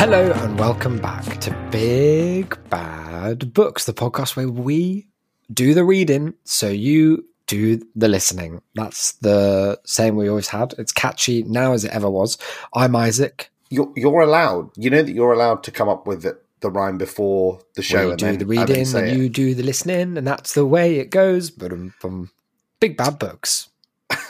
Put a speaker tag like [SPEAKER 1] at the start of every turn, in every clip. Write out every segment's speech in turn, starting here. [SPEAKER 1] Hello and welcome back to Big Bad Books, the podcast where we do the reading so you do the listening. That's the same we always had. It's catchy now as it ever was. I'm Isaac.
[SPEAKER 2] You're, you're allowed. You know that you're allowed to come up with the, the rhyme before the show.
[SPEAKER 1] We
[SPEAKER 2] and
[SPEAKER 1] do
[SPEAKER 2] then
[SPEAKER 1] the
[SPEAKER 2] have it
[SPEAKER 1] reading and
[SPEAKER 2] say it.
[SPEAKER 1] you do the listening, and that's the way it goes. But from Big Bad Books,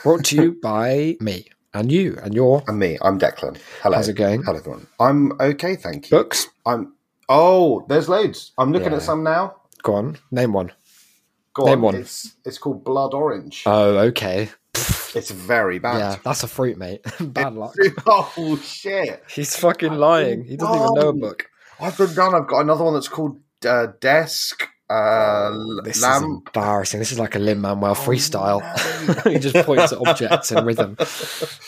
[SPEAKER 1] brought to you by me and you and your
[SPEAKER 2] and me. I'm Declan. Hello.
[SPEAKER 1] How's it going?
[SPEAKER 2] Hello, everyone. I'm okay, thank you.
[SPEAKER 1] books.
[SPEAKER 2] I'm. Oh, there's loads. I'm looking
[SPEAKER 1] Yeah.
[SPEAKER 2] at some now.
[SPEAKER 1] Go on, name one.
[SPEAKER 2] Go
[SPEAKER 1] Name
[SPEAKER 2] on.
[SPEAKER 1] one.
[SPEAKER 2] It's, it's called Blood Orange.
[SPEAKER 1] Oh, okay.
[SPEAKER 2] it's very
[SPEAKER 1] Yeah,
[SPEAKER 2] bad.
[SPEAKER 1] that's a fruit, mate. Bad luck.
[SPEAKER 2] oh shit!
[SPEAKER 1] He's fucking lying. He doesn't even know a
[SPEAKER 2] No.
[SPEAKER 1] book.
[SPEAKER 2] I've been done. I've got another one that's called uh, Desk. Uh,
[SPEAKER 1] Oh, This is
[SPEAKER 2] lamp. Oh,
[SPEAKER 1] embarrassing. This is like a Lin Manuel freestyle.
[SPEAKER 2] no.
[SPEAKER 1] he just points at objects and rhythm.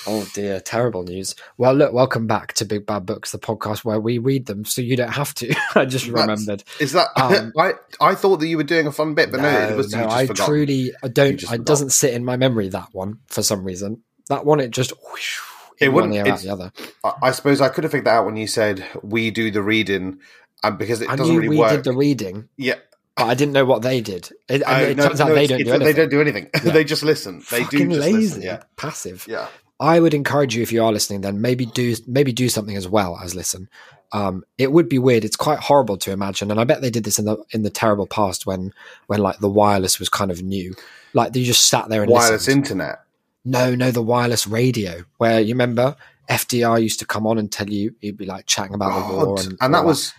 [SPEAKER 1] Oh dear, terrible news. Well, look, welcome back to Big Bad Books, the podcast where we read them, so you don't have to. I just
[SPEAKER 2] That's-
[SPEAKER 1] remembered.
[SPEAKER 2] Is that
[SPEAKER 1] Um,
[SPEAKER 2] I? I thought that you were doing a fun bit, but no, it was you just
[SPEAKER 1] I
[SPEAKER 2] forgot.
[SPEAKER 1] truly, I
[SPEAKER 2] You
[SPEAKER 1] don't.
[SPEAKER 2] just
[SPEAKER 1] It
[SPEAKER 2] forgot.
[SPEAKER 1] doesn't sit in my memory that one for some reason. That one, it just. whoosh,
[SPEAKER 2] It
[SPEAKER 1] in
[SPEAKER 2] wouldn't-
[SPEAKER 1] One ear out
[SPEAKER 2] it's-
[SPEAKER 1] the other.
[SPEAKER 2] I, I suppose I could have figured that out when you said we do the reading, and because it
[SPEAKER 1] I
[SPEAKER 2] doesn't
[SPEAKER 1] knew
[SPEAKER 2] really
[SPEAKER 1] we
[SPEAKER 2] work.
[SPEAKER 1] did the reading,
[SPEAKER 2] yeah,
[SPEAKER 1] but I didn't know what they did. It, and
[SPEAKER 2] Uh,
[SPEAKER 1] it
[SPEAKER 2] no,
[SPEAKER 1] turns out
[SPEAKER 2] no,
[SPEAKER 1] they, don't
[SPEAKER 2] it's-
[SPEAKER 1] do
[SPEAKER 2] it's- they
[SPEAKER 1] anything.
[SPEAKER 2] don't do anything.
[SPEAKER 1] Yeah.
[SPEAKER 2] they just listen. They do
[SPEAKER 1] Fucking
[SPEAKER 2] just
[SPEAKER 1] lazy,
[SPEAKER 2] listen. Yeah,
[SPEAKER 1] passive.
[SPEAKER 2] yeah.
[SPEAKER 1] I would encourage you if you are listening, then maybe do maybe do something as well as listen. Um, it would be weird. It's quite horrible to imagine, and I bet they did this in the in the terrible past when when like the wireless was kind of new. Like they just sat there and
[SPEAKER 2] Wireless
[SPEAKER 1] listened.
[SPEAKER 2] internet.
[SPEAKER 1] no, no, the wireless radio. Where you remember FDR used to come on and tell you he'd be like chatting about the war,
[SPEAKER 2] God.
[SPEAKER 1] and,
[SPEAKER 2] and
[SPEAKER 1] all
[SPEAKER 2] that was,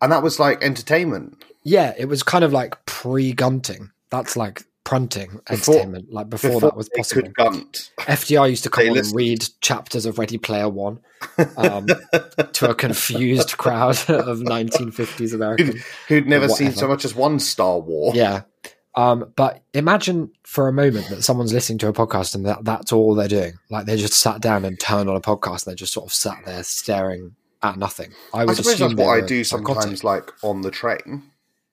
[SPEAKER 2] and that was like entertainment.
[SPEAKER 1] yeah, it was kind of like pre-gunting. That's like prunting
[SPEAKER 2] Before-
[SPEAKER 1] entertainment, like before, that was
[SPEAKER 2] they
[SPEAKER 1] possible.
[SPEAKER 2] could gunt.
[SPEAKER 1] FDR used to come
[SPEAKER 2] They
[SPEAKER 1] on and
[SPEAKER 2] listened.
[SPEAKER 1] read chapters of Ready Player One um, to a confused crowd of 1950s Americans.
[SPEAKER 2] Who'd never seen
[SPEAKER 1] Whatever.
[SPEAKER 2] so much as one Star War.
[SPEAKER 1] Yeah. Um, but imagine for a moment that someone's listening to a podcast and that, that's all they're doing. Like they just sat down and turned on a podcast and they just sort of sat there staring at nothing. I
[SPEAKER 2] I
[SPEAKER 1] would
[SPEAKER 2] suppose that's
[SPEAKER 1] assume they
[SPEAKER 2] what I
[SPEAKER 1] were
[SPEAKER 2] do
[SPEAKER 1] psychotic.
[SPEAKER 2] sometimes, like on the train.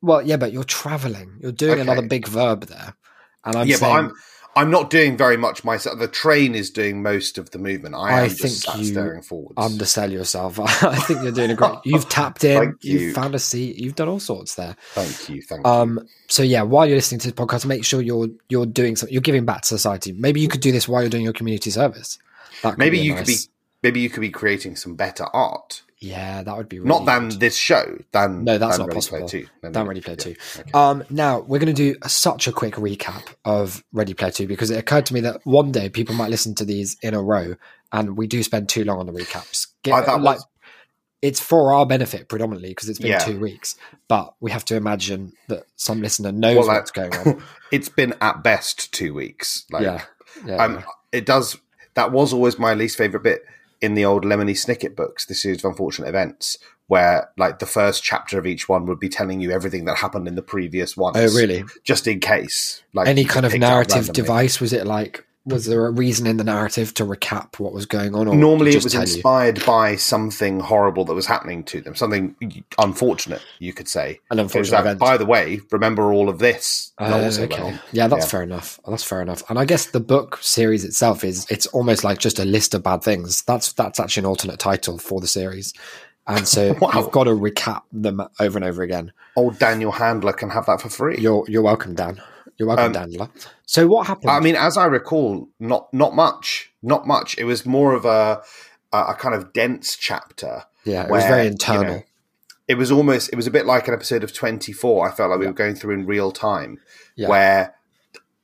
[SPEAKER 1] Well, yeah, but you're traveling. You're doing
[SPEAKER 2] Okay.
[SPEAKER 1] another big verb there. And I'm
[SPEAKER 2] yeah,
[SPEAKER 1] saying,
[SPEAKER 2] but I'm I'm not doing very much myself. The train is doing most of the movement. I,
[SPEAKER 1] I
[SPEAKER 2] am
[SPEAKER 1] think
[SPEAKER 2] just sat
[SPEAKER 1] you
[SPEAKER 2] staring forwards.
[SPEAKER 1] undersell yourself. I think you're doing a great. You've tapped in.
[SPEAKER 2] Thank
[SPEAKER 1] You've
[SPEAKER 2] you.
[SPEAKER 1] found a seat. You've done all sorts there.
[SPEAKER 2] thank you, thank you.
[SPEAKER 1] Um. So yeah, while you're listening to this podcast, make sure you're you're doing something. You're giving back to society. Maybe you could do this while you're doing your community service. That could
[SPEAKER 2] Maybe
[SPEAKER 1] be a
[SPEAKER 2] you
[SPEAKER 1] nice-
[SPEAKER 2] could be maybe you could be creating some better art.
[SPEAKER 1] Yeah, that would be really
[SPEAKER 2] not than
[SPEAKER 1] good.
[SPEAKER 2] this show. Than
[SPEAKER 1] No, that's
[SPEAKER 2] than
[SPEAKER 1] not
[SPEAKER 2] Ready Player
[SPEAKER 1] possible.
[SPEAKER 2] Two. No, no,
[SPEAKER 1] Don't
[SPEAKER 2] no.
[SPEAKER 1] Ready Player
[SPEAKER 2] Yeah.
[SPEAKER 1] Two. Um, now we're going to do a- such a quick recap of Ready Player Two because it occurred to me that one day people might listen to these in a row, and we do spend too long on the recaps. Get-
[SPEAKER 2] I- that
[SPEAKER 1] like,
[SPEAKER 2] was-
[SPEAKER 1] it's for our benefit predominantly because it's been
[SPEAKER 2] Yeah.
[SPEAKER 1] two weeks, but we have to imagine that some listener knows
[SPEAKER 2] Well,
[SPEAKER 1] what's
[SPEAKER 2] that-
[SPEAKER 1] going on.
[SPEAKER 2] It's been at best two weeks. Like,
[SPEAKER 1] yeah, yeah.
[SPEAKER 2] um, it does. That was always my least favorite bit in the old Lemony Snicket books, the series of unfortunate events, where like the first chapter of each one would be telling you everything that happened in the previous one.
[SPEAKER 1] oh, really?
[SPEAKER 2] Just in case, like
[SPEAKER 1] Any
[SPEAKER 2] you
[SPEAKER 1] kind of
[SPEAKER 2] picked up
[SPEAKER 1] narrative
[SPEAKER 2] randomly.
[SPEAKER 1] device? Was it like? Was there a reason in the narrative to recap what was going on? Or
[SPEAKER 2] Normally, it
[SPEAKER 1] just
[SPEAKER 2] was
[SPEAKER 1] tell you?
[SPEAKER 2] inspired by something horrible that was happening to them, something unfortunate, you could say.
[SPEAKER 1] An
[SPEAKER 2] It was
[SPEAKER 1] unfortunate
[SPEAKER 2] like,
[SPEAKER 1] event.
[SPEAKER 2] by the way, remember all of this. And
[SPEAKER 1] Uh,
[SPEAKER 2] also,
[SPEAKER 1] okay.
[SPEAKER 2] well,
[SPEAKER 1] yeah, that's
[SPEAKER 2] yeah.
[SPEAKER 1] fair enough. That's fair enough. And I guess the book series itself is it's almost like just a list of bad things. That's that's actually an alternate title for the series. And so
[SPEAKER 2] Wow.
[SPEAKER 1] you've got to recap them over and over again.
[SPEAKER 2] old Daniel Handler can have that for free.
[SPEAKER 1] You're you're welcome, Dan. You're welcome,
[SPEAKER 2] Um,
[SPEAKER 1] Dandler. So what happened?
[SPEAKER 2] I mean, as I recall, not not much, not much. It was more of a a, a kind of dense chapter.
[SPEAKER 1] yeah, it was
[SPEAKER 2] where,
[SPEAKER 1] very
[SPEAKER 2] you know,
[SPEAKER 1] internal.
[SPEAKER 2] It was almost, it was a bit like an episode of Twenty Four. I felt like we were going through in real time,
[SPEAKER 1] Yeah.
[SPEAKER 2] where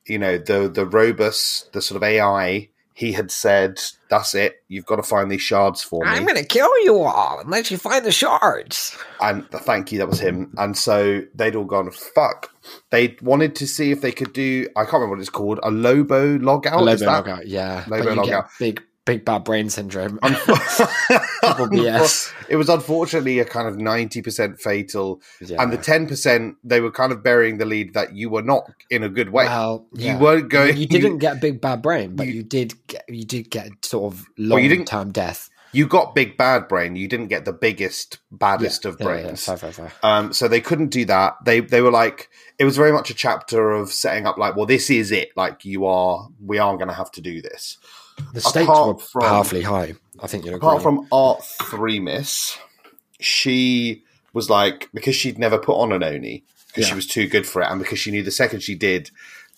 [SPEAKER 2] you know the the Robus, the sort of AI, he had said, "That's it, you've got to find these shards for me."
[SPEAKER 1] gonna kill you all unless you find the shards.
[SPEAKER 2] and th- thank you, that was him. And so they'd all gone, "Fuck." They wanted to see if they could do. I can't remember what it's called. A Lobo log out.
[SPEAKER 1] Lobo
[SPEAKER 2] Oh, is that?
[SPEAKER 1] logout, yeah.
[SPEAKER 2] Lobo
[SPEAKER 1] but you get
[SPEAKER 2] logout.
[SPEAKER 1] big big bad brain syndrome.
[SPEAKER 2] Um, Unfor-
[SPEAKER 1] BS.
[SPEAKER 2] It was unfortunately a kind of 90% fatal.
[SPEAKER 1] Yeah.
[SPEAKER 2] And the 10%, they were kind of burying the lead that you were not in a good way.
[SPEAKER 1] Well, yeah.
[SPEAKER 2] You weren't
[SPEAKER 1] I mean,
[SPEAKER 2] going.
[SPEAKER 1] You didn't get big bad brain, but you,
[SPEAKER 2] you-
[SPEAKER 1] did get you did get sort of
[SPEAKER 2] Well,
[SPEAKER 1] long
[SPEAKER 2] you didn't-
[SPEAKER 1] term death.
[SPEAKER 2] You got big bad brain. You didn't get the biggest, baddest of
[SPEAKER 1] Yeah, yeah, yeah,
[SPEAKER 2] brains.
[SPEAKER 1] fair, fair, fair.
[SPEAKER 2] Um, so they couldn't do that. They they were like it was very much a chapter of setting up like, well, this is it. Like you are, we are going to have to do this.
[SPEAKER 1] The stakes were
[SPEAKER 2] apart from-
[SPEAKER 1] powerfully high. I think you'd agree.
[SPEAKER 2] Apart from Art Three Miss, she was like because she'd never put on an oni because she
[SPEAKER 1] Yeah.
[SPEAKER 2] was too good for it, and because she knew the second she did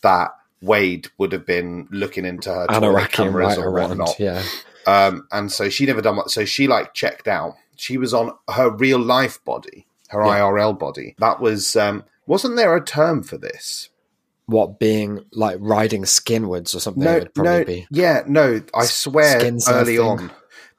[SPEAKER 2] that Wade would have been looking into her toilet
[SPEAKER 1] Anoraki and
[SPEAKER 2] cameras
[SPEAKER 1] right
[SPEAKER 2] or
[SPEAKER 1] around.
[SPEAKER 2] whatnot.
[SPEAKER 1] Yeah.
[SPEAKER 2] Um, and so she never done what. So she like checked out. She was on her real life body, her
[SPEAKER 1] Yeah.
[SPEAKER 2] IRL body. That was um, wasn't there a term for this?
[SPEAKER 1] What being like riding skinwards or something would probably
[SPEAKER 2] no,
[SPEAKER 1] be.
[SPEAKER 2] yeah, no. I swear,
[SPEAKER 1] skin
[SPEAKER 2] early
[SPEAKER 1] surfing.
[SPEAKER 2] on,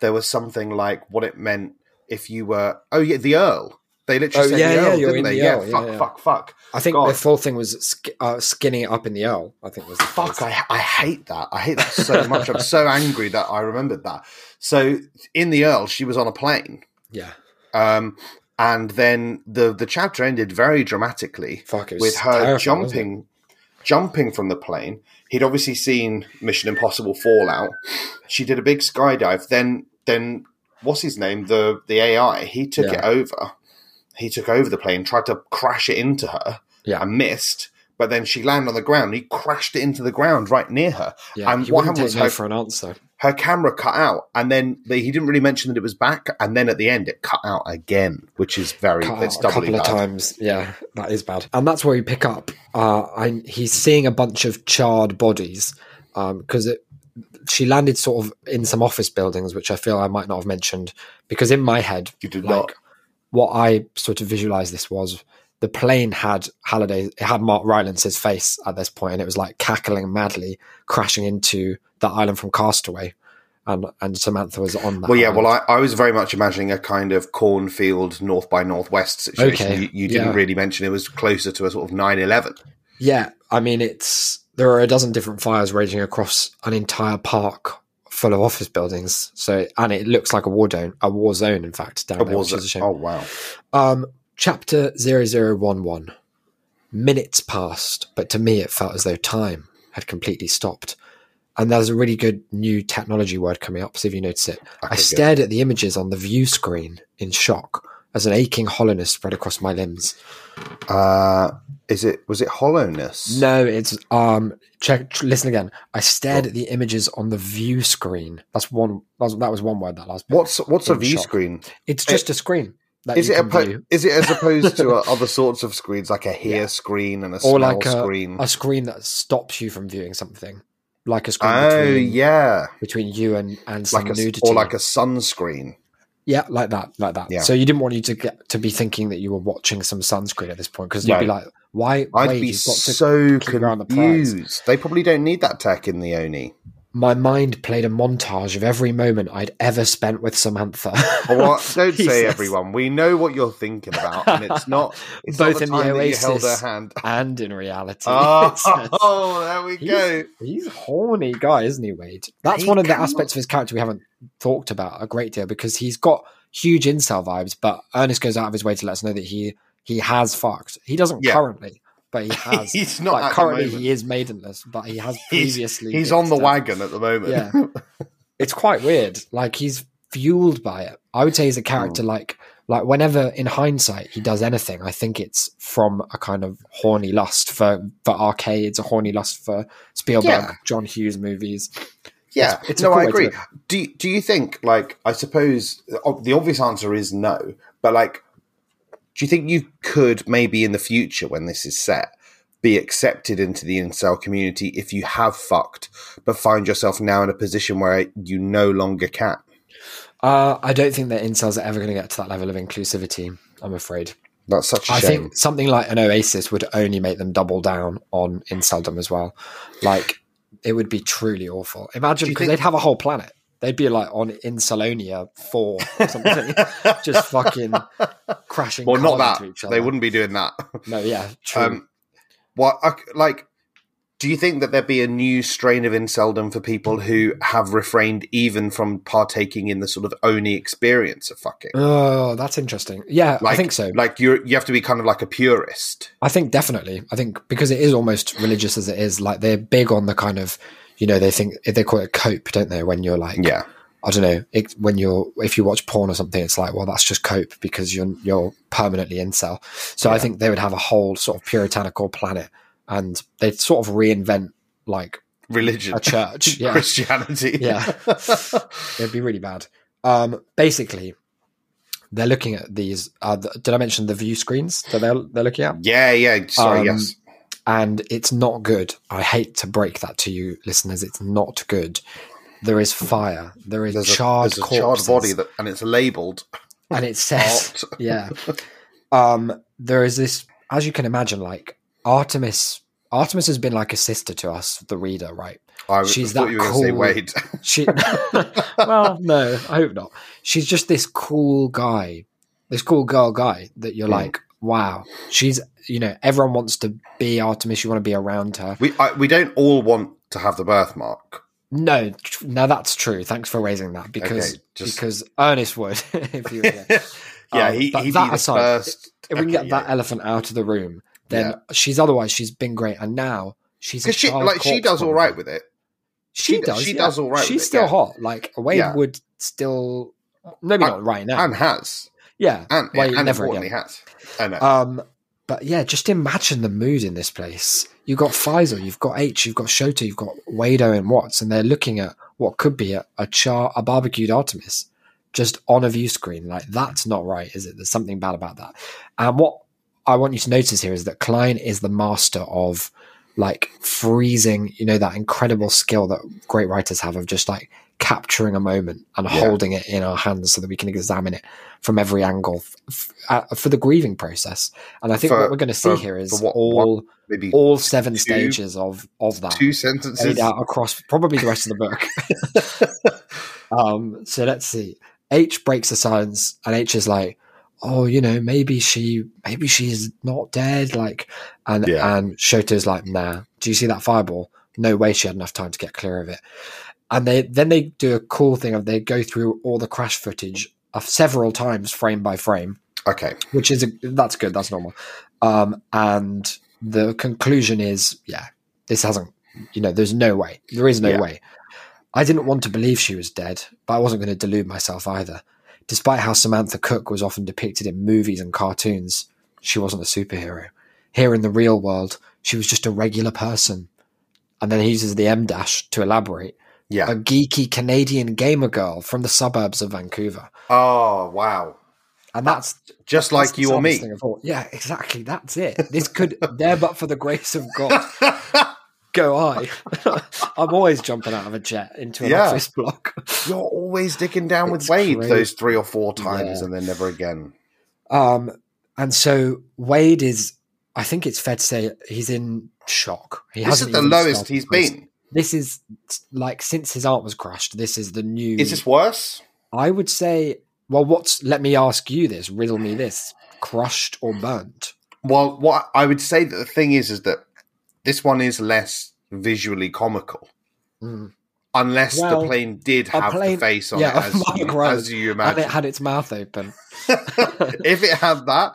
[SPEAKER 2] there was something like what it meant if you were. Oh yeah, the Earl. They literally
[SPEAKER 1] Oh,
[SPEAKER 2] said
[SPEAKER 1] yeah,
[SPEAKER 2] the
[SPEAKER 1] yeah,
[SPEAKER 2] Earl,
[SPEAKER 1] you're
[SPEAKER 2] didn't
[SPEAKER 1] in
[SPEAKER 2] they?
[SPEAKER 1] the
[SPEAKER 2] yeah,
[SPEAKER 1] Earl, yeah,
[SPEAKER 2] fuck,
[SPEAKER 1] yeah.
[SPEAKER 2] fuck, fuck.
[SPEAKER 1] I think the
[SPEAKER 2] God.
[SPEAKER 1] full thing was sk- uh, skinning it up in the L. I think was the
[SPEAKER 2] Fuck,
[SPEAKER 1] phrase.
[SPEAKER 2] I, I hate that. I hate that so much. I'm so angry that I remembered that. So in the Earl, she was on a plane.
[SPEAKER 1] Yeah.
[SPEAKER 2] Um, and then the the chapter ended very dramatically
[SPEAKER 1] Fuck. It was
[SPEAKER 2] with her
[SPEAKER 1] terrifying, wasn't it?
[SPEAKER 2] jumping jumping from the plane. He'd obviously seen Mission Impossible Fallout. She did a big skydive. Then then what's his name? The the AI. He took
[SPEAKER 1] Yeah.
[SPEAKER 2] it over. He took over the plane, tried to crash it into her,
[SPEAKER 1] Yeah.
[SPEAKER 2] and missed. But then she landed on the ground. He crashed it into the ground right near her.
[SPEAKER 1] Yeah.
[SPEAKER 2] and
[SPEAKER 1] you
[SPEAKER 2] what
[SPEAKER 1] wouldn't
[SPEAKER 2] happened
[SPEAKER 1] take
[SPEAKER 2] was
[SPEAKER 1] no
[SPEAKER 2] her-
[SPEAKER 1] for an answer.
[SPEAKER 2] Her camera cut out, and then they, he didn't really mention that it was back. And then at the end, it cut out again, which is very
[SPEAKER 1] Cut
[SPEAKER 2] it's
[SPEAKER 1] out a
[SPEAKER 2] doubly
[SPEAKER 1] couple of
[SPEAKER 2] bad.
[SPEAKER 1] times. Yeah, that is bad. And that's where we pick up. Uh, I, he's seeing a bunch of charred bodies because it she landed sort of in some office buildings, which I feel I might not have mentioned because in my head,
[SPEAKER 2] You did
[SPEAKER 1] like
[SPEAKER 2] not.
[SPEAKER 1] what I sort of visualized this was the plane had Halliday, it had Mark Rylance's face at this point, and it was like cackling madly, crashing into that island from Castaway, and and Samantha was on that.
[SPEAKER 2] Well, yeah.
[SPEAKER 1] island.
[SPEAKER 2] Well, I, I was very much imagining a kind of cornfield north by northwest situation.
[SPEAKER 1] Okay,
[SPEAKER 2] You, you didn't
[SPEAKER 1] yeah.
[SPEAKER 2] really mention it was closer to a sort of 9 11.
[SPEAKER 1] Yeah, I mean, it's there are a dozen different fires raging across an entire park full of office buildings. So, and it looks like a war zone, a war zone, in fact, down
[SPEAKER 2] It
[SPEAKER 1] there,
[SPEAKER 2] was.
[SPEAKER 1] which is a shame.
[SPEAKER 2] Oh, wow.
[SPEAKER 1] Um, chapter 0011. Minutes passed, but to me it felt as though time had completely stopped. And there's a really good new technology word coming up, see if you notice it.
[SPEAKER 2] Okay,
[SPEAKER 1] I
[SPEAKER 2] good.
[SPEAKER 1] stared at the images on the view screen in shock as an aching hollowness spread across my limbs.
[SPEAKER 2] Uh, is it, was it hollowness?
[SPEAKER 1] No, it's um check tr- listen again. I stared at the images on the view screen. That's one that was, that was one word that last bit.
[SPEAKER 2] What's, what's a
[SPEAKER 1] In
[SPEAKER 2] view
[SPEAKER 1] shock.
[SPEAKER 2] screen?
[SPEAKER 1] It's just a screen. That
[SPEAKER 2] Is
[SPEAKER 1] you
[SPEAKER 2] it, a
[SPEAKER 1] can
[SPEAKER 2] po-
[SPEAKER 1] view.
[SPEAKER 2] is it as opposed to uh, other sorts of screens, like a hear
[SPEAKER 1] Yeah.
[SPEAKER 2] screen and a smell
[SPEAKER 1] Or like a-
[SPEAKER 2] screen?
[SPEAKER 1] a screen that stops you from viewing something, like a screen
[SPEAKER 2] oh,
[SPEAKER 1] between,
[SPEAKER 2] yeah.
[SPEAKER 1] between you and and some
[SPEAKER 2] Like a, s-
[SPEAKER 1] nudity,
[SPEAKER 2] or like a sunscreen.
[SPEAKER 1] yeah, like that, like that.
[SPEAKER 2] Yeah.
[SPEAKER 1] So you didn't want you to get to be thinking that you were watching some sunscreen at this point because you'd be
[SPEAKER 2] No.
[SPEAKER 1] like, why?
[SPEAKER 2] I'd
[SPEAKER 1] wait,
[SPEAKER 2] be
[SPEAKER 1] you've got to-
[SPEAKER 2] so
[SPEAKER 1] keep your eye on the prize.
[SPEAKER 2] confused. They probably don't need that tech in the Oni.
[SPEAKER 1] My mind played a montage of every moment I'd ever spent with Samantha.
[SPEAKER 2] Well, Oh, what- don't
[SPEAKER 1] Jesus.
[SPEAKER 2] say everyone. We know what you're thinking about, and it's not. It's
[SPEAKER 1] Both
[SPEAKER 2] not the
[SPEAKER 1] in the
[SPEAKER 2] time that you held her
[SPEAKER 1] Oasis.
[SPEAKER 2] hand.
[SPEAKER 1] and in reality,
[SPEAKER 2] Oh,
[SPEAKER 1] it's-
[SPEAKER 2] there we
[SPEAKER 1] He's-
[SPEAKER 2] go.
[SPEAKER 1] He's a horny guy, isn't he, Wade? That's
[SPEAKER 2] He
[SPEAKER 1] one of the
[SPEAKER 2] cannot-
[SPEAKER 1] aspects of his character we haven't talked about a great deal because he's got huge incel vibes, but Ernest goes out of his way to let us know that he he has fucked. He doesn't
[SPEAKER 2] Yeah.
[SPEAKER 1] currently, but he has.
[SPEAKER 2] He's not
[SPEAKER 1] like
[SPEAKER 2] at
[SPEAKER 1] currently
[SPEAKER 2] the moment.
[SPEAKER 1] he is maidenless, but he has
[SPEAKER 2] He's-
[SPEAKER 1] previously
[SPEAKER 2] He's on the
[SPEAKER 1] it's, uh,
[SPEAKER 2] wagon at the moment.
[SPEAKER 1] Yeah. It's quite weird. Like he's fueled by it. I would say he's a
[SPEAKER 2] Hmm.
[SPEAKER 1] character like like whenever in hindsight he does anything, I think it's from a kind of horny lust for for arcades, a horny lust for Spielberg,
[SPEAKER 2] Yeah.
[SPEAKER 1] John Hughes movies.
[SPEAKER 2] yeah.
[SPEAKER 1] It's- it's a
[SPEAKER 2] no,
[SPEAKER 1] cool way
[SPEAKER 2] I
[SPEAKER 1] to
[SPEAKER 2] agree.
[SPEAKER 1] do
[SPEAKER 2] Do Do you think, like, I suppose ob- the obvious answer is no, but like, do you think you could maybe in the future when this is set? Be accepted into the incel community if you have fucked, but find yourself now in a position where you no longer can.
[SPEAKER 1] Uh, I don't think that incels are ever going to get to that level of inclusivity. I'm afraid.
[SPEAKER 2] That's such a
[SPEAKER 1] I
[SPEAKER 2] shame.
[SPEAKER 1] think something like an Oasis would only make them double down on inceldom as well. Like it would be truly awful. Imagine
[SPEAKER 2] Do you
[SPEAKER 1] because
[SPEAKER 2] think-
[SPEAKER 1] they'd have a whole planet. They'd be like on Incelonia four or something, just fucking crashing.
[SPEAKER 2] well, not
[SPEAKER 1] cars into
[SPEAKER 2] that
[SPEAKER 1] each other.
[SPEAKER 2] they wouldn't be doing that.
[SPEAKER 1] No, yeah, true.
[SPEAKER 2] um, what I c- like? Do you think that there'd be a new strain of inceldom for people who have refrained even from partaking in the sort of only experience of fucking?
[SPEAKER 1] oh, that's interesting. Yeah, I
[SPEAKER 2] Like-
[SPEAKER 1] think so.
[SPEAKER 2] Like you, you have to be kind of like a purist.
[SPEAKER 1] I think definitely. I think because it is almost religious as it is, like they're big on the kind of, you know, they think they call it cope, don't they? When you're like,
[SPEAKER 2] Yeah,
[SPEAKER 1] I don't know, it, when you're if you watch porn or something, it's like, well, that's just cope because you're you're permanently incel. So I
[SPEAKER 2] Yeah.
[SPEAKER 1] think they would have a whole sort of puritanical planet, and they'd sort of reinvent like
[SPEAKER 2] religion,
[SPEAKER 1] a church. yeah,
[SPEAKER 2] Christianity.
[SPEAKER 1] Yeah. it'd be really bad. Um, basically, they're looking at these. Uh, th- did I mention the view screens that they're, they're looking at?
[SPEAKER 2] Yeah, yeah. Sorry,
[SPEAKER 1] Um,
[SPEAKER 2] yes.
[SPEAKER 1] And it's not good. I hate to break that to you, listeners. It's not good. There is fire. There is
[SPEAKER 2] There's a,
[SPEAKER 1] charred
[SPEAKER 2] there's a charred
[SPEAKER 1] corpses,
[SPEAKER 2] body Oh. that, and it's labelled.
[SPEAKER 1] and it says,
[SPEAKER 2] Art.
[SPEAKER 1] yeah. Um, there is this, as you can imagine, like Artemis. Artemis has been like a sister to us, the reader, right?
[SPEAKER 2] I
[SPEAKER 1] She's
[SPEAKER 2] thought
[SPEAKER 1] that
[SPEAKER 2] you were going to say
[SPEAKER 1] cool-
[SPEAKER 2] Wade.
[SPEAKER 1] She, well, no, I hope not. She's just this cool guy, this cool girl guy that you're
[SPEAKER 2] Hmm.
[SPEAKER 1] like, wow, she's, you know, everyone wants to be Artemis. You want to be around her.
[SPEAKER 2] We I, we don't all want to have the birthmark.
[SPEAKER 1] No, tr- now that's true. Thanks for raising that because
[SPEAKER 2] Okay, just-
[SPEAKER 1] because Ernest would if you were
[SPEAKER 2] yeah,
[SPEAKER 1] here. Um,
[SPEAKER 2] he,
[SPEAKER 1] but
[SPEAKER 2] he'd
[SPEAKER 1] that
[SPEAKER 2] be the
[SPEAKER 1] aside,
[SPEAKER 2] first.
[SPEAKER 1] If we can
[SPEAKER 2] okay,
[SPEAKER 1] get that elephant out of the room, then
[SPEAKER 2] Yeah.
[SPEAKER 1] she's otherwise she's been great, and now she's a
[SPEAKER 2] because she
[SPEAKER 1] child
[SPEAKER 2] like she
[SPEAKER 1] corpse
[SPEAKER 2] does all
[SPEAKER 1] woman.
[SPEAKER 2] right with it.
[SPEAKER 1] She,
[SPEAKER 2] She d-
[SPEAKER 1] does.
[SPEAKER 2] she
[SPEAKER 1] yeah.
[SPEAKER 2] does all right with
[SPEAKER 1] She's
[SPEAKER 2] it,
[SPEAKER 1] still
[SPEAKER 2] yeah.
[SPEAKER 1] hot. Like Wade
[SPEAKER 2] Yeah.
[SPEAKER 1] would still. Maybe
[SPEAKER 2] And-
[SPEAKER 1] not right now.
[SPEAKER 2] and has
[SPEAKER 1] yeah.
[SPEAKER 2] and
[SPEAKER 1] Well,
[SPEAKER 2] and
[SPEAKER 1] never
[SPEAKER 2] importantly has. I know.
[SPEAKER 1] Um, but yeah, just imagine the mood in this place. You've got Faisal, you've got H, you've got Shota, you've got Wado and Watts, and they're looking at what could be a, a char a barbecued Artemis just on a view screen. Like that's not right, is it? There's something bad about that. And what I want you to notice here is that Klein is the master of like freezing, you know, that incredible skill that great writers have of just like capturing a moment and
[SPEAKER 2] Yeah.
[SPEAKER 1] holding it in our hands so that we can examine it from every angle f- f- uh, for the grieving process. And I think
[SPEAKER 2] For-
[SPEAKER 1] what we're going to see
[SPEAKER 2] for-
[SPEAKER 1] here is
[SPEAKER 2] for what-
[SPEAKER 1] all
[SPEAKER 2] Maybe
[SPEAKER 1] all seven
[SPEAKER 2] two-
[SPEAKER 1] stages of of that
[SPEAKER 2] two
[SPEAKER 1] laid
[SPEAKER 2] sentences.
[SPEAKER 1] out across probably the rest of the book. um, so let's see. H breaks the silence, and H is like, "Oh, you know, maybe she, maybe she's not dead." Like, and
[SPEAKER 2] Yeah.
[SPEAKER 1] and Shoto's like, "Nah, do you see that fireball? No way, she had enough time to get clear of it." And they then they do a cool thing of they go through all the crash footage of several times, frame by frame,
[SPEAKER 2] Okay,
[SPEAKER 1] which is a, that's good that's normal um and the conclusion is yeah this hasn't you know there's no way there is no
[SPEAKER 2] Yeah.
[SPEAKER 1] way i didn't want to believe she was dead but i wasn't going to delude myself either despite how samantha cook was often depicted in movies and cartoons she wasn't a superhero here in the real world she was just a regular person and then he uses the m dash to elaborate
[SPEAKER 2] yeah.
[SPEAKER 1] a geeky canadian gamer girl from the suburbs of vancouver
[SPEAKER 2] oh wow,
[SPEAKER 1] and that's
[SPEAKER 2] just like
[SPEAKER 1] that's the
[SPEAKER 2] you or
[SPEAKER 1] saddest
[SPEAKER 2] me.
[SPEAKER 1] thing of all. Yeah, exactly. That's it. This could, there but for the grace of God, go I. I'm always jumping out of a jet into an
[SPEAKER 2] Yeah.
[SPEAKER 1] office block.
[SPEAKER 2] You're always dicking down
[SPEAKER 1] It's
[SPEAKER 2] with Wade
[SPEAKER 1] crazy.
[SPEAKER 2] those three or four times,
[SPEAKER 1] Yeah.
[SPEAKER 2] and then never again.
[SPEAKER 1] Um, and so Wade is, I think it's fair to say, he's in shock. He
[SPEAKER 2] This is
[SPEAKER 1] hasn't
[SPEAKER 2] the
[SPEAKER 1] even
[SPEAKER 2] lowest
[SPEAKER 1] started
[SPEAKER 2] he's
[SPEAKER 1] process-
[SPEAKER 2] been.
[SPEAKER 1] This is like since his aunt was crushed. This is the new.
[SPEAKER 2] Is this worse?
[SPEAKER 1] I would say. Well, what's? Let me ask you this. Riddle me this: crushed or burnt?
[SPEAKER 2] Well, what I would say that the thing is is that this one is less visually comical,
[SPEAKER 1] Mm.
[SPEAKER 2] unless
[SPEAKER 1] Well,
[SPEAKER 2] the plane did
[SPEAKER 1] a
[SPEAKER 2] have
[SPEAKER 1] plane-
[SPEAKER 2] the face on
[SPEAKER 1] yeah,
[SPEAKER 2] it as,
[SPEAKER 1] Mark
[SPEAKER 2] you,
[SPEAKER 1] Rose.
[SPEAKER 2] as you
[SPEAKER 1] And
[SPEAKER 2] imagine.
[SPEAKER 1] it had its mouth open.
[SPEAKER 2] if it had that,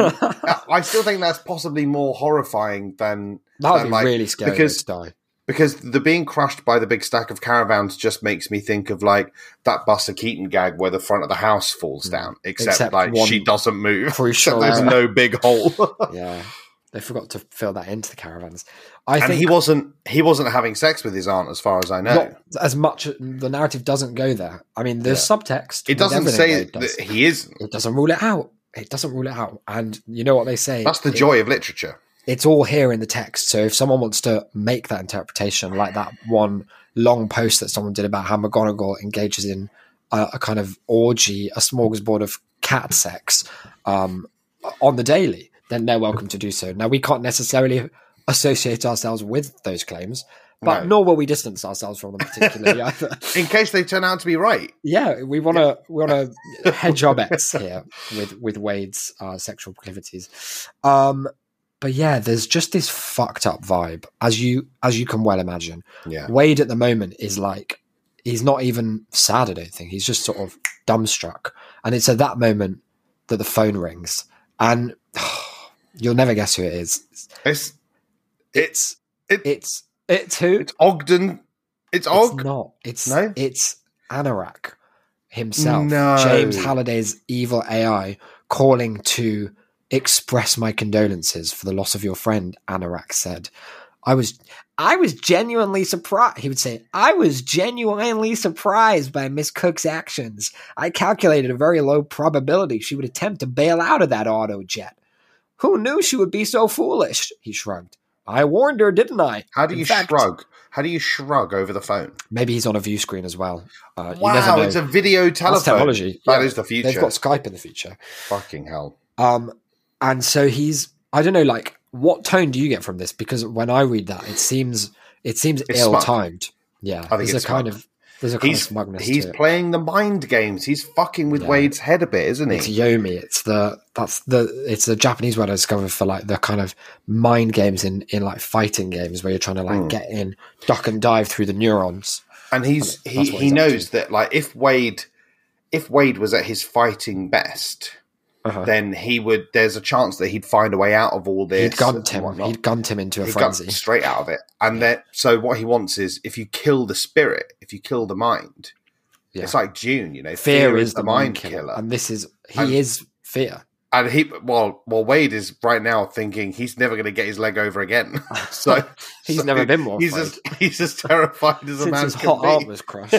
[SPEAKER 2] I I still think that's possibly more horrifying than
[SPEAKER 1] That would
[SPEAKER 2] And,
[SPEAKER 1] be
[SPEAKER 2] like,
[SPEAKER 1] really scary
[SPEAKER 2] because-
[SPEAKER 1] though, to die.
[SPEAKER 2] because the being crushed by the big stack of caravans just makes me think of like that Buster Keaton gag where the front of the house falls
[SPEAKER 1] Mm.
[SPEAKER 2] down, except,
[SPEAKER 1] Except
[SPEAKER 2] like
[SPEAKER 1] one-
[SPEAKER 2] she doesn't move.
[SPEAKER 1] Crucial.
[SPEAKER 2] So there's
[SPEAKER 1] error.
[SPEAKER 2] no big hole.
[SPEAKER 1] yeah, they forgot to fill that into the caravans. I
[SPEAKER 2] and
[SPEAKER 1] think
[SPEAKER 2] he wasn't he wasn't having sex with his aunt as far as I know.
[SPEAKER 1] not as much. The narrative doesn't go there. I mean, there's subtext.
[SPEAKER 2] It
[SPEAKER 1] with
[SPEAKER 2] doesn't
[SPEAKER 1] everything
[SPEAKER 2] say
[SPEAKER 1] Wade does.
[SPEAKER 2] that he isn't.
[SPEAKER 1] It doesn't rule it out. It doesn't rule it out. And you know what they say?
[SPEAKER 2] That's the
[SPEAKER 1] It-
[SPEAKER 2] joy of literature.
[SPEAKER 1] it's all here in the text. So if someone wants to make that interpretation, like that one long post that someone did about how McGonagall engages in a, a kind of orgy, a smorgasbord of cat sex um, on the daily, then they're welcome to do so. Now, we can't necessarily associate ourselves with those claims, but
[SPEAKER 2] No.
[SPEAKER 1] nor will we distance ourselves from them particularly either.
[SPEAKER 2] In case they turn out to be right.
[SPEAKER 1] Yeah, we want to we want to hedge our bets here with with Wade's uh, sexual proclivities. Um, but yeah, there's just this fucked up vibe as you as you can well imagine.
[SPEAKER 2] Yeah.
[SPEAKER 1] Wade at the moment is like he's not even sad. I don't think he's just sort of dumbstruck. And it's at that moment that the phone rings, and you'll never guess who it is.
[SPEAKER 2] It's it's it-
[SPEAKER 1] it's it's who
[SPEAKER 2] it's Ogden.
[SPEAKER 1] it's
[SPEAKER 2] It's Og.
[SPEAKER 1] not. It's
[SPEAKER 2] No?
[SPEAKER 1] it's Anorak himself,
[SPEAKER 2] No.
[SPEAKER 1] James Halliday's evil AI, calling to express my condolences for the loss of your friend. Anorak said, I was I was genuinely surprised. He would say, I was genuinely surprised by Miss Cook's actions. I calculated a very low probability she would attempt to bail out of that auto jet. Who knew she would be so foolish? He shrugged. I warned her, didn't I?
[SPEAKER 2] How do
[SPEAKER 1] In
[SPEAKER 2] you
[SPEAKER 1] fact-
[SPEAKER 2] shrug? How do you shrug over the phone?
[SPEAKER 1] Maybe he's on a view screen as well. Uh, you never
[SPEAKER 2] Wow,
[SPEAKER 1] know.
[SPEAKER 2] it's a video
[SPEAKER 1] That's
[SPEAKER 2] telephone.
[SPEAKER 1] technology.
[SPEAKER 2] That
[SPEAKER 1] Yeah.
[SPEAKER 2] is the
[SPEAKER 1] They've
[SPEAKER 2] future.
[SPEAKER 1] got Skype in the future.
[SPEAKER 2] Fucking hell.
[SPEAKER 1] Um, and so he's I don't know, like what tone do you get from this? Because when I read that, it seems it seems
[SPEAKER 2] It's
[SPEAKER 1] ill
[SPEAKER 2] smug.
[SPEAKER 1] timed. Yeah,
[SPEAKER 2] think
[SPEAKER 1] there's
[SPEAKER 2] it's
[SPEAKER 1] a kind
[SPEAKER 2] smug.
[SPEAKER 1] of there's a kind
[SPEAKER 2] He's
[SPEAKER 1] of smugness.
[SPEAKER 2] he's
[SPEAKER 1] to it.
[SPEAKER 2] playing the mind games. He's fucking with
[SPEAKER 1] Yeah.
[SPEAKER 2] Wade's head a bit, isn't
[SPEAKER 1] It's
[SPEAKER 2] he?
[SPEAKER 1] yomi. It's the that's the it's the Japanese word I discovered for like the kind of mind games in in like fighting games where you're trying to like
[SPEAKER 2] Hmm.
[SPEAKER 1] get in, duck and dive through the neurons.
[SPEAKER 2] And he's
[SPEAKER 1] That's
[SPEAKER 2] he,
[SPEAKER 1] what
[SPEAKER 2] he
[SPEAKER 1] he's up
[SPEAKER 2] knows that like if Wade if Wade was at his fighting best,
[SPEAKER 1] Uh-huh.
[SPEAKER 2] then he would there's a chance that he'd find a way out of all this.
[SPEAKER 1] He'd gunned
[SPEAKER 2] and
[SPEAKER 1] him.
[SPEAKER 2] whatnot.
[SPEAKER 1] He'd gunned him into a
[SPEAKER 2] he got
[SPEAKER 1] frenzy.
[SPEAKER 2] straight out of it. And then, so what he wants is if you kill the spirit, if you kill the mind,
[SPEAKER 1] Yeah.
[SPEAKER 2] it's like June, you know,
[SPEAKER 1] fear, is, the mind killer.
[SPEAKER 2] And,
[SPEAKER 1] and this is he
[SPEAKER 2] And-
[SPEAKER 1] is fear.
[SPEAKER 2] he, well, well, Wade is right now thinking he's never going to get his leg over again. so
[SPEAKER 1] He's
[SPEAKER 2] so
[SPEAKER 1] never been more.
[SPEAKER 2] He's
[SPEAKER 1] afraid.
[SPEAKER 2] as he's as terrified as a
[SPEAKER 1] since
[SPEAKER 2] man
[SPEAKER 1] his
[SPEAKER 2] can
[SPEAKER 1] hot arm
[SPEAKER 2] be.
[SPEAKER 1] was crushed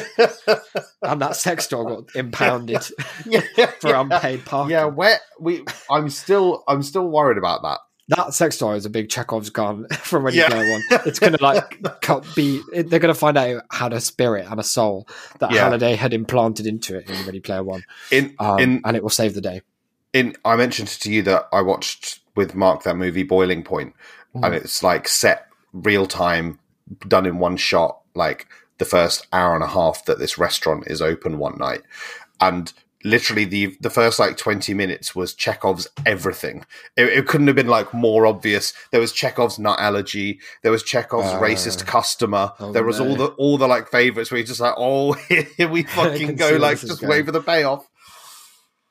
[SPEAKER 1] and that sex doll got impounded
[SPEAKER 2] yeah,
[SPEAKER 1] for unpaid parking.
[SPEAKER 2] yeah, where we, I'm still, I'm still worried about that.
[SPEAKER 1] That sex doll is a big Chekhov's gun from when
[SPEAKER 2] Yeah.
[SPEAKER 1] you play one. It's going to like cut, be, it, they're going to find out it had a spirit and a soul that
[SPEAKER 2] Yeah.
[SPEAKER 1] Halliday had implanted into it in Ready Player One.
[SPEAKER 2] In
[SPEAKER 1] Um,
[SPEAKER 2] in
[SPEAKER 1] and it will save the day.
[SPEAKER 2] in I mentioned to you that I watched with Mark that movie Boiling Point,
[SPEAKER 1] Mm.
[SPEAKER 2] and it's like set real time, done in one shot, like the first hour and a half that this restaurant is open one night, and literally the the first like 20 minutes was chekhov's everything it, it couldn't have been like more obvious there was chekhov's nut allergy there was chekhov's
[SPEAKER 1] Ah.
[SPEAKER 2] racist customer
[SPEAKER 1] Oh,
[SPEAKER 2] there was all
[SPEAKER 1] no.
[SPEAKER 2] the all the like favorites where you're just like oh here we fucking
[SPEAKER 1] can
[SPEAKER 2] go
[SPEAKER 1] see where
[SPEAKER 2] like
[SPEAKER 1] this is
[SPEAKER 2] just
[SPEAKER 1] going.
[SPEAKER 2] wait for the payoff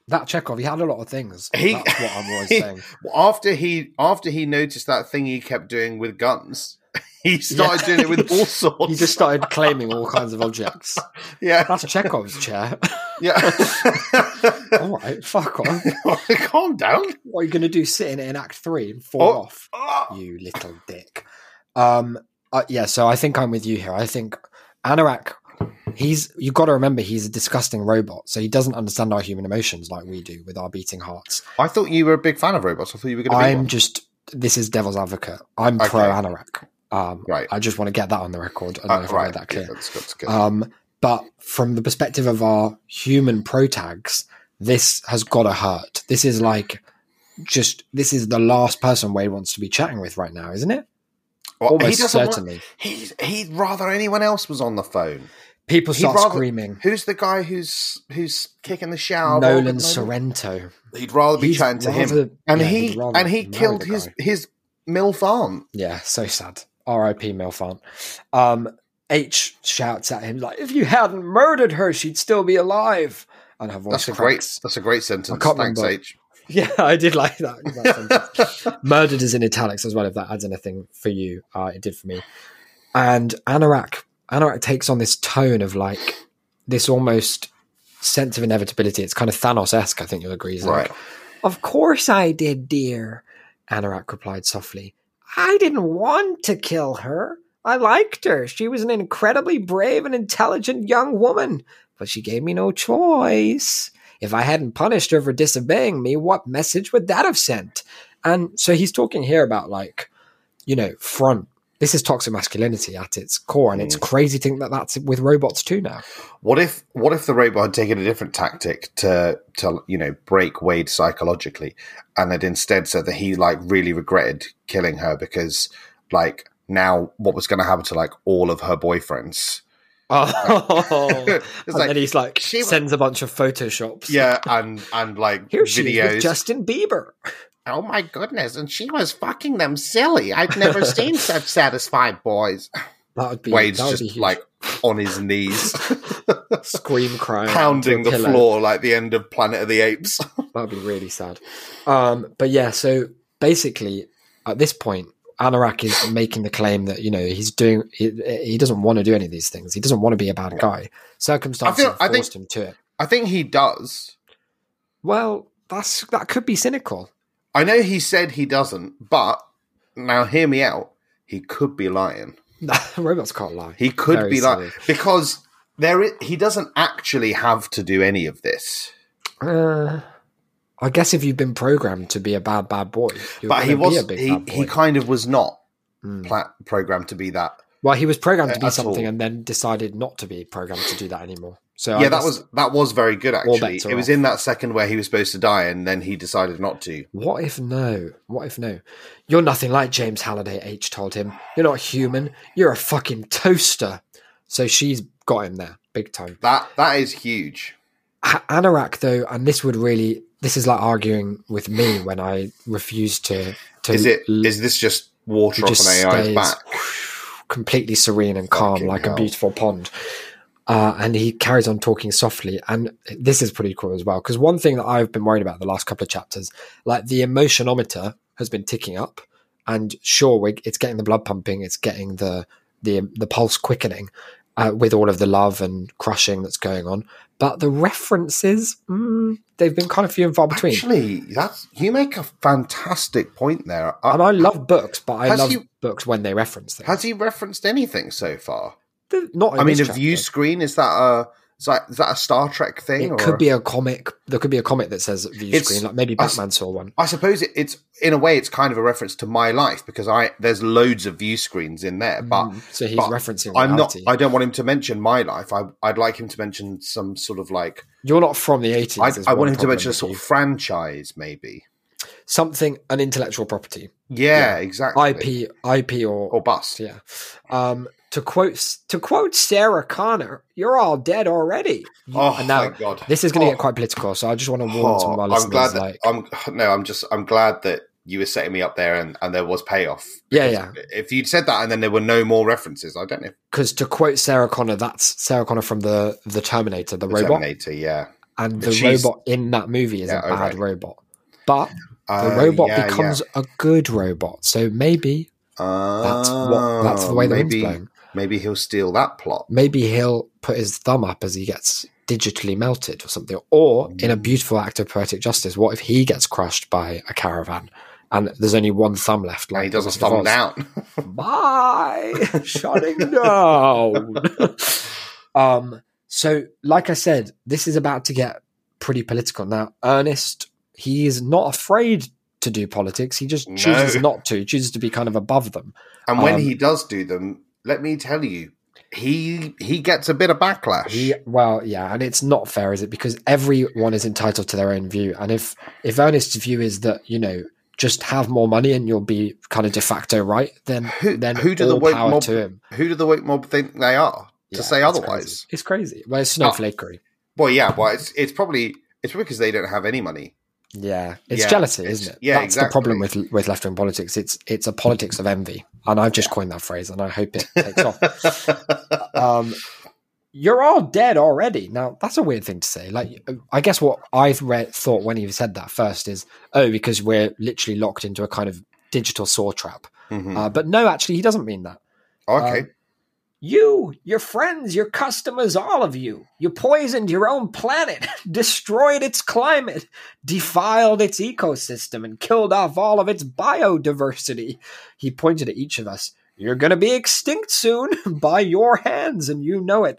[SPEAKER 1] That Chekhov, he had a lot of things.
[SPEAKER 2] He-
[SPEAKER 1] That's what I'm always
[SPEAKER 2] he-
[SPEAKER 1] saying.
[SPEAKER 2] Well, after he after he noticed that thing he kept doing with guns, he started
[SPEAKER 1] Yeah.
[SPEAKER 2] doing it with all sorts.
[SPEAKER 1] He just started claiming all kinds of objects.
[SPEAKER 2] yeah,
[SPEAKER 1] That's Chekhov's chair.
[SPEAKER 2] yeah.
[SPEAKER 1] all right, fuck off.
[SPEAKER 2] Calm down.
[SPEAKER 1] What are you going to do? Sit in it in Act Three and fall
[SPEAKER 2] Oh.
[SPEAKER 1] off?
[SPEAKER 2] Ah.
[SPEAKER 1] you little dick. Um, uh, yeah, so I think I'm with you here. I think Anorak, he's you got to remember he's a disgusting robot, so he doesn't understand our human emotions like we do with our beating hearts.
[SPEAKER 2] I thought you were a big fan of robots. I thought you were going to be
[SPEAKER 1] I'm
[SPEAKER 2] one.
[SPEAKER 1] just this is devil's advocate. I'm
[SPEAKER 2] Okay.
[SPEAKER 1] pro Anorak. Um,
[SPEAKER 2] Right.
[SPEAKER 1] I just want to get that on the record. I don't know
[SPEAKER 2] Uh,
[SPEAKER 1] if I
[SPEAKER 2] right.
[SPEAKER 1] made that
[SPEAKER 2] okay,
[SPEAKER 1] clear.
[SPEAKER 2] that's good. That's good.
[SPEAKER 1] Um, but from the perspective of our human protags, this has got to hurt. This is like just this is the last person Wade wants to be chatting with right now, isn't it?
[SPEAKER 2] Well,
[SPEAKER 1] Almost
[SPEAKER 2] he doesn't want,
[SPEAKER 1] certainly.
[SPEAKER 2] he's, he'd rather anyone else was on the phone.
[SPEAKER 1] People
[SPEAKER 2] He'd
[SPEAKER 1] start
[SPEAKER 2] rather-
[SPEAKER 1] screaming.
[SPEAKER 2] Who's the guy who's who's kicking the shower?
[SPEAKER 1] Nolan
[SPEAKER 2] Sorrento.
[SPEAKER 1] Sorrento.
[SPEAKER 2] He'd rather be
[SPEAKER 1] He's
[SPEAKER 2] chatting to him.
[SPEAKER 1] rather-
[SPEAKER 2] And
[SPEAKER 1] yeah,
[SPEAKER 2] he
[SPEAKER 1] he'd rather
[SPEAKER 2] and he
[SPEAKER 1] marry
[SPEAKER 2] killed
[SPEAKER 1] the
[SPEAKER 2] his
[SPEAKER 1] guy.
[SPEAKER 2] his milf aunt.
[SPEAKER 1] Yeah, so sad. R.I.P. Milfant. Um, H shouts at him like, "If you hadn't murdered her, she'd still be alive." And her voice
[SPEAKER 2] That's a great.
[SPEAKER 1] cracks.
[SPEAKER 2] That's a great sentence.
[SPEAKER 1] can't
[SPEAKER 2] Thanks,
[SPEAKER 1] remember.
[SPEAKER 2] H.
[SPEAKER 1] Yeah, I did like that. that sentence. murdered is in italics as well if that adds anything for you uh, it did for me and anorak anorak takes on this tone of like this almost sense of inevitability it's kind of thanos-esque i think you'll agree Zach.
[SPEAKER 2] Right.
[SPEAKER 1] of course i did dear anorak replied softly i didn't want to kill her i liked her she was an incredibly brave and intelligent young woman but she gave me no choice if i hadn't punished her for disobeying me what message would that have sent and so he's talking here about like, you know, front. This is toxic masculinity at its core, and it's crazy to think that that's with robots too now.
[SPEAKER 2] What if what if the robot had taken a different tactic to to you know break Wade psychologically, and had instead said that he like really regretted killing her because like now what was going to happen to like all of her boyfriends?
[SPEAKER 1] Oh, and
[SPEAKER 2] It's like,
[SPEAKER 1] then he's like
[SPEAKER 2] she-
[SPEAKER 1] sends a bunch of photoshops.
[SPEAKER 2] yeah, and and like
[SPEAKER 1] here she is
[SPEAKER 2] videos.
[SPEAKER 1] with Justin Bieber.
[SPEAKER 2] oh my goodness! And she was fucking them silly. I'd never seen such satisfied boys.
[SPEAKER 1] That would be
[SPEAKER 2] Wade's
[SPEAKER 1] that would
[SPEAKER 2] just
[SPEAKER 1] be huge.
[SPEAKER 2] like on his knees,
[SPEAKER 1] scream crying, into a
[SPEAKER 2] pounding the
[SPEAKER 1] pillow.
[SPEAKER 2] floor like the end of Planet of the Apes.
[SPEAKER 1] That would be really sad. Um, but yeah, so basically, at this point, Anorak is making the claim that you know he's doing. He, he doesn't want to do any of these things. He doesn't want to be a bad guy. Circumstances
[SPEAKER 2] I feel-
[SPEAKER 1] have
[SPEAKER 2] I think-
[SPEAKER 1] forced him to it.
[SPEAKER 2] I think he does.
[SPEAKER 1] Well, that's that could be cynical.
[SPEAKER 2] I know he said he doesn't, but now hear me out. he could be lying.
[SPEAKER 1] Robots can't lie.
[SPEAKER 2] He could
[SPEAKER 1] Very
[SPEAKER 2] be
[SPEAKER 1] silly.
[SPEAKER 2] lying because there is, he doesn't actually have to do any of this.
[SPEAKER 1] Uh, I guess if you've been programmed to be a bad bad boy, you're
[SPEAKER 2] but he
[SPEAKER 1] gonna be
[SPEAKER 2] was
[SPEAKER 1] a big
[SPEAKER 2] he,
[SPEAKER 1] bad boy.
[SPEAKER 2] he kind of was not
[SPEAKER 1] Mm.
[SPEAKER 2] pla- programmed to be that.
[SPEAKER 1] well, he was programmed to be
[SPEAKER 2] Uh, at
[SPEAKER 1] something
[SPEAKER 2] all.
[SPEAKER 1] and then decided not to be programmed to do that anymore. So I
[SPEAKER 2] yeah, that
[SPEAKER 1] guess-
[SPEAKER 2] was that was very good actually.
[SPEAKER 1] bets are
[SPEAKER 2] It was
[SPEAKER 1] off.
[SPEAKER 2] in that second where he was supposed to die and then he decided not to.
[SPEAKER 1] What if no? What if no? You're nothing like James Halliday, H told him. You're not human. You're a fucking toaster. So she's got him there, big time.
[SPEAKER 2] That that is huge.
[SPEAKER 1] A- Anorak, though, and this would really, this is like arguing with me when I refuse to. to
[SPEAKER 2] Is it
[SPEAKER 1] l-
[SPEAKER 2] is this just water
[SPEAKER 1] It
[SPEAKER 2] off
[SPEAKER 1] just
[SPEAKER 2] an AI's
[SPEAKER 1] stays
[SPEAKER 2] back?
[SPEAKER 1] completely serene and calm,
[SPEAKER 2] Fucking
[SPEAKER 1] like
[SPEAKER 2] hell.
[SPEAKER 1] a beautiful pond. Uh, and he carries on talking softly. And this is pretty cool as well. Because one thing that I've been worried about the last couple of chapters, like the emotionometer has been ticking up. And sure, we- it's getting the blood pumping, it's getting the the, the pulse quickening uh, with all of the love and crushing that's going on. But the references, mm, they've been kind of few and far between.
[SPEAKER 2] Actually, that's you make a fantastic point there. I-
[SPEAKER 1] and I love books, but I
[SPEAKER 2] Has
[SPEAKER 1] love
[SPEAKER 2] he-
[SPEAKER 1] books when they reference things.
[SPEAKER 2] has he referenced anything so far?
[SPEAKER 1] Not in
[SPEAKER 2] I mean,
[SPEAKER 1] this
[SPEAKER 2] a view
[SPEAKER 1] chapter.
[SPEAKER 2] screen is that a is that, is that a Star Trek thing?
[SPEAKER 1] It
[SPEAKER 2] or
[SPEAKER 1] could
[SPEAKER 2] a-
[SPEAKER 1] be a comic. There could be a comic that says view
[SPEAKER 2] It's-
[SPEAKER 1] screen, like maybe
[SPEAKER 2] I s-
[SPEAKER 1] Batman saw one.
[SPEAKER 2] I suppose it, it's in a way it's kind of a reference to my life because I there's loads of view screens in there, but
[SPEAKER 1] Mm, so he's
[SPEAKER 2] but
[SPEAKER 1] referencing
[SPEAKER 2] I'm not.
[SPEAKER 1] reality.
[SPEAKER 2] I don't want him to mention my life. I, I'd like him to mention some sort of like.
[SPEAKER 1] You're not from the 80s.
[SPEAKER 2] I,
[SPEAKER 1] is
[SPEAKER 2] I
[SPEAKER 1] one
[SPEAKER 2] want him to
[SPEAKER 1] problem
[SPEAKER 2] mention a
[SPEAKER 1] with
[SPEAKER 2] sort of
[SPEAKER 1] you.
[SPEAKER 2] franchise, maybe.
[SPEAKER 1] something an intellectual property,
[SPEAKER 2] Yeah, exactly. Oh.
[SPEAKER 1] IP, IP or,
[SPEAKER 2] or bust.
[SPEAKER 1] yeah. Um, to quote to quote Sarah Connor, "You're all dead already." You-
[SPEAKER 2] Oh
[SPEAKER 1] and now
[SPEAKER 2] my god!
[SPEAKER 1] this is going to
[SPEAKER 2] Oh.
[SPEAKER 1] get quite political, so I just want to warn some
[SPEAKER 2] Oh,
[SPEAKER 1] of our
[SPEAKER 2] I'm
[SPEAKER 1] listeners.
[SPEAKER 2] glad that
[SPEAKER 1] like,
[SPEAKER 2] I'm no. I'm just. I'm glad that you were setting me up there, and, and there was payoff.
[SPEAKER 1] yeah,
[SPEAKER 2] Because
[SPEAKER 1] yeah.
[SPEAKER 2] If you'd said that, and then there were no more references, I don't know. If
[SPEAKER 1] Because to quote Sarah Connor, that's Sarah Connor from the the Terminator, the,
[SPEAKER 2] the
[SPEAKER 1] robot,
[SPEAKER 2] Terminator, yeah.
[SPEAKER 1] and
[SPEAKER 2] But
[SPEAKER 1] the
[SPEAKER 2] she's-
[SPEAKER 1] robot in that movie is
[SPEAKER 2] Yeah,
[SPEAKER 1] a
[SPEAKER 2] oh,
[SPEAKER 1] bad
[SPEAKER 2] right.
[SPEAKER 1] robot, but the
[SPEAKER 2] Uh,
[SPEAKER 1] robot
[SPEAKER 2] yeah, yeah.
[SPEAKER 1] becomes a good robot. So maybe that's what that's the way the
[SPEAKER 2] Oh, maybe,
[SPEAKER 1] wind's blowing.
[SPEAKER 2] Maybe he'll steal that plot.
[SPEAKER 1] Maybe he'll put his thumb up as he gets digitally melted or something. Or in
[SPEAKER 2] Mm.
[SPEAKER 1] a beautiful act of poetic justice, what if he gets crushed by a caravan and there's only one thumb left?
[SPEAKER 2] And he does
[SPEAKER 1] the
[SPEAKER 2] a
[SPEAKER 1] Wizard
[SPEAKER 2] thumb
[SPEAKER 1] of Oz?
[SPEAKER 2] down.
[SPEAKER 1] Bye, shutting down. um. So, like I said, this is about to get pretty political now. Ernest, he is not afraid to do politics. He just
[SPEAKER 2] No.
[SPEAKER 1] chooses not to. He chooses to be kind of above them.
[SPEAKER 2] And when
[SPEAKER 1] Um,
[SPEAKER 2] he does do them, let me tell you, he he gets a bit of backlash.
[SPEAKER 1] He, well, yeah, and it's not fair, is it? Because everyone is entitled to their own view, and if if Ernest's view is that you know just have more money and you'll be kind of de facto right, then
[SPEAKER 2] Who-
[SPEAKER 1] then
[SPEAKER 2] who do
[SPEAKER 1] all
[SPEAKER 2] the woke
[SPEAKER 1] power
[SPEAKER 2] mob
[SPEAKER 1] to him
[SPEAKER 2] Who do the woke mob think they are to
[SPEAKER 1] Yeah,
[SPEAKER 2] say
[SPEAKER 1] it's
[SPEAKER 2] otherwise? Ah.
[SPEAKER 1] crazy. It's crazy. Well, it's snowflakery.
[SPEAKER 2] Well, yeah, well, it's it's probably it's probably because they don't have any money.
[SPEAKER 1] Yeah, it's
[SPEAKER 2] Yeah,
[SPEAKER 1] jealousy,
[SPEAKER 2] it's-
[SPEAKER 1] isn't it?
[SPEAKER 2] yeah,
[SPEAKER 1] that's the problem with with left wing politics. It's it's a politics of envy, and I've just coined that phrase, and I hope it takes off.
[SPEAKER 2] Mm-hmm.
[SPEAKER 1] um, you're all dead already. Now that's a weird thing to say. Like, I guess what I read, thought when he said that first is, oh, because we're literally locked into a kind of digital saw trap.
[SPEAKER 2] Mhm.
[SPEAKER 1] Uh, but no, actually, he doesn't mean that.
[SPEAKER 2] okay,
[SPEAKER 1] um, You, your friends, your customers, all of you, you poisoned your own planet, destroyed its climate, defiled its ecosystem, and killed off all of its biodiversity. He pointed at each of us. You're going to be extinct soon by your hands, and you know it.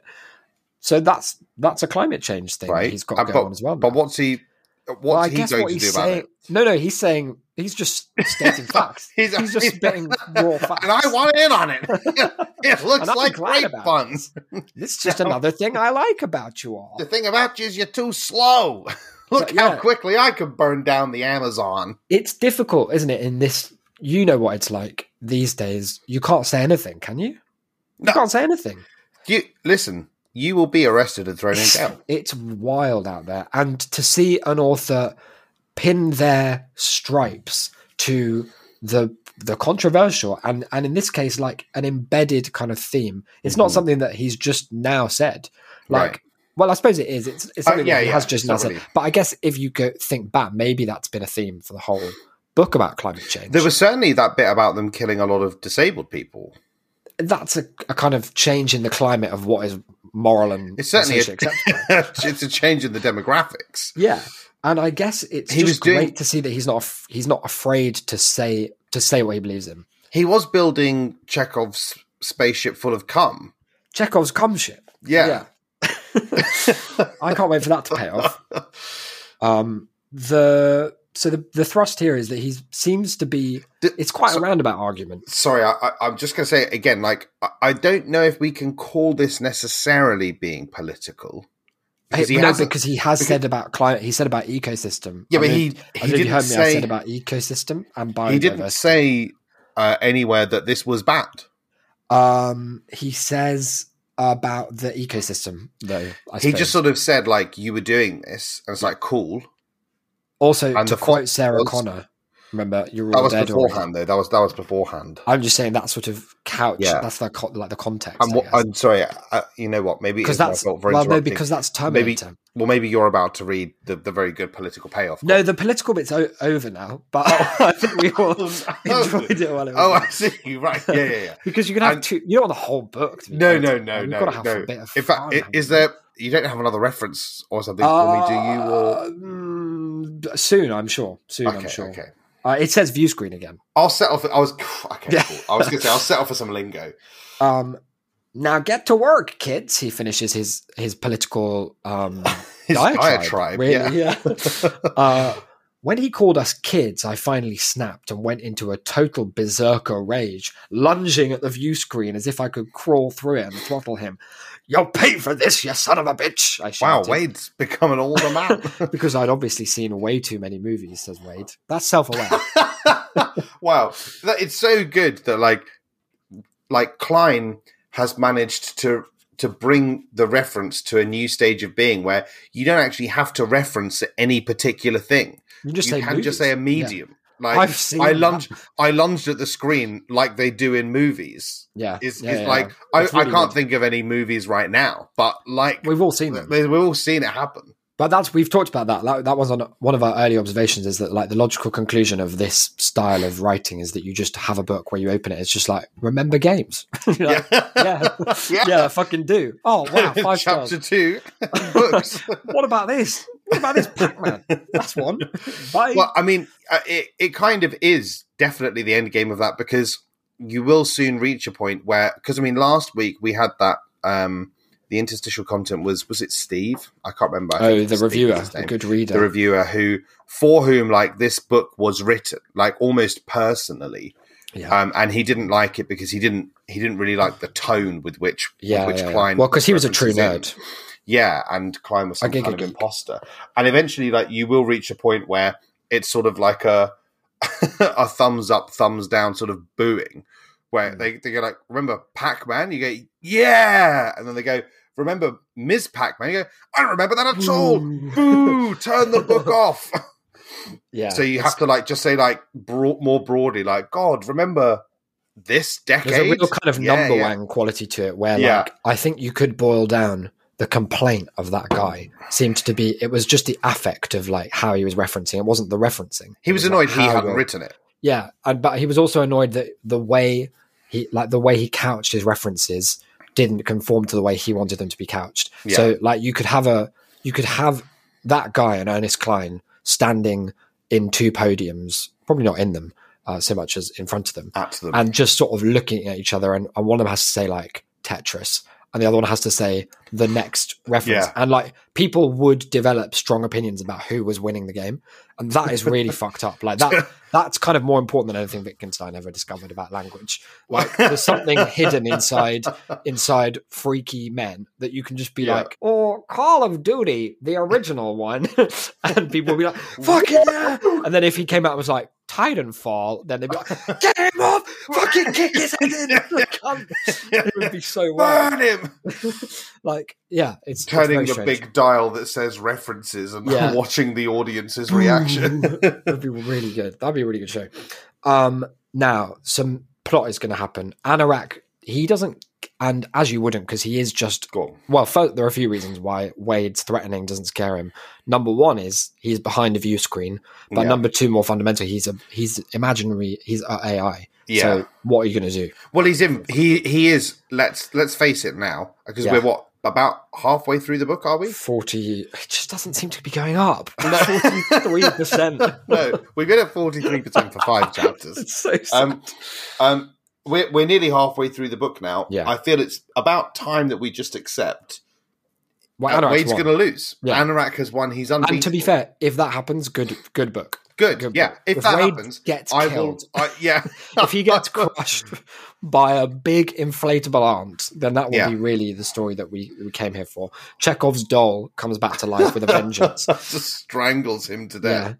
[SPEAKER 1] So that's that's a climate change thing
[SPEAKER 2] right.
[SPEAKER 1] he's got
[SPEAKER 2] Uh,
[SPEAKER 1] going
[SPEAKER 2] but,
[SPEAKER 1] on as well.
[SPEAKER 2] but
[SPEAKER 1] now.
[SPEAKER 2] what's he what's
[SPEAKER 1] um, Well, I
[SPEAKER 2] he
[SPEAKER 1] guess
[SPEAKER 2] going
[SPEAKER 1] what
[SPEAKER 2] to do
[SPEAKER 1] he's
[SPEAKER 2] about
[SPEAKER 1] saying,
[SPEAKER 2] it?
[SPEAKER 1] no, no, he's saying he's just stating facts.
[SPEAKER 2] He's,
[SPEAKER 1] He's just spitting raw facts.
[SPEAKER 2] and I want in on it. it looks
[SPEAKER 1] And I'm
[SPEAKER 2] like
[SPEAKER 1] glad
[SPEAKER 2] great
[SPEAKER 1] about
[SPEAKER 2] fun.
[SPEAKER 1] This is just another thing I like about you all.
[SPEAKER 2] The thing about you is you're too slow. Look
[SPEAKER 1] But,
[SPEAKER 2] how
[SPEAKER 1] yeah.
[SPEAKER 2] quickly I could burn down the Amazon.
[SPEAKER 1] it's difficult, isn't it? In this, you know what it's like these days. You can't say anything, can you? You
[SPEAKER 2] No.
[SPEAKER 1] can't say anything.
[SPEAKER 2] You listen. You will be arrested and thrown in jail.
[SPEAKER 1] It's wild out there, and to see an author pin their stripes to the the controversial and and in this case like an embedded kind of theme it's not
[SPEAKER 2] Mhm.
[SPEAKER 1] something that he's just now said like
[SPEAKER 2] Right.
[SPEAKER 1] well i suppose it is it's, it's
[SPEAKER 2] Oh,
[SPEAKER 1] something
[SPEAKER 2] yeah,
[SPEAKER 1] that he
[SPEAKER 2] yeah,
[SPEAKER 1] has just
[SPEAKER 2] it's
[SPEAKER 1] now
[SPEAKER 2] not
[SPEAKER 1] said
[SPEAKER 2] really-
[SPEAKER 1] but i guess if you go think back maybe that's been a theme for the whole book about climate change
[SPEAKER 2] There was certainly that bit about them killing a lot of disabled people.
[SPEAKER 1] that's a, a kind of change in the climate of what is moral and
[SPEAKER 2] It's certainly
[SPEAKER 1] socially acceptable.
[SPEAKER 2] a, it's a change in the demographics.
[SPEAKER 1] yeah, and I guess it's
[SPEAKER 2] He
[SPEAKER 1] just
[SPEAKER 2] was doing-
[SPEAKER 1] great to see that he's not af- he's not afraid to say to say what he believes in.
[SPEAKER 2] He was building Chekhov's spaceship full of cum.
[SPEAKER 1] Chekhov's cum ship.
[SPEAKER 2] Yeah.
[SPEAKER 1] Yeah. I can't wait for that to pay off. Um, the so the, the thrust here is that he seems to be.
[SPEAKER 2] D-
[SPEAKER 1] It's quite
[SPEAKER 2] so-
[SPEAKER 1] a roundabout argument.
[SPEAKER 2] Sorry, I, I, I'm just going to say it again. Like, I, I don't know if we can call this necessarily being political.
[SPEAKER 1] Because he, no,
[SPEAKER 2] hasn't-
[SPEAKER 1] because he has said about climate. He said about ecosystem.
[SPEAKER 2] yeah,
[SPEAKER 1] I
[SPEAKER 2] but
[SPEAKER 1] mean, I
[SPEAKER 2] he he
[SPEAKER 1] think you
[SPEAKER 2] didn't
[SPEAKER 1] heard me. I said
[SPEAKER 2] say
[SPEAKER 1] about ecosystem and biodiversity.
[SPEAKER 2] he didn't say uh, anywhere that this was bad.
[SPEAKER 1] Um, he says about the ecosystem though. I
[SPEAKER 2] He
[SPEAKER 1] suppose.
[SPEAKER 2] just sort of said like you were doing this, and it's like cool.
[SPEAKER 1] also
[SPEAKER 2] and
[SPEAKER 1] to
[SPEAKER 2] the
[SPEAKER 1] quote Sarah
[SPEAKER 2] was-
[SPEAKER 1] Connor. Remember, you're
[SPEAKER 2] That
[SPEAKER 1] all
[SPEAKER 2] was
[SPEAKER 1] dead already.
[SPEAKER 2] beforehand, though. That was that was beforehand.
[SPEAKER 1] I'm just saying that sort of couch.
[SPEAKER 2] Yeah.
[SPEAKER 1] That's the co- like the context.
[SPEAKER 2] I'm,
[SPEAKER 1] Oh, I guess.
[SPEAKER 2] I'm sorry. Uh, you know what? Maybe
[SPEAKER 1] because
[SPEAKER 2] it's my
[SPEAKER 1] that's
[SPEAKER 2] fault for
[SPEAKER 1] well, no,
[SPEAKER 2] interrupting.
[SPEAKER 1] because that's
[SPEAKER 2] Maybe-
[SPEAKER 1] Terminator.
[SPEAKER 2] well, maybe you're about to read the, the very good political payoff.
[SPEAKER 1] No, the political bit's o- over now, but I think we all
[SPEAKER 2] Oh, no.
[SPEAKER 1] enjoyed it while it was.
[SPEAKER 2] Oh,
[SPEAKER 1] there.
[SPEAKER 2] I see. Right. Yeah, yeah, yeah.
[SPEAKER 1] because you can have
[SPEAKER 2] and-
[SPEAKER 1] two. You don't want the whole book. To be fair
[SPEAKER 2] No,
[SPEAKER 1] to
[SPEAKER 2] no,
[SPEAKER 1] you.
[SPEAKER 2] no,
[SPEAKER 1] You've
[SPEAKER 2] no,
[SPEAKER 1] gotta have
[SPEAKER 2] no.
[SPEAKER 1] a bit of
[SPEAKER 2] In fact,
[SPEAKER 1] fun,
[SPEAKER 2] i-
[SPEAKER 1] haven't
[SPEAKER 2] is
[SPEAKER 1] you?
[SPEAKER 2] there? You don't have another reference or something for me, do you? Or
[SPEAKER 1] Uh, mm, soon, I'm sure. Soon,
[SPEAKER 2] okay,
[SPEAKER 1] I'm sure.
[SPEAKER 2] okay.
[SPEAKER 1] Uh, it says view screen again.
[SPEAKER 2] I'll settle for. I was okay.
[SPEAKER 1] Yeah.
[SPEAKER 2] Cool. I was going to say I'll settle for some lingo.
[SPEAKER 1] Um, now get to work, kids. He finishes his his political um,
[SPEAKER 2] His
[SPEAKER 1] diatribe.
[SPEAKER 2] diatribe,
[SPEAKER 1] really, yeah. uh, when he called us kids, I finally snapped and went into a total berserker rage, lunging at the view screen as if I could crawl through it and throttle him. You'll pay for this, you son of a bitch! I
[SPEAKER 2] Wow,
[SPEAKER 1] shouted.
[SPEAKER 2] Wade's become an older man.
[SPEAKER 1] Because I'd obviously seen way too many movies, says Wade. That's self-aware.
[SPEAKER 2] wow, That- it's so good that like, like Klein has managed to to bring the reference to a new stage of being where you don't actually have to reference any particular thing.
[SPEAKER 1] You just
[SPEAKER 2] you
[SPEAKER 1] say
[SPEAKER 2] can just say a
[SPEAKER 1] movies.
[SPEAKER 2] medium.
[SPEAKER 1] Yeah.
[SPEAKER 2] Like
[SPEAKER 1] I've seen.
[SPEAKER 2] I
[SPEAKER 1] that.
[SPEAKER 2] lunged, I lunged at the screen like they do in movies.
[SPEAKER 1] Yeah,
[SPEAKER 2] Is
[SPEAKER 1] yeah,
[SPEAKER 2] is
[SPEAKER 1] yeah,
[SPEAKER 2] like
[SPEAKER 1] yeah.
[SPEAKER 2] I,
[SPEAKER 1] It's
[SPEAKER 2] I
[SPEAKER 1] really
[SPEAKER 2] can't
[SPEAKER 1] good.
[SPEAKER 2] think of any movies right now, but like
[SPEAKER 1] We've all seen them.
[SPEAKER 2] they, we've all seen it happen.
[SPEAKER 1] But that's we've talked about that. That, that was on one of our early observations is that like the logical conclusion of this style of writing is that you just have a book where you open it. It's just like remember games. You're like, yeah. yeah,
[SPEAKER 2] Yeah.
[SPEAKER 1] I fucking do. Oh wow, five
[SPEAKER 2] Chapter
[SPEAKER 1] stars.
[SPEAKER 2] two books.
[SPEAKER 1] What about this? What about this Pac-Man? That's one. Bye.
[SPEAKER 2] well, I mean, uh, it it kind of is definitely the end game of that because you will soon reach a point where because I mean, last week we had that um the interstitial content was was it Steve? I can't remember. I think
[SPEAKER 1] oh,
[SPEAKER 2] it
[SPEAKER 1] the
[SPEAKER 2] was Steve
[SPEAKER 1] reviewer,
[SPEAKER 2] was his
[SPEAKER 1] the
[SPEAKER 2] name.
[SPEAKER 1] good reader.
[SPEAKER 2] the reviewer who for whom like this book was written like almost personally
[SPEAKER 1] yeah,
[SPEAKER 2] um and he didn't like it because he didn't he didn't really like the tone with which with
[SPEAKER 1] yeah,
[SPEAKER 2] which
[SPEAKER 1] yeah, yeah.
[SPEAKER 2] Klein
[SPEAKER 1] Well, because he was a true
[SPEAKER 2] references
[SPEAKER 1] nerd.
[SPEAKER 2] in. yeah and Klein
[SPEAKER 1] A
[SPEAKER 2] was some
[SPEAKER 1] giga
[SPEAKER 2] kind of
[SPEAKER 1] geek.
[SPEAKER 2] imposter and eventually like you will reach a point where it's sort of like a a thumbs up thumbs down sort of booing where
[SPEAKER 1] Mm.
[SPEAKER 2] they, they go like remember Pac-Man you go yeah and then they go remember Ms Pac-Man you go I don't remember that at
[SPEAKER 1] Hmm.
[SPEAKER 2] all boo turn the book off
[SPEAKER 1] yeah.
[SPEAKER 2] so you have to like just say like broad, more broadly like God, remember this decade?
[SPEAKER 1] There's a real kind of
[SPEAKER 2] Yeah,
[SPEAKER 1] number
[SPEAKER 2] yeah.
[SPEAKER 1] one quality to it where
[SPEAKER 2] Yeah.
[SPEAKER 1] like I think you could boil down the complaint of that guy seemed to be it was just the affect of like how he was referencing. It wasn't the referencing.
[SPEAKER 2] He
[SPEAKER 1] It
[SPEAKER 2] was
[SPEAKER 1] like,
[SPEAKER 2] annoyed he
[SPEAKER 1] how
[SPEAKER 2] hadn't
[SPEAKER 1] you're-
[SPEAKER 2] written it.
[SPEAKER 1] Yeah. And but he was also annoyed that the way he like the way he couched his references didn't conform to the way he wanted them to be couched.
[SPEAKER 2] Yeah.
[SPEAKER 1] So like you could have a you could have that guy and Ernest Klein standing in two podiums, probably not in them, uh, so much as in front of them
[SPEAKER 2] At them.
[SPEAKER 1] and just sort of looking at each other and, and one of them has to say like tetris and the other one has to say the next reference
[SPEAKER 2] Yeah.
[SPEAKER 1] and like people would develop strong opinions about who was winning the game and that is really fucked up like that that's kind of more important than anything Wittgenstein ever discovered about language like there's something hidden inside inside freaky men that you can just be
[SPEAKER 2] Yeah.
[SPEAKER 1] like or call of duty the original one and people will be like fucking yeah and then if he came out and was like titanfall then they'd be like Get him off! Fucking kick his head in! Cunt. it would be so wild.
[SPEAKER 2] Burn him!
[SPEAKER 1] Like, yeah, it's
[SPEAKER 2] Turning
[SPEAKER 1] it's
[SPEAKER 2] the
[SPEAKER 1] very strange.
[SPEAKER 2] big dial that says references and
[SPEAKER 1] Yeah.
[SPEAKER 2] watching the audience's reaction.
[SPEAKER 1] That'd be really good. That'd be a really good show. Um, now some plot is going to happen. Anorak, he doesn't, and as you wouldn't, because he is just
[SPEAKER 2] Go on.
[SPEAKER 1] well. First, there are a few reasons why Wade's threatening doesn't scare him. Number one is he's behind a view screen, but
[SPEAKER 2] yeah.
[SPEAKER 1] number two, more fundamental, he's a he's imaginary. He's a AI.
[SPEAKER 2] Yeah.
[SPEAKER 1] So what are you going to do?
[SPEAKER 2] well, he's in. He he is. Let's let's face it now, because
[SPEAKER 1] Yeah.
[SPEAKER 2] we're what about halfway through the book, are we?
[SPEAKER 1] 40, it just doesn't seem to be going up.
[SPEAKER 2] No,
[SPEAKER 1] 43%.
[SPEAKER 2] no we've been at 43% for five chapters.
[SPEAKER 1] it's so sad.
[SPEAKER 2] Um, um, we're, we're nearly halfway through the book now.
[SPEAKER 1] Yeah.
[SPEAKER 2] I feel it's about time that we just accept
[SPEAKER 1] Well,
[SPEAKER 2] that
[SPEAKER 1] Anorak's
[SPEAKER 2] Wade's
[SPEAKER 1] won.
[SPEAKER 2] going to lose.
[SPEAKER 1] Yeah.
[SPEAKER 2] Anorak has won. He's unbeaten.
[SPEAKER 1] and to be fair, if that happens, good good book.
[SPEAKER 2] good.
[SPEAKER 1] good
[SPEAKER 2] yeah.
[SPEAKER 1] book.
[SPEAKER 2] If,
[SPEAKER 1] If
[SPEAKER 2] that
[SPEAKER 1] Wade
[SPEAKER 2] happens,
[SPEAKER 1] gets
[SPEAKER 2] I
[SPEAKER 1] killed.
[SPEAKER 2] will. I, yeah.
[SPEAKER 1] if he gets crushed by a big inflatable aunt, then that will
[SPEAKER 2] Yeah.
[SPEAKER 1] be really the story that we, we came here for. Chekhov's doll comes back to life with a vengeance.
[SPEAKER 2] just strangles him to death.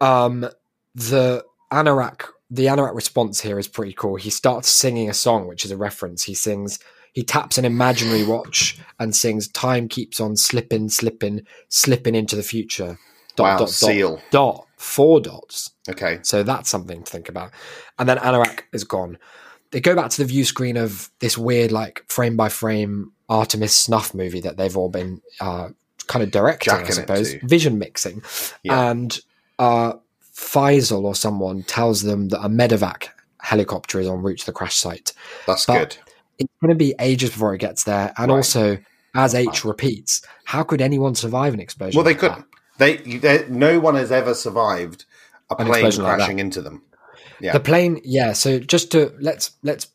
[SPEAKER 1] yeah. Um, the Anorak, the Anorak response here is pretty cool. He starts singing a song, which is a reference. He sings, he taps an imaginary watch and sings, "Time keeps on slipping, slipping, slipping into the future." Dot
[SPEAKER 2] Wow.
[SPEAKER 1] dot dot
[SPEAKER 2] seal.
[SPEAKER 1] dot four dots.
[SPEAKER 2] Okay.
[SPEAKER 1] So that's something to think about. And then Anorak is gone. They go back to the view screen of this weird, like frame by frame Artemis snuff movie that they've all been uh, kind of directing, I
[SPEAKER 2] Jacking it
[SPEAKER 1] suppose,
[SPEAKER 2] to.
[SPEAKER 1] vision mixing.
[SPEAKER 2] Yeah.
[SPEAKER 1] And uh, Faisal or someone tells them that a medevac helicopter is en route to the crash site.
[SPEAKER 2] That's
[SPEAKER 1] But-
[SPEAKER 2] good.
[SPEAKER 1] It's going to be ages before it gets there. And
[SPEAKER 2] Right.
[SPEAKER 1] also, as H
[SPEAKER 2] Right.
[SPEAKER 1] repeats, how could anyone survive an explosion?
[SPEAKER 2] Well, they
[SPEAKER 1] like that?
[SPEAKER 2] couldn't. They, they. No one has ever survived a
[SPEAKER 1] An
[SPEAKER 2] plane
[SPEAKER 1] explosion like
[SPEAKER 2] crashing into them. Yeah.
[SPEAKER 1] The plane, yeah. So just to let's let's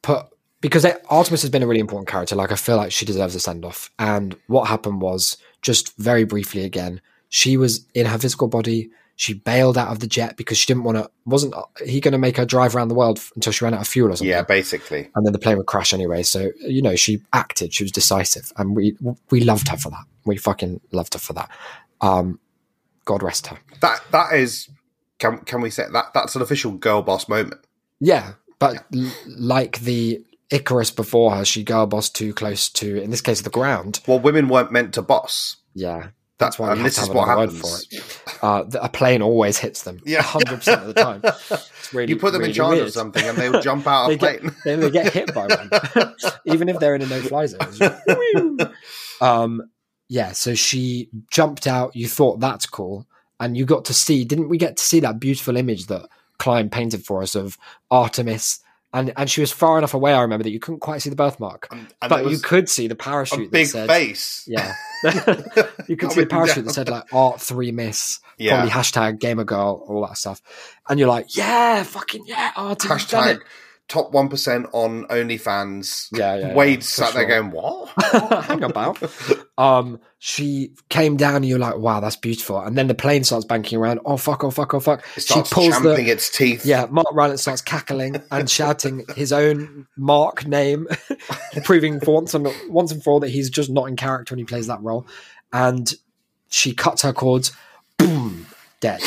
[SPEAKER 1] put because they, Artemis has been a really important character. Like I feel like she deserves a send off. And what happened was just very briefly again. She was in her physical body. She bailed out of the jet because she didn't want to. Wasn't he going to make her drive around the world f- until she ran out of fuel or something?
[SPEAKER 2] Yeah. Basically.
[SPEAKER 1] And then the plane would crash anyway. So you know she acted. She was decisive, and we we loved her for that. We fucking loved her for that. Um, God rest her.
[SPEAKER 2] That. That is. Can Can we say that? That's an official girl boss moment.
[SPEAKER 1] Yeah, but l- like the Icarus before her, she girl bossed too close to, in this case, the ground.
[SPEAKER 2] Well, women weren't meant to boss.
[SPEAKER 1] Yeah, that's
[SPEAKER 2] That's
[SPEAKER 1] why. we
[SPEAKER 2] why. And
[SPEAKER 1] have
[SPEAKER 2] this
[SPEAKER 1] to
[SPEAKER 2] is
[SPEAKER 1] have
[SPEAKER 2] what
[SPEAKER 1] another word
[SPEAKER 2] happens.
[SPEAKER 1] Uh, th- a plane always hits them.
[SPEAKER 2] Yeah.
[SPEAKER 1] hundred percent of the time. It's really
[SPEAKER 2] you put them
[SPEAKER 1] really
[SPEAKER 2] in charge
[SPEAKER 1] weird.
[SPEAKER 2] of something, and they'll jump out
[SPEAKER 1] They
[SPEAKER 2] of
[SPEAKER 1] get-
[SPEAKER 2] plane.
[SPEAKER 1] then they get hit by one, even if they're in a no-fly zone. It's just, "Whew." um, yeah, so she jumped out. You thought that's cool, and you got to see. Didn't we get to see that beautiful image that Klein painted for us of Artemis? And and she was far enough away. I remember that you couldn't quite see the birthmark,
[SPEAKER 2] And,
[SPEAKER 1] but you could see the parachute.
[SPEAKER 2] a big
[SPEAKER 1] that said,
[SPEAKER 2] face.
[SPEAKER 1] Yeah, you could see the
[SPEAKER 2] Coming
[SPEAKER 1] parachute
[SPEAKER 2] down.
[SPEAKER 1] that said like Art Three Miss,
[SPEAKER 2] Yeah.
[SPEAKER 1] probably hashtag Gamer Girl, all that stuff. And you're like, yeah, fucking yeah, Artemis. done it."
[SPEAKER 2] Hashtag top one percent on OnlyFans.
[SPEAKER 1] Yeah, yeah.
[SPEAKER 2] Wade
[SPEAKER 1] yeah,
[SPEAKER 2] sat
[SPEAKER 1] for
[SPEAKER 2] there
[SPEAKER 1] sure.
[SPEAKER 2] going, "What?"
[SPEAKER 1] Hang about. Um, she came down, and you're like, wow, that's beautiful. And then the plane starts banking around. Oh fuck! Oh fuck! Oh fuck!
[SPEAKER 2] It starts
[SPEAKER 1] she pulls
[SPEAKER 2] champing
[SPEAKER 1] the
[SPEAKER 2] its teeth.
[SPEAKER 1] yeah. Mark Rylance starts cackling and shouting his own Mark name, proving for once and once and for all that he's just not in character when he plays that role. And she cuts her cords. Boom! Dead.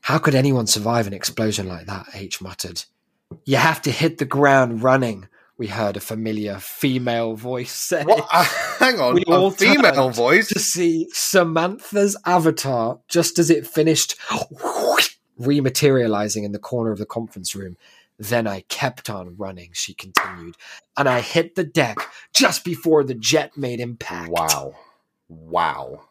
[SPEAKER 1] How could anyone survive an explosion like that? H muttered. You have to hit the ground running. We heard a familiar female voice say
[SPEAKER 2] What? hang on.
[SPEAKER 1] We all
[SPEAKER 2] A female
[SPEAKER 1] turned.
[SPEAKER 2] voice.
[SPEAKER 1] to see Samantha's avatar just as it finished rematerializing in the corner of the conference room. Then I kept on running, she continued, and I hit the deck just before the jet made impact.
[SPEAKER 2] Wow. Wow.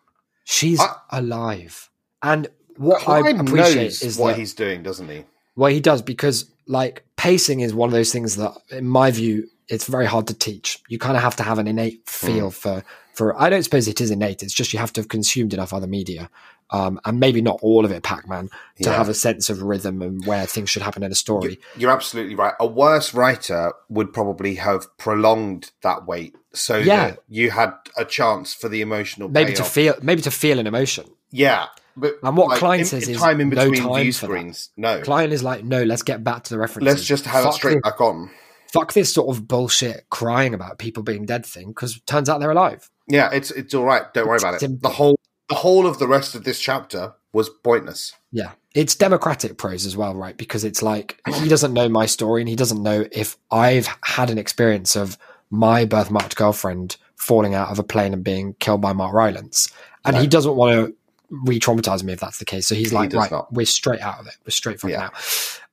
[SPEAKER 1] She's
[SPEAKER 2] I-
[SPEAKER 1] alive. And what I
[SPEAKER 2] Klein
[SPEAKER 1] appreciate
[SPEAKER 2] knows
[SPEAKER 1] is
[SPEAKER 2] what
[SPEAKER 1] that
[SPEAKER 2] he's doing, doesn't he?
[SPEAKER 1] well, he does because like pacing is one of those things that, in my view, it's very hard to teach. You kind of have to have an innate feel
[SPEAKER 2] Mm.
[SPEAKER 1] for for. I don't suppose it is innate. It's just you have to have consumed enough other media, um, and maybe not all of it, Pac Man, to
[SPEAKER 2] Yeah.
[SPEAKER 1] have a sense of rhythm and where things should happen in a story.
[SPEAKER 2] You're absolutely right. A worse writer would probably have prolonged that wait so
[SPEAKER 1] Yeah.
[SPEAKER 2] that you had a chance for the emotional
[SPEAKER 1] Maybe to
[SPEAKER 2] payoff.
[SPEAKER 1] feel, maybe to feel an emotion.
[SPEAKER 2] yeah. But
[SPEAKER 1] And what
[SPEAKER 2] like,
[SPEAKER 1] Klein
[SPEAKER 2] in-
[SPEAKER 1] says
[SPEAKER 2] in
[SPEAKER 1] is
[SPEAKER 2] time in
[SPEAKER 1] no
[SPEAKER 2] between
[SPEAKER 1] time
[SPEAKER 2] view
[SPEAKER 1] for that.
[SPEAKER 2] screens. No,
[SPEAKER 1] Klein is like, no, let's get back to the references.
[SPEAKER 2] let's just have it
[SPEAKER 1] Fuck
[SPEAKER 2] straight
[SPEAKER 1] this-
[SPEAKER 2] back on.
[SPEAKER 1] fuck this sort of bullshit crying about people being dead thing because turns out they're alive.
[SPEAKER 2] Yeah, it's it's all right. Don't worry about it.
[SPEAKER 1] Simple.
[SPEAKER 2] The whole the whole of the rest of this chapter was pointless.
[SPEAKER 1] Yeah. It's democratic prose as well, right? Because it's like he doesn't know my story and he doesn't know if I've had an experience of my birthmarked girlfriend falling out of a plane and being killed by Mark Rylance. And he
[SPEAKER 2] Right.
[SPEAKER 1] doesn't want to re traumatize me if that's the case. So he's
[SPEAKER 2] He
[SPEAKER 1] like,
[SPEAKER 2] does
[SPEAKER 1] right,
[SPEAKER 2] not.
[SPEAKER 1] we're straight out of it. We're straight fucking
[SPEAKER 2] Yeah.
[SPEAKER 1] out.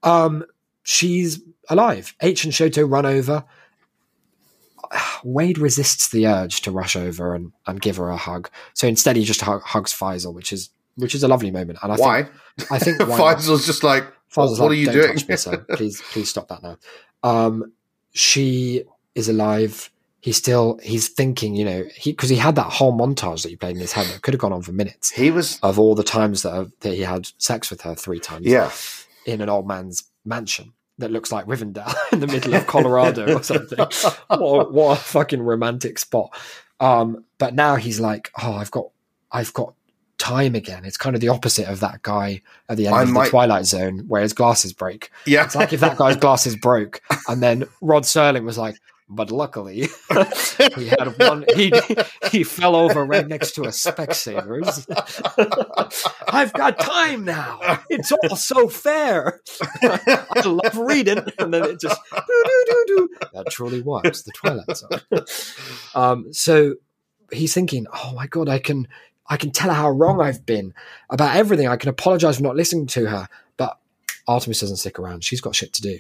[SPEAKER 1] Um, she's alive. H and Shoto run over. Wade resists the urge to rush over and, and give her a hug. So instead, he just hug, hugs Faisal, which is which is a lovely moment. And I think
[SPEAKER 2] Why?
[SPEAKER 1] I think why not?
[SPEAKER 2] Faisal's just like,
[SPEAKER 1] Faisal's
[SPEAKER 2] What
[SPEAKER 1] like,
[SPEAKER 2] are you
[SPEAKER 1] "Don't
[SPEAKER 2] doing?"
[SPEAKER 1] touch me, sir. Please, please stop that now. Um, she is alive. he's still he's thinking, you know, he because he had that whole montage that you played in his head that could have gone on for minutes
[SPEAKER 2] He was,
[SPEAKER 1] of all the times that, that he had sex with her three times
[SPEAKER 2] yeah,
[SPEAKER 1] in an old man's mansion that looks like Rivendell in the middle of Colorado or something. What, a- what a fucking romantic spot. Um, but now he's like, oh, I've got, I've got time again. It's kind of the opposite of that guy at the end
[SPEAKER 2] I
[SPEAKER 1] of
[SPEAKER 2] might-
[SPEAKER 1] the Twilight Zone where his glasses break.
[SPEAKER 2] yeah.
[SPEAKER 1] It's like if that guy's glasses broke, and then Rod Serling was like, but luckily he had one. He he fell over right next to a Specsavers. I've got time now. It's all so fair. I love reading, and then it just do do do do. That truly was the Twilight Zone. Um, so he's thinking, oh my god, I can I can tell her how wrong I've been about everything. I can apologize for not listening to her, but Artemis doesn't stick around. She's got shit to do.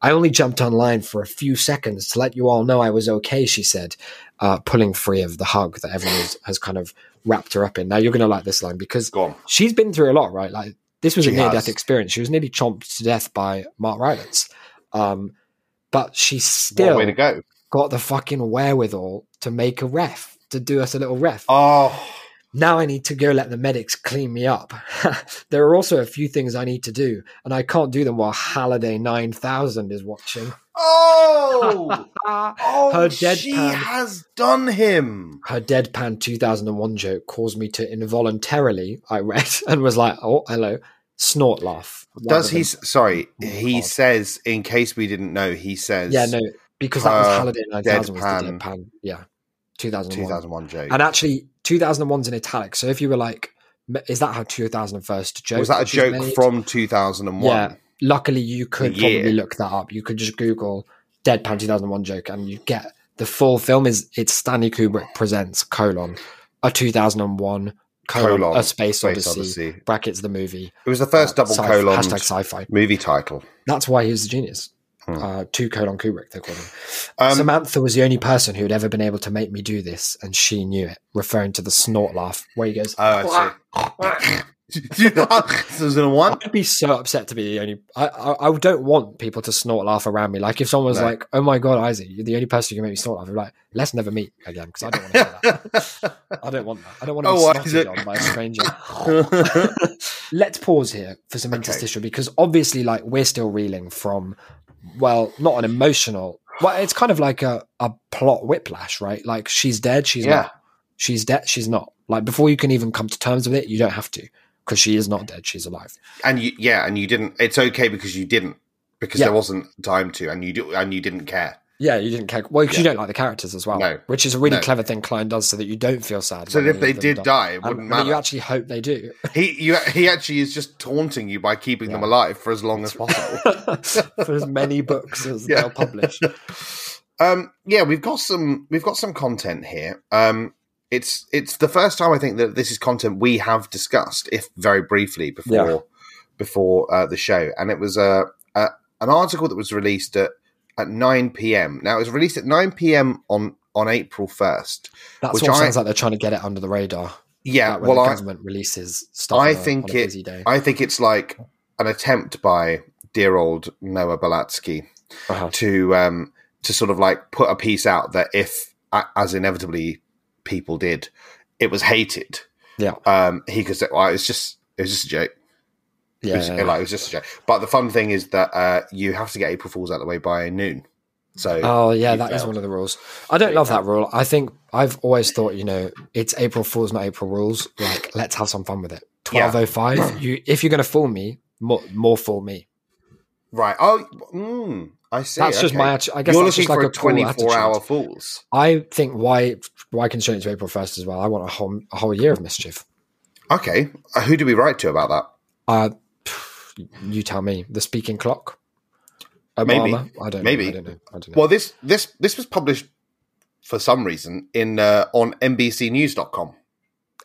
[SPEAKER 1] I only jumped online for a few seconds to let you all know I was okay, she said, uh, pulling free of the hug that everyone has, has kind of wrapped her up in. Now, you're going to like this line because
[SPEAKER 2] Go on.
[SPEAKER 1] she's been through a lot, right? Like this was a
[SPEAKER 2] She
[SPEAKER 1] near
[SPEAKER 2] has.
[SPEAKER 1] death experience. She was nearly chomped to death by Mark Rylance. Um, but she
[SPEAKER 2] What a
[SPEAKER 1] still
[SPEAKER 2] way to go.
[SPEAKER 1] got the fucking wherewithal to make a ref, to do us a little ref.
[SPEAKER 2] Oh,
[SPEAKER 1] Now I need to go let the medics clean me up. there are also a few things I need to do, and I can't do them while Halliday 9000 is watching.
[SPEAKER 2] oh,
[SPEAKER 1] Ah.
[SPEAKER 2] oh,
[SPEAKER 1] Her
[SPEAKER 2] she
[SPEAKER 1] deadpan.
[SPEAKER 2] has done him.
[SPEAKER 1] Her deadpan 2001 joke caused me to involuntarily, I read, and was like, oh, hello, snort laugh.
[SPEAKER 2] Does
[SPEAKER 1] Rather
[SPEAKER 2] he? s- Sorry,
[SPEAKER 1] Oh,
[SPEAKER 2] he
[SPEAKER 1] God.
[SPEAKER 2] says. In case we didn't know, he says.
[SPEAKER 1] Yeah, no, because that was
[SPEAKER 2] Uh,
[SPEAKER 1] Halliday 9000 was the
[SPEAKER 2] Deadpan.
[SPEAKER 1] deadpan. Yeah, 2001.
[SPEAKER 2] 2001 joke.
[SPEAKER 1] And actually, 2001's in italics. So if you were like, "M- is that how 2001st joke?
[SPEAKER 2] was that a
[SPEAKER 1] she's
[SPEAKER 2] joke
[SPEAKER 1] made?"
[SPEAKER 2] from 2001?
[SPEAKER 1] Yeah. Luckily, you could
[SPEAKER 2] The year.
[SPEAKER 1] probably look that up. You could just Google Deadpan 2001 joke and you get the full film is it's Stanley Kubrick presents colon a 2001 colon,
[SPEAKER 2] Colon,
[SPEAKER 1] a space,
[SPEAKER 2] Space
[SPEAKER 1] odyssey,
[SPEAKER 2] Odyssey.
[SPEAKER 1] brackets the movie
[SPEAKER 2] It was the first
[SPEAKER 1] uh,
[SPEAKER 2] double
[SPEAKER 1] sci-
[SPEAKER 2] colon
[SPEAKER 1] hashtag sci-fi
[SPEAKER 2] movie title.
[SPEAKER 1] that's why he was the genius
[SPEAKER 2] Hmm.
[SPEAKER 1] uh, two colon Kubrick they called him
[SPEAKER 2] Um,
[SPEAKER 1] Samantha was the only person who had ever been able to make me do this, and she knew it, referring to the snort laugh where he goes,
[SPEAKER 2] oh, I see. 2001.
[SPEAKER 1] I'd be so upset to be the only. I, I, I don't want people to snort laugh around me. Like, if someone was
[SPEAKER 2] No.
[SPEAKER 1] like, oh my God, Isaac, you're the only person who can make me snort laugh, I'd be like, let's never meet again, because I don't want to hear that. I don't want that. I don't want to be
[SPEAKER 2] Oh,
[SPEAKER 1] oh, snotted
[SPEAKER 2] Isaac.
[SPEAKER 1] on by a stranger. Let's pause here for some interstitial because obviously, like, we're still reeling from, well, not an emotional. Well, it's kind of like a, a plot whiplash, right? Like, she's dead. She's
[SPEAKER 2] Yeah.
[SPEAKER 1] not. She's dead. She's not. Like, before you can even come to terms with it, you don't have to because she is not dead. She's alive.
[SPEAKER 2] and you, yeah, and you didn't. It's okay because you didn't because
[SPEAKER 1] Yeah.
[SPEAKER 2] there wasn't time to, and you do, and you didn't care.
[SPEAKER 1] Yeah, you didn't care. Well, because you
[SPEAKER 2] Yeah.
[SPEAKER 1] don't like the characters as well,
[SPEAKER 2] No.
[SPEAKER 1] which is a really
[SPEAKER 2] No.
[SPEAKER 1] clever thing Klein does so that you don't feel sad.
[SPEAKER 2] So
[SPEAKER 1] when
[SPEAKER 2] if
[SPEAKER 1] any
[SPEAKER 2] they
[SPEAKER 1] of them
[SPEAKER 2] did
[SPEAKER 1] die.
[SPEAKER 2] die, it
[SPEAKER 1] And-
[SPEAKER 2] wouldn't
[SPEAKER 1] but
[SPEAKER 2] matter.
[SPEAKER 1] You actually hope they do.
[SPEAKER 2] he you, he actually is just taunting you by keeping them
[SPEAKER 1] Yeah.
[SPEAKER 2] alive for as long as possible.
[SPEAKER 1] for as many books as
[SPEAKER 2] Yeah.
[SPEAKER 1] they'll publish.
[SPEAKER 2] um, yeah, we've got some we've got some content here. Um, it's it's the first time I think that this is content we have discussed, if very briefly before
[SPEAKER 1] Yeah.
[SPEAKER 2] before uh, the show, and it was a, a an article that was released at at nine p.m. Now it was released at nine p.m. on on April first.
[SPEAKER 1] That's
[SPEAKER 2] Which
[SPEAKER 1] what
[SPEAKER 2] I-
[SPEAKER 1] sounds like they're trying to get it under the radar.
[SPEAKER 2] Yeah,
[SPEAKER 1] like when
[SPEAKER 2] well,
[SPEAKER 1] the
[SPEAKER 2] I,
[SPEAKER 1] government releases stuff.
[SPEAKER 2] I
[SPEAKER 1] on a-
[SPEAKER 2] think
[SPEAKER 1] on a
[SPEAKER 2] it-
[SPEAKER 1] busy day.
[SPEAKER 2] I think it's like an attempt by dear old Noah Balatsky
[SPEAKER 1] Uh-huh.
[SPEAKER 2] to um, to sort of like put a piece out that if, a- as inevitably people did, it was hated.
[SPEAKER 1] Yeah.
[SPEAKER 2] um, he could say, "Well, it's just it was just a joke." It
[SPEAKER 1] Yeah,
[SPEAKER 2] was-
[SPEAKER 1] yeah,
[SPEAKER 2] like it was just a joke. But the fun thing is that uh, you have to get April Fools out of the way by noon. So
[SPEAKER 1] Oh yeah,
[SPEAKER 2] you
[SPEAKER 1] that is
[SPEAKER 2] failed.
[SPEAKER 1] one of the rules. I don't
[SPEAKER 2] You
[SPEAKER 1] love that rule. I think I've always thought, you know, it's April Fools, not April rules. Like, let's have some fun with it.
[SPEAKER 2] Yeah.
[SPEAKER 1] Twelve oh five. You, if you're going to fool me, more, more fool me.
[SPEAKER 2] right, oh, mm, I see.
[SPEAKER 1] That's just
[SPEAKER 2] okay.
[SPEAKER 1] my. atti- I guess
[SPEAKER 2] You're
[SPEAKER 1] that's just
[SPEAKER 2] looking
[SPEAKER 1] like
[SPEAKER 2] for
[SPEAKER 1] a
[SPEAKER 2] a twenty-four
[SPEAKER 1] cool
[SPEAKER 2] hour
[SPEAKER 1] hour.
[SPEAKER 2] Fools.
[SPEAKER 1] I think why why constrain it to April first as well. I want a whole a whole year of mischief.
[SPEAKER 2] Okay, Uh, who do we write to about that?
[SPEAKER 1] Uh, pff, you tell me. The speaking clock. Obama.
[SPEAKER 2] Maybe.
[SPEAKER 1] I don't.
[SPEAKER 2] Maybe.
[SPEAKER 1] Know. I don't know. I don't know.
[SPEAKER 2] Well, this this this was published for some reason in uh, on NBCNews.com.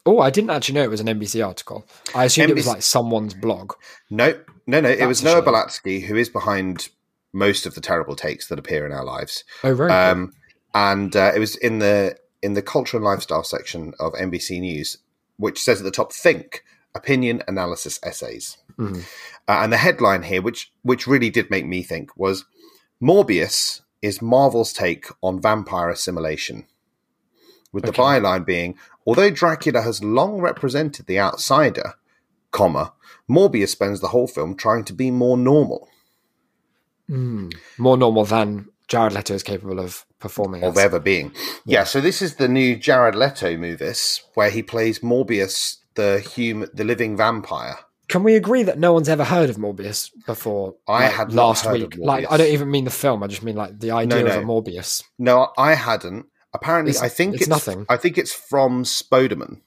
[SPEAKER 1] oh, I didn't actually know it was an NBC article. I assumed it was
[SPEAKER 2] NBC
[SPEAKER 1] like someone's blog.
[SPEAKER 2] No, no, no. it
[SPEAKER 1] That's
[SPEAKER 2] was
[SPEAKER 1] a
[SPEAKER 2] Noah
[SPEAKER 1] shame.
[SPEAKER 2] Balatsky who is behind most of the terrible takes that appear in our lives.
[SPEAKER 1] Oh right.
[SPEAKER 2] Um, and uh, it was in the in the culture and lifestyle section of NBC News, which says at the top, "Think opinion analysis essays."
[SPEAKER 1] Mhm.
[SPEAKER 2] Uh, and the headline here, which which really did make me think, was Morbius is Marvel's take on vampire assimilation. With the
[SPEAKER 1] Okay.
[SPEAKER 2] byline being, although Dracula has long represented the outsider, comma, Morbius spends the whole film trying to be more normal
[SPEAKER 1] Mm. More normal than Jared Leto is capable of performing.
[SPEAKER 2] of
[SPEAKER 1] as.
[SPEAKER 2] ever being. Yeah. so this is the new Jared Leto movies where he plays Morbius, the human, the living vampire.
[SPEAKER 1] Can we agree that no one's ever heard of Morbius before?
[SPEAKER 2] I
[SPEAKER 1] like,
[SPEAKER 2] had not
[SPEAKER 1] last
[SPEAKER 2] heard
[SPEAKER 1] week.
[SPEAKER 2] of
[SPEAKER 1] Like,
[SPEAKER 2] Morbius.
[SPEAKER 1] I don't even mean the film. I just mean like the idea
[SPEAKER 2] no.
[SPEAKER 1] of a Morbius.
[SPEAKER 2] No, I hadn't. Apparently,
[SPEAKER 1] It's-
[SPEAKER 2] I think
[SPEAKER 1] it's
[SPEAKER 2] it's,
[SPEAKER 1] nothing.
[SPEAKER 2] I think it's from Spoderman.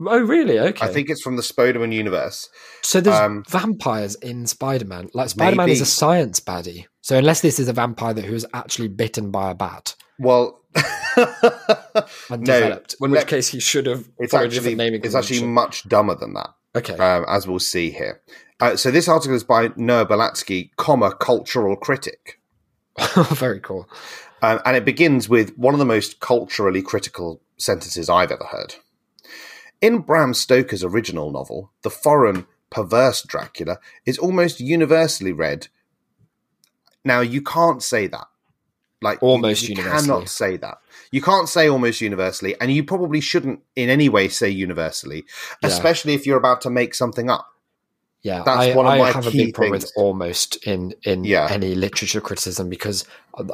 [SPEAKER 1] Oh, really? Okay.
[SPEAKER 2] I think it's from the Spoderman universe.
[SPEAKER 1] so. There's
[SPEAKER 2] um,
[SPEAKER 1] vampires in Spider-Man. Like Spider-Man is
[SPEAKER 2] Maybe.
[SPEAKER 1] a science baddie. So unless this is a vampire that who is actually bitten by a bat
[SPEAKER 2] Well,
[SPEAKER 1] and
[SPEAKER 2] No,
[SPEAKER 1] developed, in which
[SPEAKER 2] let-
[SPEAKER 1] case he should have.
[SPEAKER 2] it's
[SPEAKER 1] followed a
[SPEAKER 2] actually
[SPEAKER 1] different naming
[SPEAKER 2] it's actually
[SPEAKER 1] convention.
[SPEAKER 2] much dumber than that,
[SPEAKER 1] okay.
[SPEAKER 2] um, as we'll see here. Uh, so this article is by Noah Balatsky, comma cultural critic,
[SPEAKER 1] Very cool.
[SPEAKER 2] um, and it begins with one of the most culturally critical sentences I've ever heard. In Bram Stoker's original novel, the foreign perverse Dracula is almost universally read. Now you can't say that. Like you-
[SPEAKER 1] Almost
[SPEAKER 2] you,
[SPEAKER 1] universally.
[SPEAKER 2] cannot say that. You can't say almost universally, and you probably shouldn't in any way say universally,
[SPEAKER 1] Yeah.
[SPEAKER 2] especially if you're about to make something up.
[SPEAKER 1] Yeah,
[SPEAKER 2] That's
[SPEAKER 1] I,
[SPEAKER 2] one of
[SPEAKER 1] I
[SPEAKER 2] my
[SPEAKER 1] have a
[SPEAKER 2] key
[SPEAKER 1] big problem with
[SPEAKER 2] things.
[SPEAKER 1] almost in in
[SPEAKER 2] Yeah.
[SPEAKER 1] any literature criticism because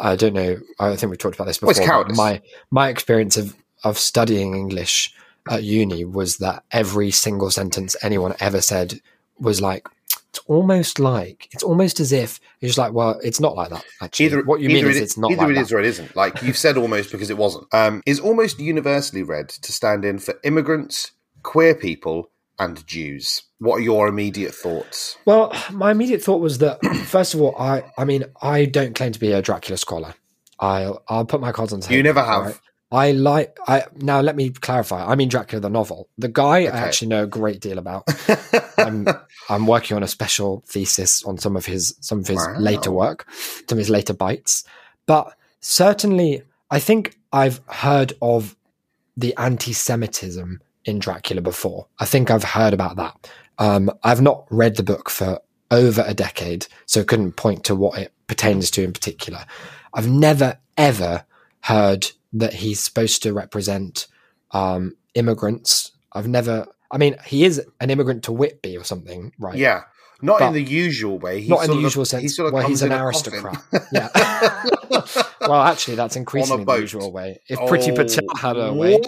[SPEAKER 1] I don't know. I think we talked about this
[SPEAKER 2] Well, it's
[SPEAKER 1] before. but
[SPEAKER 2] cowardice.
[SPEAKER 1] my my experience of of studying English at uni was that every single sentence anyone ever said was like. It's almost like it's almost as if it's just like well, it's not like that. Actually, what you mean
[SPEAKER 2] either
[SPEAKER 1] is
[SPEAKER 2] it-
[SPEAKER 1] it's not
[SPEAKER 2] Either
[SPEAKER 1] like
[SPEAKER 2] it
[SPEAKER 1] that.
[SPEAKER 2] is or it isn't. Like you've said, almost because it wasn't. Um, is almost universally read to stand in for immigrants, queer people, and Jews. What are your immediate thoughts?
[SPEAKER 1] Well, my immediate thought was that first of all, I I mean, I don't claim to be a Dracula scholar. I'll I'll put my cards on the table.
[SPEAKER 2] You never have.
[SPEAKER 1] alright? I like I now let me clarify. I mean Dracula the novel. The guy
[SPEAKER 2] Okay.
[SPEAKER 1] I actually know a great deal about. I'm I'm working on a special thesis on some of his some of his
[SPEAKER 2] Wow.
[SPEAKER 1] later work, some of his later bites. But certainly I think I've heard of the anti-Semitism in Dracula before. I think I've heard about that. Um, I've not read the book for over a decade, so couldn't point to what it pertains to in particular. I've never ever heard that he's supposed to represent um, immigrants. I've never. I mean, he is an immigrant to Whitby or something, right?
[SPEAKER 2] Yeah, not
[SPEAKER 1] But-
[SPEAKER 2] in the usual way. He
[SPEAKER 1] Not in the
[SPEAKER 2] sort of-
[SPEAKER 1] usual
[SPEAKER 2] he
[SPEAKER 1] sense
[SPEAKER 2] sort of
[SPEAKER 1] where
[SPEAKER 2] comes
[SPEAKER 1] he's an
[SPEAKER 2] in a coffin.
[SPEAKER 1] aristocrat. yeah. well, actually, that's increasingly the
[SPEAKER 2] boat.
[SPEAKER 1] usual way. If Pretty
[SPEAKER 2] Oh,
[SPEAKER 1] Patel had her way,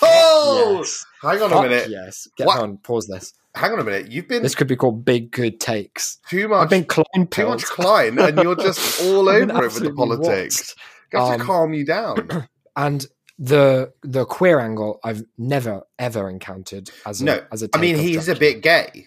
[SPEAKER 2] whoa!
[SPEAKER 1] yes.
[SPEAKER 2] Hang on a
[SPEAKER 1] Fuck
[SPEAKER 2] minute.
[SPEAKER 1] yes. Get
[SPEAKER 2] What?
[SPEAKER 1] on. Pause this.
[SPEAKER 2] Hang on a minute. You've been
[SPEAKER 1] This could be called big good takes.
[SPEAKER 2] too
[SPEAKER 1] I've
[SPEAKER 2] much,
[SPEAKER 1] been Klein
[SPEAKER 2] too much Klein, and you're just all over it with the politics. I have to
[SPEAKER 1] Um,
[SPEAKER 2] calm you down.
[SPEAKER 1] And the the queer angle I've never ever encountered as a,
[SPEAKER 2] No,
[SPEAKER 1] as a
[SPEAKER 2] I mean,
[SPEAKER 1] take of
[SPEAKER 2] he's a
[SPEAKER 1] Dracula.
[SPEAKER 2] bit gay.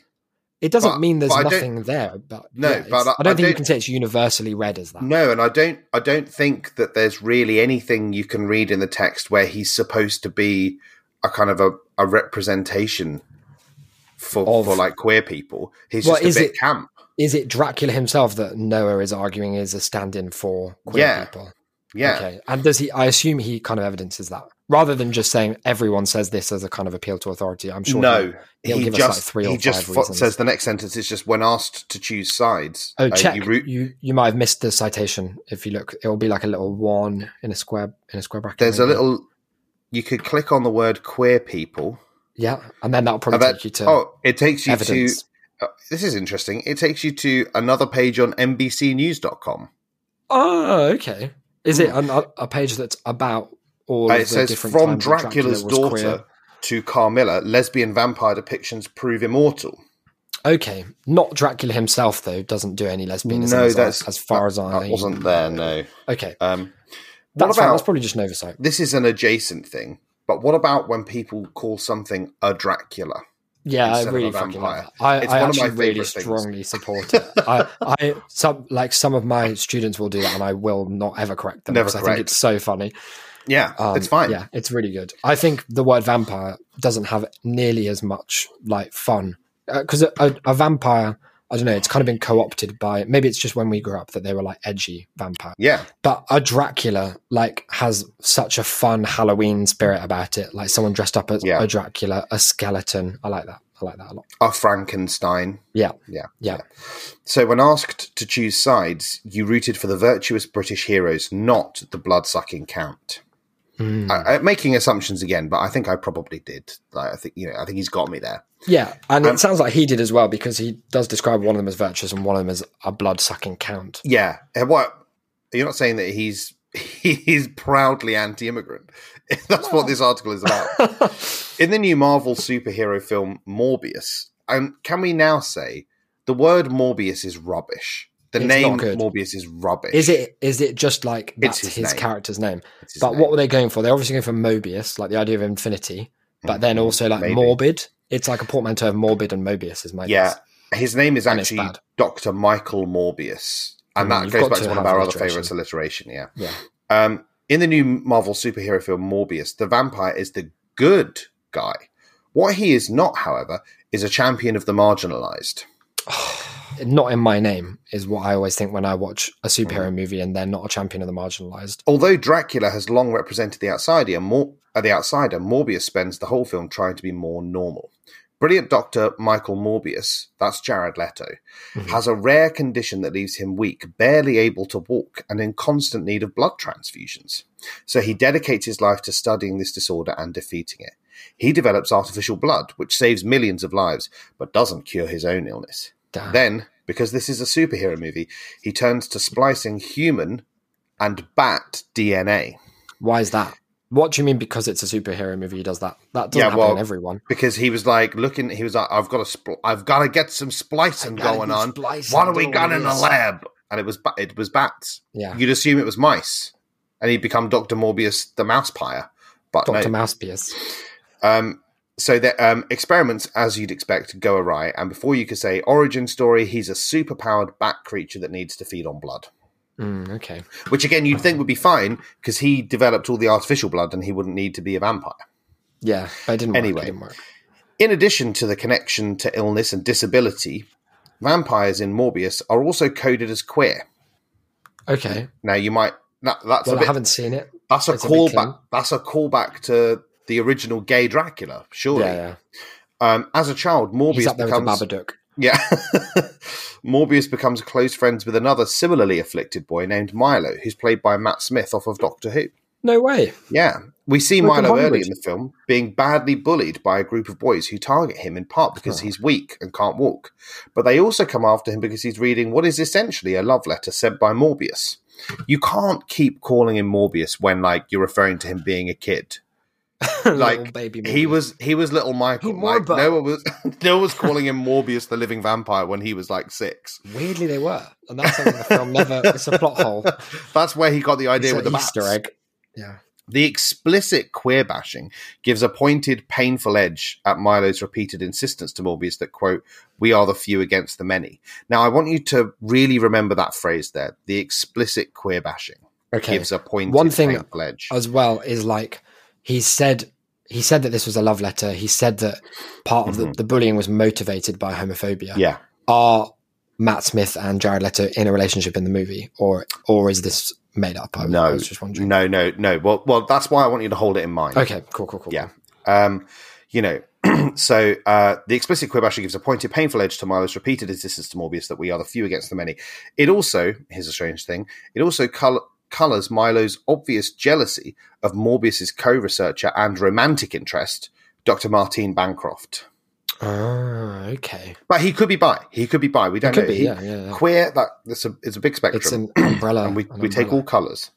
[SPEAKER 1] It doesn't
[SPEAKER 2] but-
[SPEAKER 1] mean there's
[SPEAKER 2] but I don't-
[SPEAKER 1] nothing there, but
[SPEAKER 2] No,
[SPEAKER 1] yeah, it's-
[SPEAKER 2] but I-
[SPEAKER 1] I don't
[SPEAKER 2] I
[SPEAKER 1] think you
[SPEAKER 2] don't-
[SPEAKER 1] can say it's universally read as that.
[SPEAKER 2] No, and I don't I don't think that there's really anything you can read in the text where he's supposed to be a kind of a, a representation for
[SPEAKER 1] Of-
[SPEAKER 2] for like queer people. He's
[SPEAKER 1] Well, is
[SPEAKER 2] just a bit
[SPEAKER 1] it-
[SPEAKER 2] camp.
[SPEAKER 1] Is it Dracula himself that Noah is arguing is a stand-in for queer
[SPEAKER 2] Yeah.
[SPEAKER 1] people?
[SPEAKER 2] Yeah.
[SPEAKER 1] Okay. And does he? I assume he kind of evidences that rather than just saying everyone says this as a kind of appeal to authority. I'm sure.
[SPEAKER 2] no.
[SPEAKER 1] he'll
[SPEAKER 2] He
[SPEAKER 1] give us, like,
[SPEAKER 2] just
[SPEAKER 1] three or
[SPEAKER 2] he just
[SPEAKER 1] five
[SPEAKER 2] fo-
[SPEAKER 1] reasons.
[SPEAKER 2] says the next sentence is just when asked to choose sides.
[SPEAKER 1] Oh,
[SPEAKER 2] uh,
[SPEAKER 1] check.
[SPEAKER 2] you
[SPEAKER 1] You,
[SPEAKER 2] root-
[SPEAKER 1] you might have missed the citation. If you look, it'll be like a little one in a square in a square bracket.
[SPEAKER 2] there's a
[SPEAKER 1] maybe.
[SPEAKER 2] little you could click on the word queer people.
[SPEAKER 1] yeah, and then that'll probably
[SPEAKER 2] and that-
[SPEAKER 1] take you to
[SPEAKER 2] oh, it takes you
[SPEAKER 1] evidence.
[SPEAKER 2] to uh, this is interesting. It takes you to another page on NBCnews.com.
[SPEAKER 1] Oh, okay. Is it an, a a page that's about all?
[SPEAKER 2] Uh,
[SPEAKER 1] of
[SPEAKER 2] it
[SPEAKER 1] the
[SPEAKER 2] says
[SPEAKER 1] different
[SPEAKER 2] from
[SPEAKER 1] times that
[SPEAKER 2] Dracula's
[SPEAKER 1] Dracula was
[SPEAKER 2] daughter to Carmilla, lesbian vampire depictions prove immortal.
[SPEAKER 1] queer? Okay, not Dracula himself though. Doesn't do any lesbianism.
[SPEAKER 2] No,
[SPEAKER 1] as, I-
[SPEAKER 2] that's-
[SPEAKER 1] as far as I
[SPEAKER 2] That wasn't there, no.
[SPEAKER 1] Okay,
[SPEAKER 2] Um, what
[SPEAKER 1] that's fine. That's
[SPEAKER 2] about
[SPEAKER 1] probably just an oversight.
[SPEAKER 2] this? Is an adjacent thing, but what about when people call something a Dracula?
[SPEAKER 1] Yeah, I
[SPEAKER 2] instead of a
[SPEAKER 1] really fucking love
[SPEAKER 2] vampire.
[SPEAKER 1] that. I,
[SPEAKER 2] It's
[SPEAKER 1] I
[SPEAKER 2] one of my
[SPEAKER 1] actually really
[SPEAKER 2] favourite things.
[SPEAKER 1] strongly support it. I, I some like some of my students will do that, and I will not ever correct them
[SPEAKER 2] Never
[SPEAKER 1] because I think
[SPEAKER 2] correct.
[SPEAKER 1] it's so funny.
[SPEAKER 2] Yeah,
[SPEAKER 1] Um,
[SPEAKER 2] it's fine.
[SPEAKER 1] Yeah, it's really good. I think the word vampire doesn't have nearly as much like fun because a, a, a vampire. I don't know. It's kind of been co-opted by. Maybe it's just when we grew up that they were like edgy vampire.
[SPEAKER 2] Yeah,
[SPEAKER 1] But a Dracula like has such a fun Halloween spirit about it. Like someone dressed up as
[SPEAKER 2] Yeah.
[SPEAKER 1] a Dracula, a skeleton. I like that. I like that a lot.
[SPEAKER 2] A Frankenstein.
[SPEAKER 1] Yeah.
[SPEAKER 2] Yeah.
[SPEAKER 1] Yeah.
[SPEAKER 2] So, when asked to choose sides, you rooted for the virtuous British heroes, not the blood sucking count.
[SPEAKER 1] Mm.
[SPEAKER 2] I, I, making assumptions again, but I think I probably did. Like, I think you know, I think he's got me there.
[SPEAKER 1] Yeah, and
[SPEAKER 2] Um,
[SPEAKER 1] it sounds like he did as well because he does describe one of them as virtuous and one of them as a blood sucking count.
[SPEAKER 2] Yeah. And what you're not saying that he's he's proudly anti-immigrant. That's what this article is about. In the new Marvel superhero film Morbius, um, can we now say the word Morbius is rubbish? The
[SPEAKER 1] It's
[SPEAKER 2] name
[SPEAKER 1] not good.
[SPEAKER 2] Morbius is rubbish.
[SPEAKER 1] Is it is it just like that's
[SPEAKER 2] his
[SPEAKER 1] his,
[SPEAKER 2] name.
[SPEAKER 1] character's name?
[SPEAKER 2] It's his
[SPEAKER 1] but
[SPEAKER 2] name.
[SPEAKER 1] what were they going for? They're obviously going for Mobius, like the idea of infinity, but then also like
[SPEAKER 2] Mm, maybe.
[SPEAKER 1] morbid. It's like a portmanteau of morbid and Mobius is my
[SPEAKER 2] Yeah,
[SPEAKER 1] guess.
[SPEAKER 2] his name is
[SPEAKER 1] And it's
[SPEAKER 2] actually
[SPEAKER 1] bad.
[SPEAKER 2] Dr. Michael Morbius,
[SPEAKER 1] Mm,
[SPEAKER 2] and that
[SPEAKER 1] you've
[SPEAKER 2] goes
[SPEAKER 1] got
[SPEAKER 2] back
[SPEAKER 1] to
[SPEAKER 2] to one of
[SPEAKER 1] have
[SPEAKER 2] our other
[SPEAKER 1] alliteration.
[SPEAKER 2] favorites, alliteration. Yeah.
[SPEAKER 1] Yeah.
[SPEAKER 2] Um, in the new Marvel superhero film Morbius, the vampire is the good guy. What he is not, however, is a champion of the marginalized.
[SPEAKER 1] Not in my name is what I always think when I watch a superhero
[SPEAKER 2] Mm.
[SPEAKER 1] movie and they're not a champion of the marginalized.
[SPEAKER 2] Although Dracula has long represented the outsider, Mor- uh, the outsider Morbius spends the whole film trying to be more normal. Brilliant doctor Michael Morbius, that's Jared Leto, has a rare condition that leaves him weak, barely able to walk, and in constant need of blood transfusions. So he dedicates his life to studying this disorder and defeating it. He develops artificial blood, which saves millions of lives, but doesn't cure his own illness.
[SPEAKER 1] Damn.
[SPEAKER 2] Then, because this is a superhero movie, he turns to splicing human and bat DNA
[SPEAKER 1] Why is that? What do you mean? Because it's a superhero movie, he does that. That doesn't
[SPEAKER 2] Yeah,
[SPEAKER 1] happen
[SPEAKER 2] well,
[SPEAKER 1] in everyone.
[SPEAKER 2] because he was like looking. He was like, "I've got to, spl- I've got to get some splicing
[SPEAKER 1] I gotta
[SPEAKER 2] going
[SPEAKER 1] do
[SPEAKER 2] on.
[SPEAKER 1] splicing,
[SPEAKER 2] what are we
[SPEAKER 1] don't
[SPEAKER 2] got
[SPEAKER 1] we,
[SPEAKER 2] in the
[SPEAKER 1] yes."
[SPEAKER 2] lab?" And it was, ba- it was bats.
[SPEAKER 1] Yeah,
[SPEAKER 2] You'd assume it was mice, and he'd become Doctor Morbius, the mouse pyre. But
[SPEAKER 1] Doctor
[SPEAKER 2] no.
[SPEAKER 1] Mousepius.
[SPEAKER 2] um, so that um, experiments, as you'd expect, go awry. And before you could say origin story, he's a superpowered bat creature that needs to feed on blood.
[SPEAKER 1] Mm, okay.
[SPEAKER 2] Which again, you'd think would be fine because he developed all the artificial blood, and he wouldn't need to be a vampire.
[SPEAKER 1] Yeah, but it didn't work.
[SPEAKER 2] Anyway.
[SPEAKER 1] It didn't work.
[SPEAKER 2] In addition to the connection to illness and disability, vampires in Morbius are also coded as queer.
[SPEAKER 1] Okay.
[SPEAKER 2] Now you might that, that's
[SPEAKER 1] Well,
[SPEAKER 2] a
[SPEAKER 1] I
[SPEAKER 2] bit,
[SPEAKER 1] haven't seen it.
[SPEAKER 2] that's a
[SPEAKER 1] it's a big
[SPEAKER 2] callback
[SPEAKER 1] thing.
[SPEAKER 2] that's a callback to the original gay Dracula, surely.
[SPEAKER 1] Yeah, yeah.
[SPEAKER 2] Um, as a child,
[SPEAKER 1] He's
[SPEAKER 2] Morbius
[SPEAKER 1] up there with the
[SPEAKER 2] becomes
[SPEAKER 1] Babadook.
[SPEAKER 2] yeah. Morbius becomes close friends with another similarly afflicted boy named Milo, who's played by Matt Smith off of Doctor Who.
[SPEAKER 1] No way.
[SPEAKER 2] Yeah. We see
[SPEAKER 1] Like a
[SPEAKER 2] Milo early
[SPEAKER 1] hybrid.
[SPEAKER 2] in the film being badly bullied by a group of boys who target him in part because he's weak and can't walk. But they also come after him because he's reading what is essentially a love letter sent by Morbius. You can't keep calling him Morbius when like you're referring to him being a kid.
[SPEAKER 1] Little
[SPEAKER 2] Like
[SPEAKER 1] baby
[SPEAKER 2] he
[SPEAKER 1] Morbius.
[SPEAKER 2] was he was little Michael.
[SPEAKER 1] He
[SPEAKER 2] Like,
[SPEAKER 1] Morbo.
[SPEAKER 2] no one was no one was calling him Morbius the living vampire when he was like six.
[SPEAKER 1] Weirdly, they were, and that's something the film never. It's a plot hole.
[SPEAKER 2] That's where he got the idea
[SPEAKER 1] It's
[SPEAKER 2] with
[SPEAKER 1] an
[SPEAKER 2] the
[SPEAKER 1] Easter
[SPEAKER 2] bats.
[SPEAKER 1] egg. Yeah.
[SPEAKER 2] The explicit queer bashing gives a pointed, painful edge at Milo's repeated insistence to Morbius that, quote, we are the few against the many. Now, I want you to really remember that phrase there. The explicit queer bashing
[SPEAKER 1] Okay.
[SPEAKER 2] gives a pointed,
[SPEAKER 1] One thing-
[SPEAKER 2] painful edge.
[SPEAKER 1] As well is like he said. He said that this was a love letter. He said that part of the, the bullying was motivated by homophobia.
[SPEAKER 2] yeah.
[SPEAKER 1] Are Matt Smith and Jared Leto in a relationship in the movie, or or is this made up? I, I
[SPEAKER 2] No.
[SPEAKER 1] was just wondering.
[SPEAKER 2] No, no, no. Well, well, that's why I want you to hold it in mind.
[SPEAKER 1] Okay. Cool. Cool. Cool.
[SPEAKER 2] Yeah. Um, you know, so uh, the explicit queer bashing gives a pointed, painful edge to Milo's repeated insistence to Morbius that we are the few against the many. It also, here's a strange thing, it also col- colors Milo's obvious jealousy of Morbius's co researcher and romantic interest, Dr. Martine Bancroft.
[SPEAKER 1] Ah. Okay.
[SPEAKER 2] But he could be bi. He could be bi. We don't
[SPEAKER 1] Could
[SPEAKER 2] know.
[SPEAKER 1] be.
[SPEAKER 2] He-
[SPEAKER 1] Yeah. Yeah. yeah.
[SPEAKER 2] Queer, that, that's a, it's a big spectrum
[SPEAKER 1] It's an umbrella.
[SPEAKER 2] and we,
[SPEAKER 1] Uh, an
[SPEAKER 2] we take
[SPEAKER 1] umbrella.
[SPEAKER 2] all colours.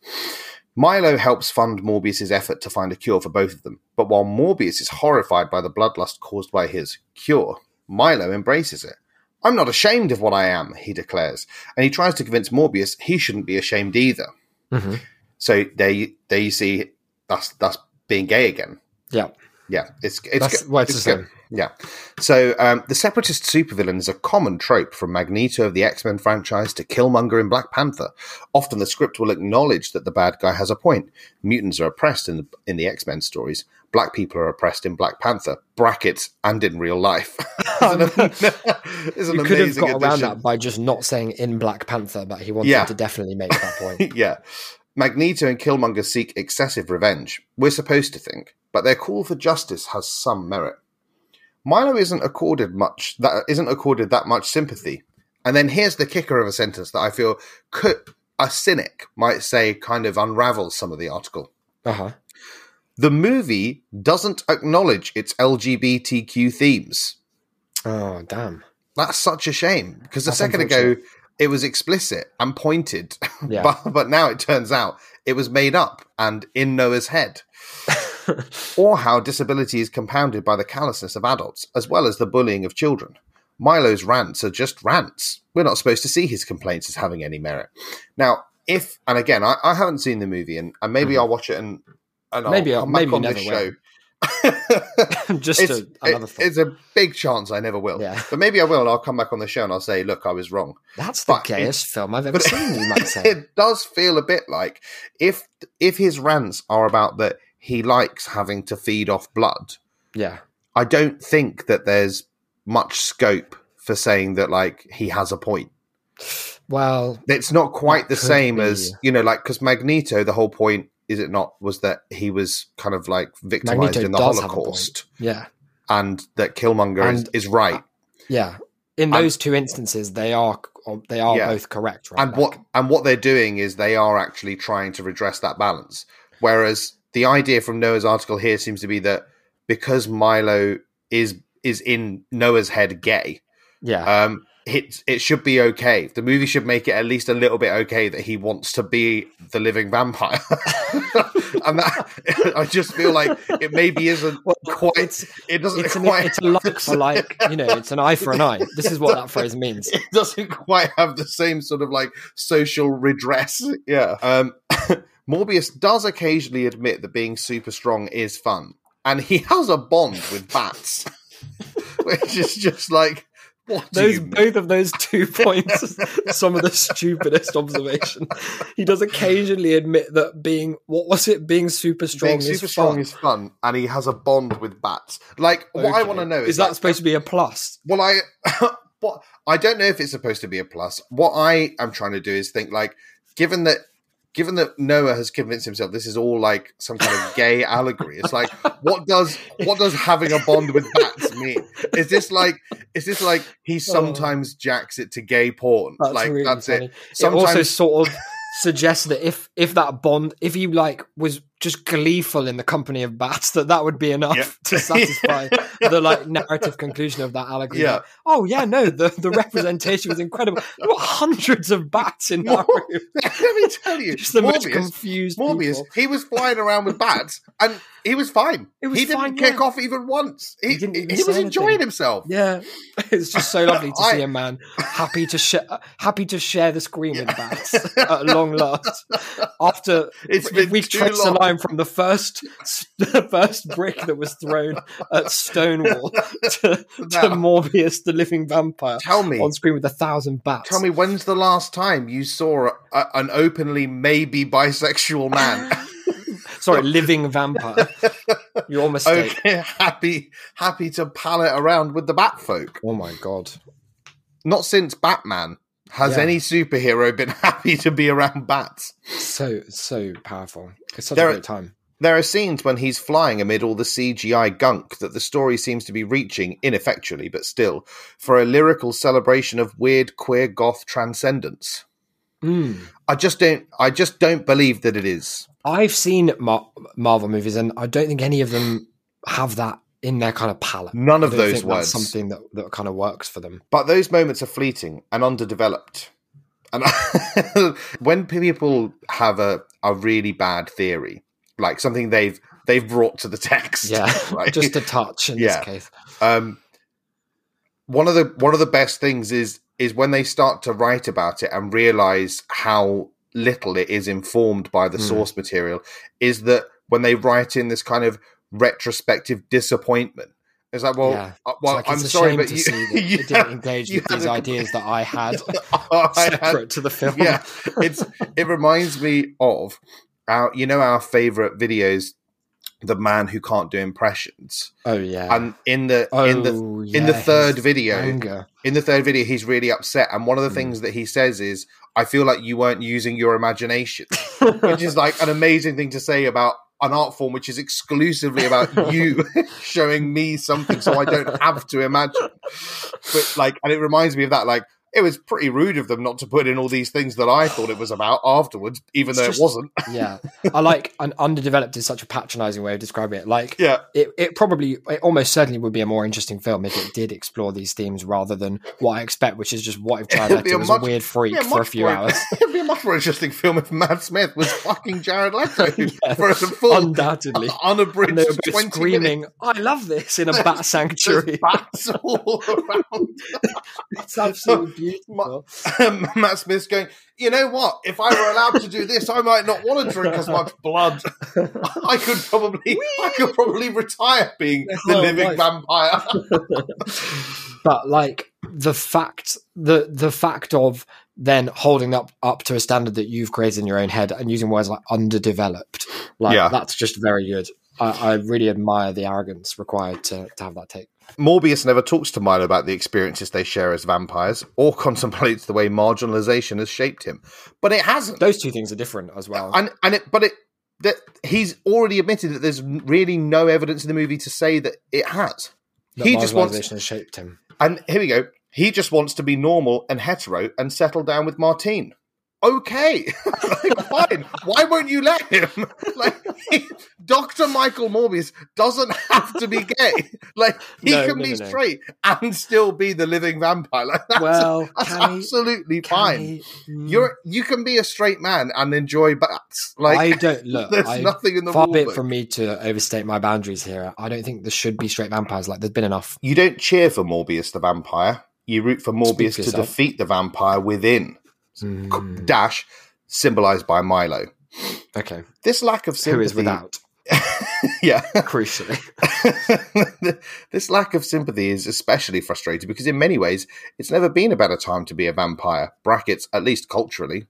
[SPEAKER 2] Milo helps fund Morbius's effort to find a cure for both of them, but while Morbius is horrified by the bloodlust caused by his cure, Milo embraces it. I'm not ashamed of what I am, he declares, and he tries to convince Morbius he shouldn't be ashamed either.
[SPEAKER 1] Mhm.
[SPEAKER 2] So there, you, there you see, that's that's being gay again.
[SPEAKER 1] Yeah.
[SPEAKER 2] Yeah, it's it's
[SPEAKER 1] That's
[SPEAKER 2] good.
[SPEAKER 1] why it's the
[SPEAKER 2] good.
[SPEAKER 1] same.
[SPEAKER 2] Yeah. So um, the separatist supervillain is a common trope from Magneto of the X Men franchise to Killmonger in Black Panther. Often the script will acknowledge that the bad guy has a point. Mutants are oppressed in the in the X Men stories. Black people are oppressed in Black Panther brackets and in real life. it's an, it's an
[SPEAKER 1] You could have
[SPEAKER 2] amazing
[SPEAKER 1] got around
[SPEAKER 2] addition.
[SPEAKER 1] that by just not saying in Black Panther, but he wanted
[SPEAKER 2] Yeah.
[SPEAKER 1] to definitely make that point.
[SPEAKER 2] yeah. Magneto and Killmonger seek excessive revenge, we're supposed to think, but their call for justice has some merit. Milo isn't accorded much that isn't accorded that much sympathy. And then here's the kicker of a sentence that I feel could a cynic might say kind of unravels some of the article.
[SPEAKER 1] Uh huh.
[SPEAKER 2] The movie doesn't acknowledge its LGBTQ themes.
[SPEAKER 1] Oh damn.
[SPEAKER 2] That's such a shame because a
[SPEAKER 1] That's
[SPEAKER 2] second ago
[SPEAKER 1] unfortunate.
[SPEAKER 2] it was explicit and pointed,
[SPEAKER 1] Yeah.
[SPEAKER 2] but but now it turns out it was made up and in Noah's head. or how disability is compounded by the callousness of adults as well as the bullying of children. Milo's rants are just rants. We're not supposed to see his complaints as having any merit. Now, if and again, I, I haven't seen the movie, and, and maybe
[SPEAKER 1] Mhm.
[SPEAKER 2] I'll watch it and, and I'll
[SPEAKER 1] Maybe I'll-
[SPEAKER 2] come back
[SPEAKER 1] maybe
[SPEAKER 2] on
[SPEAKER 1] you
[SPEAKER 2] this
[SPEAKER 1] never
[SPEAKER 2] show.
[SPEAKER 1] will. Just
[SPEAKER 2] it's,
[SPEAKER 1] a, another
[SPEAKER 2] it-
[SPEAKER 1] thought.
[SPEAKER 2] it's a big chance I never will,
[SPEAKER 1] Yeah.
[SPEAKER 2] but maybe I will, and I'll come back on the show and I'll say, look, I was wrong.
[SPEAKER 1] That's the
[SPEAKER 2] but it-
[SPEAKER 1] gayest film I've ever
[SPEAKER 2] but-
[SPEAKER 1] seen. You might say.
[SPEAKER 2] it does feel a bit like if if his rants are about that he likes having to feed off blood
[SPEAKER 1] Yeah.
[SPEAKER 2] I don't think that there's much scope for saying that like he has a point.
[SPEAKER 1] Well,
[SPEAKER 2] It's not quite the
[SPEAKER 1] could
[SPEAKER 2] same
[SPEAKER 1] be.
[SPEAKER 2] as you know, like because Magneto, the whole point is it not was that he was kind of like victimized
[SPEAKER 1] Magneto
[SPEAKER 2] in the
[SPEAKER 1] does have a
[SPEAKER 2] Holocaust,
[SPEAKER 1] yeah,
[SPEAKER 2] and that Killmonger
[SPEAKER 1] And-
[SPEAKER 2] is, is right.
[SPEAKER 1] yeah. In
[SPEAKER 2] And-
[SPEAKER 1] those two instances, they are um, they are
[SPEAKER 2] Yeah.
[SPEAKER 1] both correct, right?
[SPEAKER 2] and
[SPEAKER 1] Mac?
[SPEAKER 2] what and what they're doing is they are actually trying to redress that balance. Whereas the idea from Noah's article here seems to be that because Milo is is in Noah's head gay,
[SPEAKER 1] Yeah.
[SPEAKER 2] um, it it should be okay. The movie should make it at least a little bit okay that he wants to be the living vampire, and that I just feel like it maybe isn't
[SPEAKER 1] Well,
[SPEAKER 2] quite.
[SPEAKER 1] it's
[SPEAKER 2] It doesn't
[SPEAKER 1] it's, an,
[SPEAKER 2] quite.
[SPEAKER 1] it's a like for like, you know, it's an eye for an eye. This is what that phrase means.
[SPEAKER 2] it doesn't quite have the same sort of like social redress. Yeah. Um, Morbius does occasionally admit that being super strong is fun, and he has a bond with bats, which is just like what do
[SPEAKER 1] Those
[SPEAKER 2] you
[SPEAKER 1] both of those two points, is some of the stupidest observation. He does occasionally admit that being what was it being super strong
[SPEAKER 2] being
[SPEAKER 1] is
[SPEAKER 2] super
[SPEAKER 1] fun.
[SPEAKER 2] strong is fun, and he has a bond with bats. Like what I
[SPEAKER 1] Okay.
[SPEAKER 2] want to know
[SPEAKER 1] is,
[SPEAKER 2] is,
[SPEAKER 1] that
[SPEAKER 2] like,
[SPEAKER 1] supposed to be a plus?
[SPEAKER 2] well, I what I don't know if it's supposed to be a plus. What I am trying to do is think like, given that. Given that Noah has convinced himself this is all like some kind of gay allegory, it's like what does what does having a bond with bats mean? Is this like is this like he sometimes jacks it to gay porn?
[SPEAKER 1] Oh. That's
[SPEAKER 2] like
[SPEAKER 1] really
[SPEAKER 2] that's
[SPEAKER 1] funny.
[SPEAKER 2] it.
[SPEAKER 1] It also
[SPEAKER 2] Sometimes
[SPEAKER 1] sort of suggests that if if that bond, if you like, was just gleeful in the company of bats, that that would be enough
[SPEAKER 2] Yeah.
[SPEAKER 1] to satisfy the like narrative conclusion of that allegory.
[SPEAKER 2] Yeah.
[SPEAKER 1] Like, oh yeah, no, the the representation was incredible. There were hundreds of bats in that
[SPEAKER 2] Mor-
[SPEAKER 1] room.
[SPEAKER 2] let me tell you,
[SPEAKER 1] Just the most
[SPEAKER 2] Morbius-
[SPEAKER 1] confused
[SPEAKER 2] Morbius,
[SPEAKER 1] people.
[SPEAKER 2] he was flying around with bats and he was fine.
[SPEAKER 1] It was
[SPEAKER 2] he didn't
[SPEAKER 1] fine,
[SPEAKER 2] kick
[SPEAKER 1] yeah.
[SPEAKER 2] off even once. He,
[SPEAKER 1] He didn't even
[SPEAKER 2] he
[SPEAKER 1] say
[SPEAKER 2] was enjoying
[SPEAKER 1] anything.
[SPEAKER 2] himself.
[SPEAKER 1] Yeah, it's just so lovely to
[SPEAKER 2] I-
[SPEAKER 1] see a man happy to share happy to share the screen with bats at long last. After
[SPEAKER 2] It's
[SPEAKER 1] if
[SPEAKER 2] been
[SPEAKER 1] we
[SPEAKER 2] too
[SPEAKER 1] trace the
[SPEAKER 2] long.
[SPEAKER 1] line from the first the first brick that was thrown at Stonewall to, to
[SPEAKER 2] Now,
[SPEAKER 1] Morbius, the living vampire,
[SPEAKER 2] tell me,
[SPEAKER 1] on screen with a thousand bats.
[SPEAKER 2] tell me, when's the last time you saw a, an openly maybe bisexual man?
[SPEAKER 1] Sorry, living vampire.
[SPEAKER 2] Oh,
[SPEAKER 1] Your mistake.
[SPEAKER 2] okay, happy, happy to pallet around with the bat folk.
[SPEAKER 1] Oh my god.
[SPEAKER 2] Not since Batman has
[SPEAKER 1] Yeah.
[SPEAKER 2] any superhero been happy to be around bats.
[SPEAKER 1] So so powerful. It's such
[SPEAKER 2] There
[SPEAKER 1] a
[SPEAKER 2] are-
[SPEAKER 1] great time.
[SPEAKER 2] There are scenes when he's flying amid all the CGI gunk that the story seems to be reaching, ineffectually but still, for a lyrical celebration of weird queer goth transcendence.
[SPEAKER 1] Mm.
[SPEAKER 2] I just don't I just don't believe that it is.
[SPEAKER 1] I've seen Mar- Marvel movies, and I don't think any of them have that in their kind of palette.
[SPEAKER 2] None
[SPEAKER 1] I
[SPEAKER 2] of
[SPEAKER 1] don't
[SPEAKER 2] those
[SPEAKER 1] think
[SPEAKER 2] words.
[SPEAKER 1] That's something that, that kind of works for them.
[SPEAKER 2] But those moments are fleeting and underdeveloped. And when people have a, a really bad theory, like something they've they've brought to the text.
[SPEAKER 1] Yeah,
[SPEAKER 2] right?
[SPEAKER 1] just a touch in
[SPEAKER 2] Yeah.
[SPEAKER 1] this case.
[SPEAKER 2] um, one of the one of the best things is is when they start to write about it and realize how little it is informed by the
[SPEAKER 1] Hmm.
[SPEAKER 2] source material is that when they write in this kind of retrospective disappointment it's like well
[SPEAKER 1] Yeah.
[SPEAKER 2] uh, well
[SPEAKER 1] it's like,
[SPEAKER 2] i'm
[SPEAKER 1] it's a
[SPEAKER 2] sorry
[SPEAKER 1] shame
[SPEAKER 2] but
[SPEAKER 1] to
[SPEAKER 2] you,
[SPEAKER 1] see that
[SPEAKER 2] you
[SPEAKER 1] it
[SPEAKER 2] have-
[SPEAKER 1] didn't engage
[SPEAKER 2] you
[SPEAKER 1] with
[SPEAKER 2] had
[SPEAKER 1] these
[SPEAKER 2] a-
[SPEAKER 1] ideas that I had
[SPEAKER 2] Oh, I had-
[SPEAKER 1] separate to the film.
[SPEAKER 2] yeah it's it reminds me of our you know our favorite videos the man who can't do impressions
[SPEAKER 1] Oh yeah.
[SPEAKER 2] and in the
[SPEAKER 1] oh,
[SPEAKER 2] in the
[SPEAKER 1] yeah,
[SPEAKER 2] in the third
[SPEAKER 1] his
[SPEAKER 2] video
[SPEAKER 1] anger.
[SPEAKER 2] in the third video, he's really upset. And one of the
[SPEAKER 1] Mm.
[SPEAKER 2] things that he says is, I feel like you weren't using your imagination, which is like an amazing thing to say about an art form which is exclusively about you showing me something so I don't have to imagine. But like, and it reminds me of that. Like, it was pretty rude of them not to put in all these things that I thought it was about afterwards, even
[SPEAKER 1] It's
[SPEAKER 2] though
[SPEAKER 1] just-
[SPEAKER 2] it wasn't.
[SPEAKER 1] yeah. I like an underdeveloped is such a patronizing way of describing it. Like
[SPEAKER 2] Yeah.
[SPEAKER 1] it, it probably it almost certainly would be a more interesting film if it did explore these themes rather than what I expect, which is just what if Jared
[SPEAKER 2] It'd be
[SPEAKER 1] Leto
[SPEAKER 2] a
[SPEAKER 1] was
[SPEAKER 2] much-
[SPEAKER 1] a weird freak
[SPEAKER 2] Yeah,
[SPEAKER 1] for a
[SPEAKER 2] much
[SPEAKER 1] few
[SPEAKER 2] more-
[SPEAKER 1] hours.
[SPEAKER 2] It'd be a much more interesting film if Matt Smith was fucking Jared Leto
[SPEAKER 1] Yeah,
[SPEAKER 2] for a full
[SPEAKER 1] Undoubtedly.
[SPEAKER 2] unabridged
[SPEAKER 1] And they were both
[SPEAKER 2] 20 minutes.
[SPEAKER 1] screaming, I love this in a bat
[SPEAKER 2] There's
[SPEAKER 1] sanctuary.
[SPEAKER 2] bats all around.
[SPEAKER 1] it's absolutely beautiful.
[SPEAKER 2] Um, Matt Smith's going, you know what? If I were allowed to do this, I might not want to drink as much blood. I could probably, I could probably retire being
[SPEAKER 1] That's
[SPEAKER 2] the
[SPEAKER 1] my
[SPEAKER 2] living
[SPEAKER 1] life."
[SPEAKER 2] vampire.
[SPEAKER 1] but like the fact the the fact of then holding up up to a standard that you've created in your own head and using words like underdeveloped like
[SPEAKER 2] Yeah.
[SPEAKER 1] that's just very good I, I really admire the arrogance required to, to have that take
[SPEAKER 2] Morbius never talks to Milo about the experiences they share as vampires, or contemplates the way marginalization has shaped him. But it hasn't,
[SPEAKER 1] those two things are different as well
[SPEAKER 2] and and it, but it that he's already admitted that there's really no evidence in the movie to say that it has.
[SPEAKER 1] that
[SPEAKER 2] he just wants-
[SPEAKER 1] marginalisation has shaped him
[SPEAKER 2] And here we go. He just wants to be normal and hetero and settle down with Martine. Okay, like, fine. Why won't you let him? Like, he- Dr. Michael Morbius doesn't have to be gay. Like, he
[SPEAKER 1] No,
[SPEAKER 2] can
[SPEAKER 1] no,
[SPEAKER 2] be
[SPEAKER 1] no, no.
[SPEAKER 2] straight and still be the living vampire. Like, that's,
[SPEAKER 1] well
[SPEAKER 2] that's
[SPEAKER 1] can he-
[SPEAKER 2] absolutely
[SPEAKER 1] can
[SPEAKER 2] fine.
[SPEAKER 1] he- Mm.
[SPEAKER 2] You're you can be a straight man and enjoy bats. Like,
[SPEAKER 1] i don't look
[SPEAKER 2] there's
[SPEAKER 1] I,
[SPEAKER 2] nothing in the
[SPEAKER 1] far
[SPEAKER 2] rule
[SPEAKER 1] be it
[SPEAKER 2] book.
[SPEAKER 1] from me to overstate my boundaries here i don't think there should be straight vampires like there's been enough
[SPEAKER 2] you don't cheer for Morbius the vampire. You root for Morbius
[SPEAKER 1] for
[SPEAKER 2] to
[SPEAKER 1] yourself.
[SPEAKER 2] defeat the vampire within.
[SPEAKER 1] Mm.
[SPEAKER 2] dash symbolized by Milo.
[SPEAKER 1] okay
[SPEAKER 2] This lack of sympathy,
[SPEAKER 1] who is without
[SPEAKER 2] yeah,
[SPEAKER 1] crucially
[SPEAKER 2] this lack of sympathy is especially frustrating because in many ways it's never been a better time to be a vampire. Brackets, at least culturally.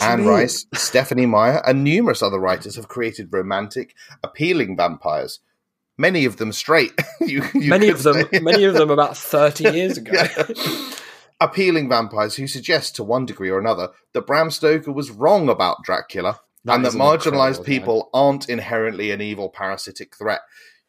[SPEAKER 2] Anne Rice, Stephanie Meyer, and numerous other writers have created romantic, appealing vampires. Many of them straight. you, you
[SPEAKER 1] many
[SPEAKER 2] could
[SPEAKER 1] of them,
[SPEAKER 2] say.
[SPEAKER 1] many of them about thirty years ago.
[SPEAKER 2] appealing vampires who suggest to one degree or another that Bram Stoker was wrong about Dracula and that
[SPEAKER 1] is an incredible
[SPEAKER 2] marginalized
[SPEAKER 1] guy.
[SPEAKER 2] people aren't inherently an evil parasitic threat.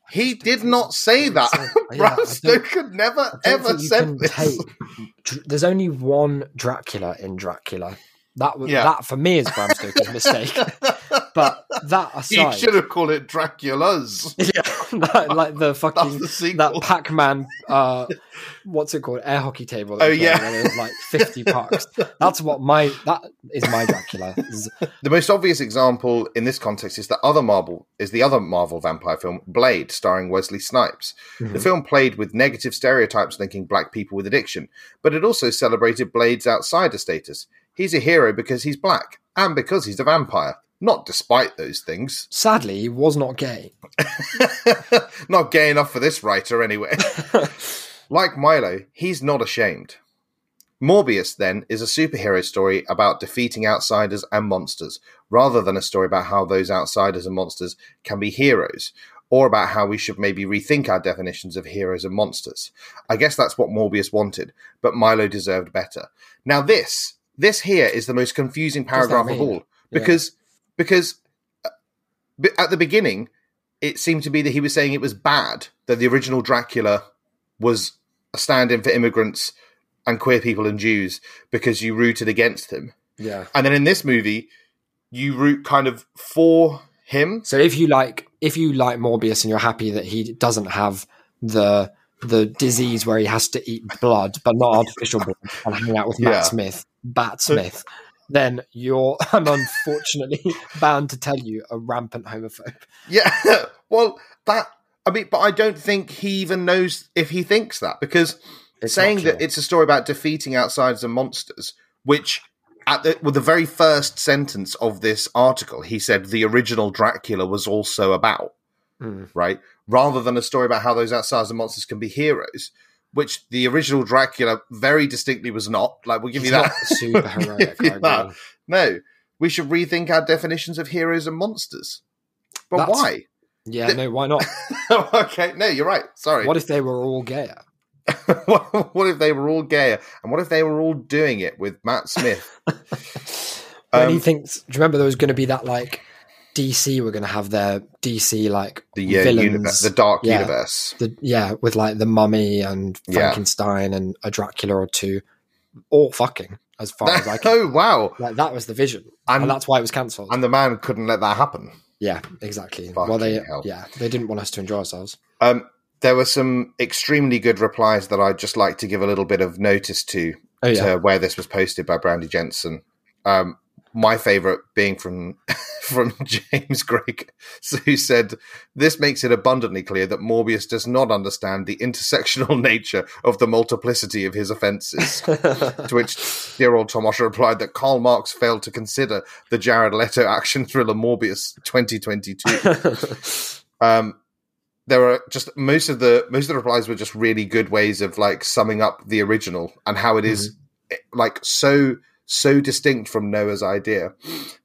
[SPEAKER 2] He did not say
[SPEAKER 1] think
[SPEAKER 2] that.
[SPEAKER 1] so. Yeah, I
[SPEAKER 2] Bram
[SPEAKER 1] don't-
[SPEAKER 2] Stoker never
[SPEAKER 1] I don't
[SPEAKER 2] ever
[SPEAKER 1] think you can
[SPEAKER 2] said this.
[SPEAKER 1] take- Dr- There's only one Dracula in Dracula. That was
[SPEAKER 2] Yeah.
[SPEAKER 1] that for me is Bram Stoker's mistake. But that
[SPEAKER 2] You
[SPEAKER 1] aside,
[SPEAKER 2] should have called it Dracula's.
[SPEAKER 1] yeah, that- like the
[SPEAKER 2] That's
[SPEAKER 1] fucking
[SPEAKER 2] the
[SPEAKER 1] that
[SPEAKER 2] sequel.
[SPEAKER 1] Pac-Man, uh, what's it called, air hockey table? that
[SPEAKER 2] Oh,
[SPEAKER 1] we played
[SPEAKER 2] yeah.
[SPEAKER 1] when it was like fifty bucks. That's what my that is my Dracula. Z-
[SPEAKER 2] The most obvious example in this context is the other Marvel is the other Marvel vampire film Blade, starring Wesley Snipes. The
[SPEAKER 1] Mhm.
[SPEAKER 2] film played with negative stereotypes linking black people with addiction, but it also celebrated Blade's outsider status. He's a hero because he's black and because he's a vampire, not despite those things.
[SPEAKER 1] Sadly, he was not gay.
[SPEAKER 2] not gay enough for this writer, anyway. like Milo, he's not ashamed. Morbius, then, is a superhero story about defeating outsiders and monsters, rather than a story about how those outsiders and monsters can be heroes, or about how we should maybe rethink our definitions of heroes and monsters. I guess that's what Morbius wanted, but Milo deserved better. Now, this, this here is the most confusing
[SPEAKER 1] does that
[SPEAKER 2] paragraph of
[SPEAKER 1] mean?
[SPEAKER 2] all,
[SPEAKER 1] Yeah.
[SPEAKER 2] because, because uh, b- at the beginning, it seemed to be that he was saying it was bad that the original Dracula was a stand-in for immigrants and queer people and Jews because you rooted against him.
[SPEAKER 1] Yeah.
[SPEAKER 2] And then in this movie, you root kind of for him.
[SPEAKER 1] So if you like if you like Morbius and you're happy that he doesn't have the the disease where he has to eat blood but not artificial blood and hang out with
[SPEAKER 2] Yeah.
[SPEAKER 1] Matt Smith, Bat Smith, then you're I'm unfortunately bound to tell you a rampant homophobe.
[SPEAKER 2] Yeah. Well, that I mean, but I don't think he even knows if he thinks that because
[SPEAKER 1] It's
[SPEAKER 2] saying
[SPEAKER 1] not
[SPEAKER 2] that
[SPEAKER 1] true.
[SPEAKER 2] it's a story about defeating outsiders and monsters, which at the well, the very first sentence of this article, he said the original Dracula was also about.
[SPEAKER 1] Mm.
[SPEAKER 2] right? Rather than a story about how those outsiders and monsters can be heroes, which the original Dracula very distinctly was not. Like, we'll give
[SPEAKER 1] He's
[SPEAKER 2] you
[SPEAKER 1] not
[SPEAKER 2] that.
[SPEAKER 1] super heroic.
[SPEAKER 2] Give you
[SPEAKER 1] I
[SPEAKER 2] that.
[SPEAKER 1] agree.
[SPEAKER 2] No, we should rethink our definitions of heroes and monsters. But
[SPEAKER 1] That's-
[SPEAKER 2] why?
[SPEAKER 1] Yeah, no, why not?
[SPEAKER 2] okay, no, you're right. Sorry.
[SPEAKER 1] What if they were all gayer?
[SPEAKER 2] What, if they were all gayer? And what if they were all doing it with Matt Smith?
[SPEAKER 1] when he
[SPEAKER 2] Um,
[SPEAKER 1] thinks, do you remember there was going to be that like DC were going to have their DC like
[SPEAKER 2] The uh,
[SPEAKER 1] villains,
[SPEAKER 2] universe, the dark
[SPEAKER 1] Yeah.
[SPEAKER 2] universe.
[SPEAKER 1] the yeah, with like the mummy and
[SPEAKER 2] Yeah.
[SPEAKER 1] Frankenstein and a Dracula or two, all fucking as far as I can.
[SPEAKER 2] oh wow!
[SPEAKER 1] Like that was the vision, and,
[SPEAKER 2] And
[SPEAKER 1] that's why it was cancelled.
[SPEAKER 2] and the man couldn't let that happen.
[SPEAKER 1] Yeah, exactly.
[SPEAKER 2] Fucking
[SPEAKER 1] Well, they
[SPEAKER 2] hell.
[SPEAKER 1] yeah they didn't want us to enjoy ourselves.
[SPEAKER 2] Um, there were some extremely good replies that I'd just like to give a little bit of notice to
[SPEAKER 1] Oh yeah,
[SPEAKER 2] to where this was posted by Brandy Jensen. Um, my favorite being from from James Gregg, who said, "This makes it abundantly clear that Morbius does not understand the intersectional nature of the multiplicity of his offences." to which dear old Tomasha replied that Karl Marx failed to consider the Jared Leto action thriller Morbius 2022. um there were just most of the most of the replies were just really good ways of like summing up the original and how it
[SPEAKER 1] Mm-hmm.
[SPEAKER 2] is, eh, like so so distinct from noah's idea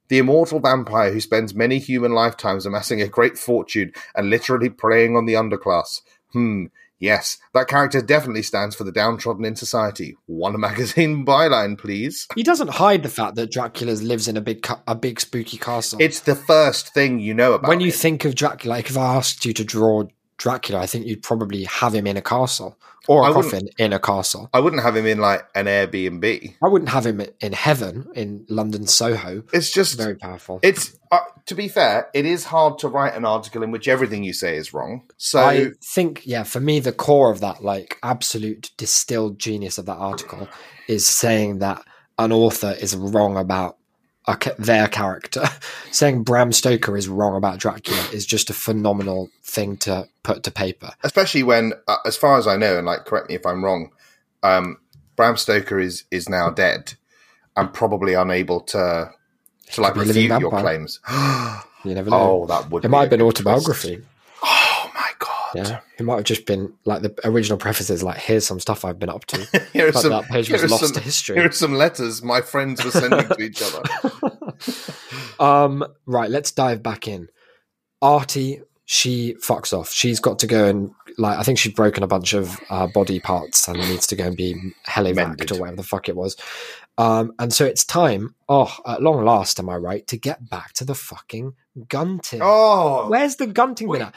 [SPEAKER 2] the immortal vampire who spends many human lifetimes amassing a great fortune and literally preying on the underclass hmm yes that character definitely stands for the downtrodden in society one magazine byline please
[SPEAKER 1] he doesn't hide the fact that Dracula lives in a big ca- a big spooky castle.
[SPEAKER 2] it's the first thing you know about
[SPEAKER 1] when you
[SPEAKER 2] it.
[SPEAKER 1] think of Dracula, like if I asked you to draw Dracula, I think you'd probably have him in a castle or a
[SPEAKER 2] I wouldn't-
[SPEAKER 1] coffin in a castle.
[SPEAKER 2] i wouldn't have him in like an airbnb
[SPEAKER 1] I wouldn't have him in heaven in London Soho.
[SPEAKER 2] it's just
[SPEAKER 1] Very powerful.
[SPEAKER 2] It's uh, to be fair, it is hard to write an article in which everything you say is wrong. So
[SPEAKER 1] I think, yeah, for me, the core of that, like, absolute distilled genius of that article is saying that an author is wrong about a, ca- their character. saying Bram Stoker is wrong about Dracula is just a phenomenal thing to put to paper.
[SPEAKER 2] especially when, uh, as far as I know, and like correct me if I'm wrong, um, Bram Stoker is is now dead and probably unable to to like
[SPEAKER 1] could be a living
[SPEAKER 2] refute your
[SPEAKER 1] vampire.
[SPEAKER 2] claims.
[SPEAKER 1] You never know.
[SPEAKER 2] oh, that would.
[SPEAKER 1] it might
[SPEAKER 2] a
[SPEAKER 1] have been
[SPEAKER 2] good twist.
[SPEAKER 1] autobiography.
[SPEAKER 2] Oh my god!
[SPEAKER 1] Yeah, it might have just been like the original preface is like, here's some stuff I've been up to.
[SPEAKER 2] Here are
[SPEAKER 1] But
[SPEAKER 2] some.
[SPEAKER 1] that page
[SPEAKER 2] here
[SPEAKER 1] was
[SPEAKER 2] are
[SPEAKER 1] lost
[SPEAKER 2] some-
[SPEAKER 1] to
[SPEAKER 2] Here
[SPEAKER 1] history.
[SPEAKER 2] are some letters my friends were sending to each other.
[SPEAKER 1] Um, right, let's dive back in. Artie, she fucks off. She's got to go and like I think she'd broken a bunch of uh, body parts and needs to go and be
[SPEAKER 2] Mended.
[SPEAKER 1] helivacked or whatever the fuck it was. Um, and so it's time. Oh, at long last, am I right to get back to the fucking gunting?
[SPEAKER 2] Oh,
[SPEAKER 1] Where's the gunting
[SPEAKER 2] Wait.
[SPEAKER 1] winner?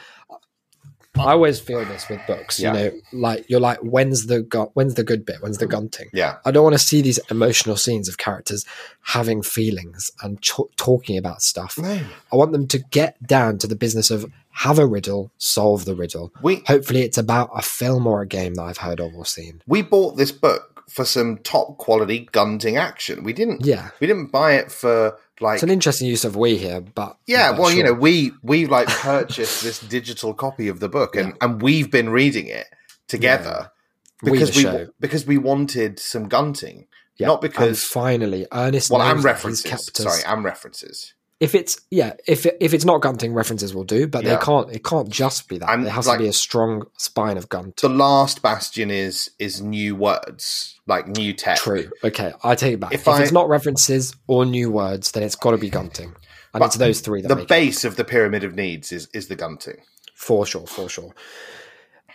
[SPEAKER 1] I always feel this with books.
[SPEAKER 2] Yeah. Mm.
[SPEAKER 1] You know, like you're like, when's the gu- when's the good bit? When's the gunting?
[SPEAKER 2] yeah,
[SPEAKER 1] I don't want to see these emotional scenes of characters having feelings and cho- talking about stuff.
[SPEAKER 2] no,
[SPEAKER 1] I want them to get down to the business of have a riddle, solve the riddle.
[SPEAKER 2] we
[SPEAKER 1] Hopefully, it's about a film or a game that I've heard of or seen.
[SPEAKER 2] we bought this book for some top quality gunting action. We didn't
[SPEAKER 1] Yeah,
[SPEAKER 2] we didn't buy it for like
[SPEAKER 1] it's an interesting use of we here, but
[SPEAKER 2] yeah,
[SPEAKER 1] but
[SPEAKER 2] well, you
[SPEAKER 1] sure.
[SPEAKER 2] know, we we like purchased this digital copy of the book and and we've been reading it together
[SPEAKER 1] We
[SPEAKER 2] because
[SPEAKER 1] the
[SPEAKER 2] we,
[SPEAKER 1] show.
[SPEAKER 2] because we wanted some gunting.
[SPEAKER 1] Yeah.
[SPEAKER 2] Not
[SPEAKER 1] And
[SPEAKER 2] because
[SPEAKER 1] finally, Ernest.
[SPEAKER 2] well, I'm
[SPEAKER 1] knows that he's
[SPEAKER 2] references.
[SPEAKER 1] kept us-
[SPEAKER 2] Sorry, I'm references.
[SPEAKER 1] If it's yeah, if it, if it's not gunting, references will do, but
[SPEAKER 2] Yeah.
[SPEAKER 1] they can't. It can't just be that.
[SPEAKER 2] And,
[SPEAKER 1] there has
[SPEAKER 2] like-
[SPEAKER 1] to be a strong spine of gunt.
[SPEAKER 2] The last bastion is is new words, like new tech.
[SPEAKER 1] True. Okay, I take it back.
[SPEAKER 2] If
[SPEAKER 1] If,
[SPEAKER 2] I-
[SPEAKER 1] it's not references or new words, then it's got to be gunting, and
[SPEAKER 2] But
[SPEAKER 1] it's those three that
[SPEAKER 2] The
[SPEAKER 1] make it.
[SPEAKER 2] base of the pyramid of needs is is the gunting.
[SPEAKER 1] for sure, for sure.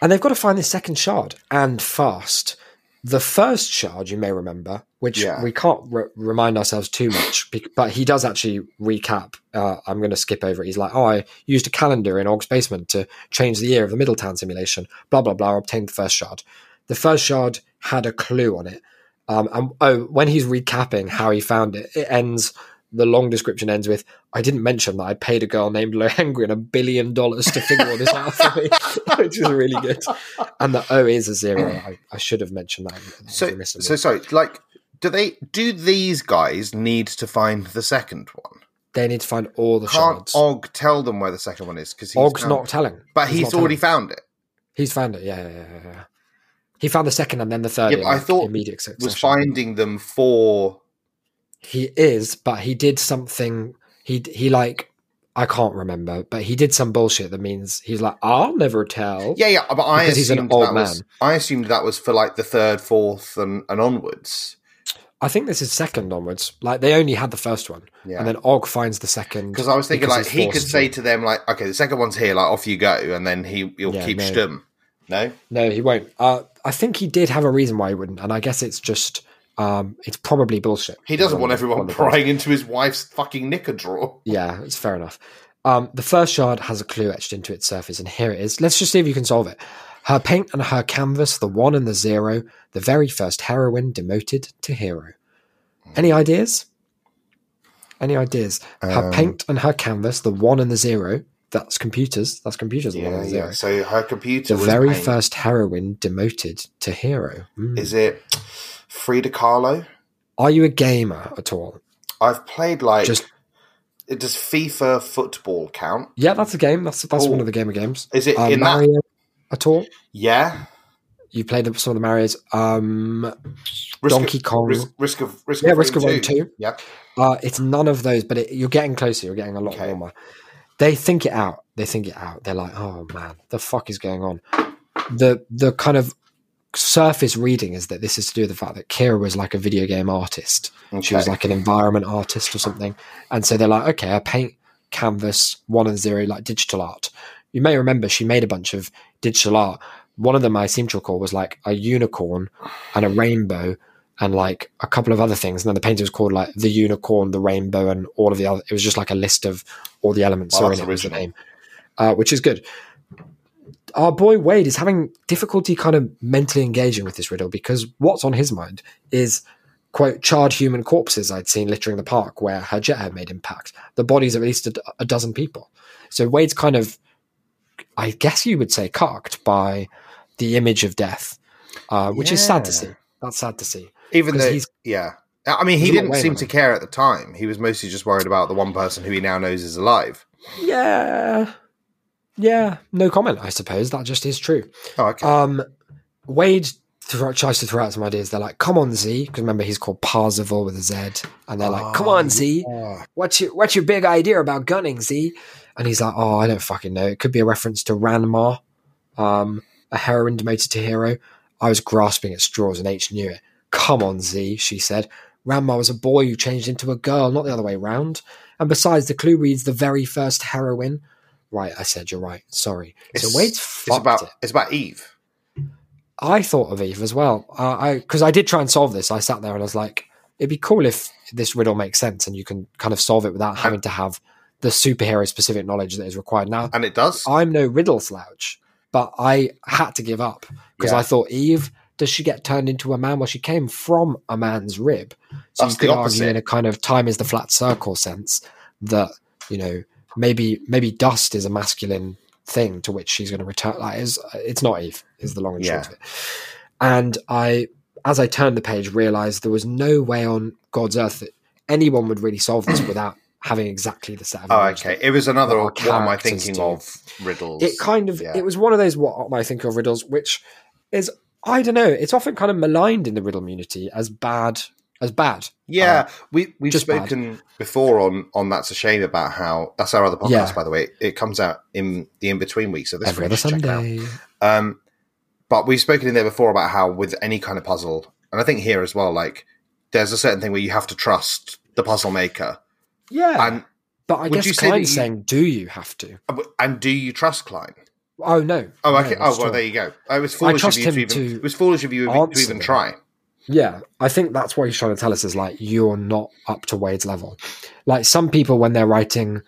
[SPEAKER 1] And they've got to find the second shard and fast. The first shard, you may remember, which
[SPEAKER 2] Yeah.
[SPEAKER 1] we can't re- remind ourselves too much, bec- but he does actually recap. Uh, I'm going to skip over. it. He's like, "Oh, I used a calendar in Og's basement to change the year of the Middletown simulation." Blah blah blah. I obtained the first shard. The first shard had a clue on it. Um, and oh, when he's recapping how he found it, it ends. The long description ends with, "I didn't mention that I paid a girl named Lohengrin a billion dollars to figure all this out for me," which is really good. And the O is a zero. I, I should have mentioned that. That was
[SPEAKER 2] So
[SPEAKER 1] remiss of me.
[SPEAKER 2] so sorry, like do they do these guys need to find the second one?
[SPEAKER 1] they need to find all the
[SPEAKER 2] Can't
[SPEAKER 1] shards.
[SPEAKER 2] Og tell them where the second one is because
[SPEAKER 1] Og's not telling.
[SPEAKER 2] But
[SPEAKER 1] not
[SPEAKER 2] he's, already
[SPEAKER 1] telling.
[SPEAKER 2] found it.
[SPEAKER 1] He's found it. Yeah, yeah, yeah, yeah, yeah. He found the second and then the third.
[SPEAKER 2] Yeah,
[SPEAKER 1] in,
[SPEAKER 2] but I
[SPEAKER 1] like,
[SPEAKER 2] thought
[SPEAKER 1] immediate
[SPEAKER 2] Was
[SPEAKER 1] succession.
[SPEAKER 2] finding them for
[SPEAKER 1] He is, but he did something. He he like I can't remember, but he did some bullshit that means he's like I'll never tell.
[SPEAKER 2] yeah, yeah. But I
[SPEAKER 1] Because he's an
[SPEAKER 2] assumed
[SPEAKER 1] old
[SPEAKER 2] that was
[SPEAKER 1] man.
[SPEAKER 2] I assumed that was for like the third, fourth, and, and onwards.
[SPEAKER 1] I think this is second onwards. Like they only had the first one,
[SPEAKER 2] Yeah,
[SPEAKER 1] and then Og finds the second.
[SPEAKER 2] because I was thinking
[SPEAKER 1] because
[SPEAKER 2] like
[SPEAKER 1] he's
[SPEAKER 2] he could
[SPEAKER 1] forced
[SPEAKER 2] say
[SPEAKER 1] to.
[SPEAKER 2] to them like, okay, the second one's here, like off you go, and then he he'll
[SPEAKER 1] Yeah,
[SPEAKER 2] keep
[SPEAKER 1] no.
[SPEAKER 2] stum. No,
[SPEAKER 1] No, he won't. Uh, I think he did have a reason why he wouldn't, and I guess it's just um, it's probably bullshit.
[SPEAKER 2] he doesn't
[SPEAKER 1] One
[SPEAKER 2] want
[SPEAKER 1] of the-
[SPEAKER 2] everyone
[SPEAKER 1] one of the-
[SPEAKER 2] prying into his wife's fucking knicker drawer.
[SPEAKER 1] Yeah, it's fair enough. Um, the first shard has a clue etched into its surface, and here it is. Let's just see if you can solve it. Her paint and her canvas, the one and the zero, the very first heroine demoted to hero. Any ideas? Any ideas? Her
[SPEAKER 2] Hmm. Um,
[SPEAKER 1] paint and her canvas, the one and the zero. That's computers. That's computers. The one
[SPEAKER 2] Yeah,
[SPEAKER 1] and the zero.
[SPEAKER 2] yeah. So her computer
[SPEAKER 1] The
[SPEAKER 2] was
[SPEAKER 1] very
[SPEAKER 2] paint.
[SPEAKER 1] first heroine demoted to hero. Hmm.
[SPEAKER 2] Is it Frida Kahlo?
[SPEAKER 1] Are you a gamer at all?
[SPEAKER 2] I've played like.
[SPEAKER 1] Just-
[SPEAKER 2] does FIFA football count?
[SPEAKER 1] Yeah, that's a game. That's that's one
[SPEAKER 2] Oh.
[SPEAKER 1] of the gamer games.
[SPEAKER 2] Is it
[SPEAKER 1] Uh,
[SPEAKER 2] in that?
[SPEAKER 1] Mario at all?
[SPEAKER 2] Yeah.
[SPEAKER 1] You played some of the Mario's. Um,
[SPEAKER 2] Risk
[SPEAKER 1] Donkey
[SPEAKER 2] of,
[SPEAKER 1] Kong.
[SPEAKER 2] Risk, risk of risk.
[SPEAKER 1] yeah,
[SPEAKER 2] of
[SPEAKER 1] Risk of Rain
[SPEAKER 2] Rain
[SPEAKER 1] 2.
[SPEAKER 2] Yeah.
[SPEAKER 1] Uh, it's none of those, but it, you're getting closer. You're getting a lot
[SPEAKER 2] Okay.
[SPEAKER 1] warmer. They think it out. They think it out. They're like, oh man, the fuck is going on? The the kind of surface reading is that this is to do with the fact that Kira was like a video game artist. She was
[SPEAKER 2] Okay.
[SPEAKER 1] like an environment artist or something. And so they're like, okay, I paint canvas one and zero, like digital art. You may remember she made a bunch of digital art. One of them I seem to recall was like a unicorn and a rainbow and like a couple of other things. And then the painting was called like the unicorn, the rainbow, and all of the other. It was just like a list of all the elements.
[SPEAKER 2] Well,
[SPEAKER 1] Sorry,
[SPEAKER 2] that's
[SPEAKER 1] it was the
[SPEAKER 2] original.
[SPEAKER 1] name, uh, which is good. Our boy Wade is having difficulty kind of mentally engaging with this riddle because what's on his mind is quote charred human corpses I'd seen littering the park where her jet had made impact. The bodies of at least a, d- a dozen people. So Wade's kind of, I guess you would say, cocked by the image of death, uh, which is sad to
[SPEAKER 2] Yeah.
[SPEAKER 1] see. That's sad to see.
[SPEAKER 2] Even
[SPEAKER 1] 'Cause
[SPEAKER 2] though,
[SPEAKER 1] he's-
[SPEAKER 2] yeah. I mean, he
[SPEAKER 1] He's not
[SPEAKER 2] didn't
[SPEAKER 1] weighing
[SPEAKER 2] seem
[SPEAKER 1] on
[SPEAKER 2] to
[SPEAKER 1] it.
[SPEAKER 2] care at the time. He was mostly just worried about the one person who he now knows is alive.
[SPEAKER 1] Yeah, yeah. No comment. I suppose that just is true.
[SPEAKER 2] Oh, okay.
[SPEAKER 1] Um, Wade thro- tries to throw out some ideas. They're like, "Come on, Z," because remember he's called Parzival with a Z, and they're like, "Come
[SPEAKER 2] Oh,
[SPEAKER 1] on, Z."
[SPEAKER 2] yeah.
[SPEAKER 1] what's your what's your big idea about gunning, Z? And he's like, oh, I don't fucking know. It could be a reference to Ranma, um, a heroine demoted to hero. I was grasping at straws, and H knew it. Come on, Z, she said. Ranma was a boy who changed into a girl, not the other way round. And besides, the clue reads the very first heroine. Right, I said you're right. Sorry.
[SPEAKER 2] It's-
[SPEAKER 1] so Wade's
[SPEAKER 2] It's
[SPEAKER 1] fucked
[SPEAKER 2] about
[SPEAKER 1] it.
[SPEAKER 2] it's about Eve.
[SPEAKER 1] I thought of Eve as well. Uh, I because I did try and solve this. I sat there and I was like, it'd be cool if this riddle makes sense and you can kind of solve it without having to have the superhero specific knowledge that is required. Now
[SPEAKER 2] And it does.
[SPEAKER 1] I'm no riddle slouch, but I had to give up because
[SPEAKER 2] Yeah.
[SPEAKER 1] I thought Eve does she get turned into a man? Well, she came from a man's rib, so
[SPEAKER 2] That's
[SPEAKER 1] you could
[SPEAKER 2] the
[SPEAKER 1] argue
[SPEAKER 2] opposite.
[SPEAKER 1] in a kind of time is the flat circle sense that you know maybe maybe dust is a masculine thing to which she's going to return. Like, it's, it's not Eve is the long and short
[SPEAKER 2] Yeah.
[SPEAKER 1] of it. And I, as I turned the page, realized there was no way on God's earth that anyone would really solve this without having exactly the set of
[SPEAKER 2] Oh,
[SPEAKER 1] knowledge
[SPEAKER 2] okay. It was another.
[SPEAKER 1] Our
[SPEAKER 2] What am I
[SPEAKER 1] characters
[SPEAKER 2] thinking
[SPEAKER 1] do.
[SPEAKER 2] of? Riddles.
[SPEAKER 1] it kind of
[SPEAKER 2] Yeah.
[SPEAKER 1] it was one of those what am I think of riddles, which is I don't know. It's often kind of maligned in the riddle community as bad as bad.
[SPEAKER 2] Yeah, we
[SPEAKER 1] Uh,
[SPEAKER 2] we've
[SPEAKER 1] just bad.
[SPEAKER 2] spoken before on on that's a shame about how that's our other podcast
[SPEAKER 1] Yeah.
[SPEAKER 2] by the way. It, it comes out in the in between week, so this
[SPEAKER 1] Every
[SPEAKER 2] one
[SPEAKER 1] other
[SPEAKER 2] you should check it out.
[SPEAKER 1] Sunday,
[SPEAKER 2] Um, but we've spoken in there before about how with any kind of puzzle, and I think here as well, like there's a certain thing where you have to trust the puzzle maker,
[SPEAKER 1] yeah.
[SPEAKER 2] and
[SPEAKER 1] but I
[SPEAKER 2] would
[SPEAKER 1] guess
[SPEAKER 2] you say that
[SPEAKER 1] Klein's
[SPEAKER 2] you-
[SPEAKER 1] saying, "Do you have to?"
[SPEAKER 2] and do you trust Klein?
[SPEAKER 1] Oh no.
[SPEAKER 2] Oh,
[SPEAKER 1] No,
[SPEAKER 2] okay.
[SPEAKER 1] not
[SPEAKER 2] oh,
[SPEAKER 1] at
[SPEAKER 2] well,
[SPEAKER 1] all.
[SPEAKER 2] there you go. It was foolish
[SPEAKER 1] trust
[SPEAKER 2] of you
[SPEAKER 1] him
[SPEAKER 2] to even.
[SPEAKER 1] to
[SPEAKER 2] it was foolish of you to
[SPEAKER 1] answer
[SPEAKER 2] even
[SPEAKER 1] them.
[SPEAKER 2] try.
[SPEAKER 1] Yeah, I think that's what he's trying to tell us is like you're not up to Wade's level. Like some people when they're writing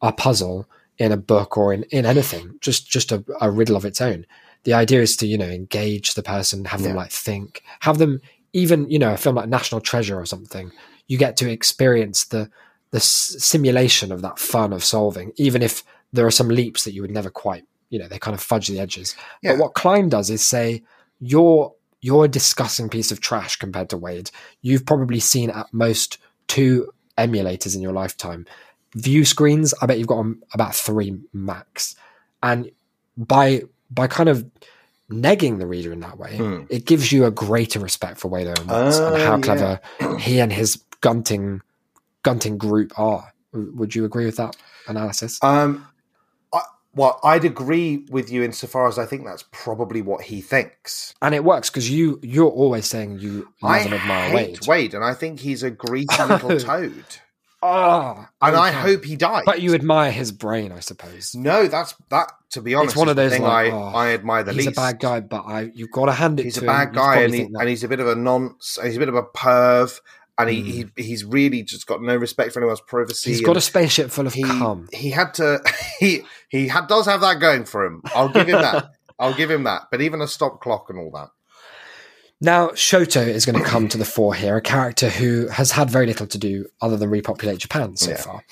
[SPEAKER 1] a puzzle in a book or in, in anything, just just a, a riddle of its own. The idea is to, you know, engage the person, have them
[SPEAKER 2] Yeah.
[SPEAKER 1] like think, have them even, you know, a film like National Treasure or something, you get to experience the the s- simulation of that fun of solving, even if there are some leaps that you would never quite, you know, they kind of fudge the edges.
[SPEAKER 2] Yeah.
[SPEAKER 1] But what Klein does is say, you're you're a disgusting piece of trash compared to Wade. You've probably seen at most two emulators in your lifetime. View screens, I bet you've got um, about three max. And by by kind of negging the reader in that way,
[SPEAKER 2] Hmm.
[SPEAKER 1] it gives you a greater respect for Wade Owen Watts
[SPEAKER 2] Ah,
[SPEAKER 1] and how
[SPEAKER 2] yeah.
[SPEAKER 1] clever he and his gunting gunting group are. W- Would you agree with that analysis?
[SPEAKER 2] Um, I, well, I'd agree with you insofar as I think that's probably what he thinks.
[SPEAKER 1] and it works because you you're always saying you love
[SPEAKER 2] I
[SPEAKER 1] and admire
[SPEAKER 2] hate
[SPEAKER 1] Wade.
[SPEAKER 2] Wade. and I think he's a greasy little toad.
[SPEAKER 1] Ah,
[SPEAKER 2] And I
[SPEAKER 1] okay.
[SPEAKER 2] hope he dies.
[SPEAKER 1] But you admire his brain, I suppose.
[SPEAKER 2] no, that's that. To be honest,
[SPEAKER 1] one
[SPEAKER 2] is
[SPEAKER 1] of
[SPEAKER 2] the
[SPEAKER 1] those,
[SPEAKER 2] thing
[SPEAKER 1] like,
[SPEAKER 2] I,
[SPEAKER 1] oh,
[SPEAKER 2] I admire the
[SPEAKER 1] he's
[SPEAKER 2] least.
[SPEAKER 1] a bad guy, but I you've got to hand it
[SPEAKER 2] He's
[SPEAKER 1] to
[SPEAKER 2] a
[SPEAKER 1] him.
[SPEAKER 2] bad
[SPEAKER 1] You'd
[SPEAKER 2] guy,
[SPEAKER 1] probably
[SPEAKER 2] and, he,
[SPEAKER 1] think that-
[SPEAKER 2] and he's a bit of a nonce. and He's a bit of a perv, and he, he he's really just got no respect for anyone's privacy.
[SPEAKER 1] Hmm. He's got a
[SPEAKER 2] and
[SPEAKER 1] spaceship full of
[SPEAKER 2] he,
[SPEAKER 1] cum.
[SPEAKER 2] he had to he he had, does have that going for him. I'll give him that. I'll give him that. But even a stop clock and all that.
[SPEAKER 1] Now, Shoto is going to come to the fore here, a character who has had very little to do other than repopulate Japan so
[SPEAKER 2] Yeah.
[SPEAKER 1] far.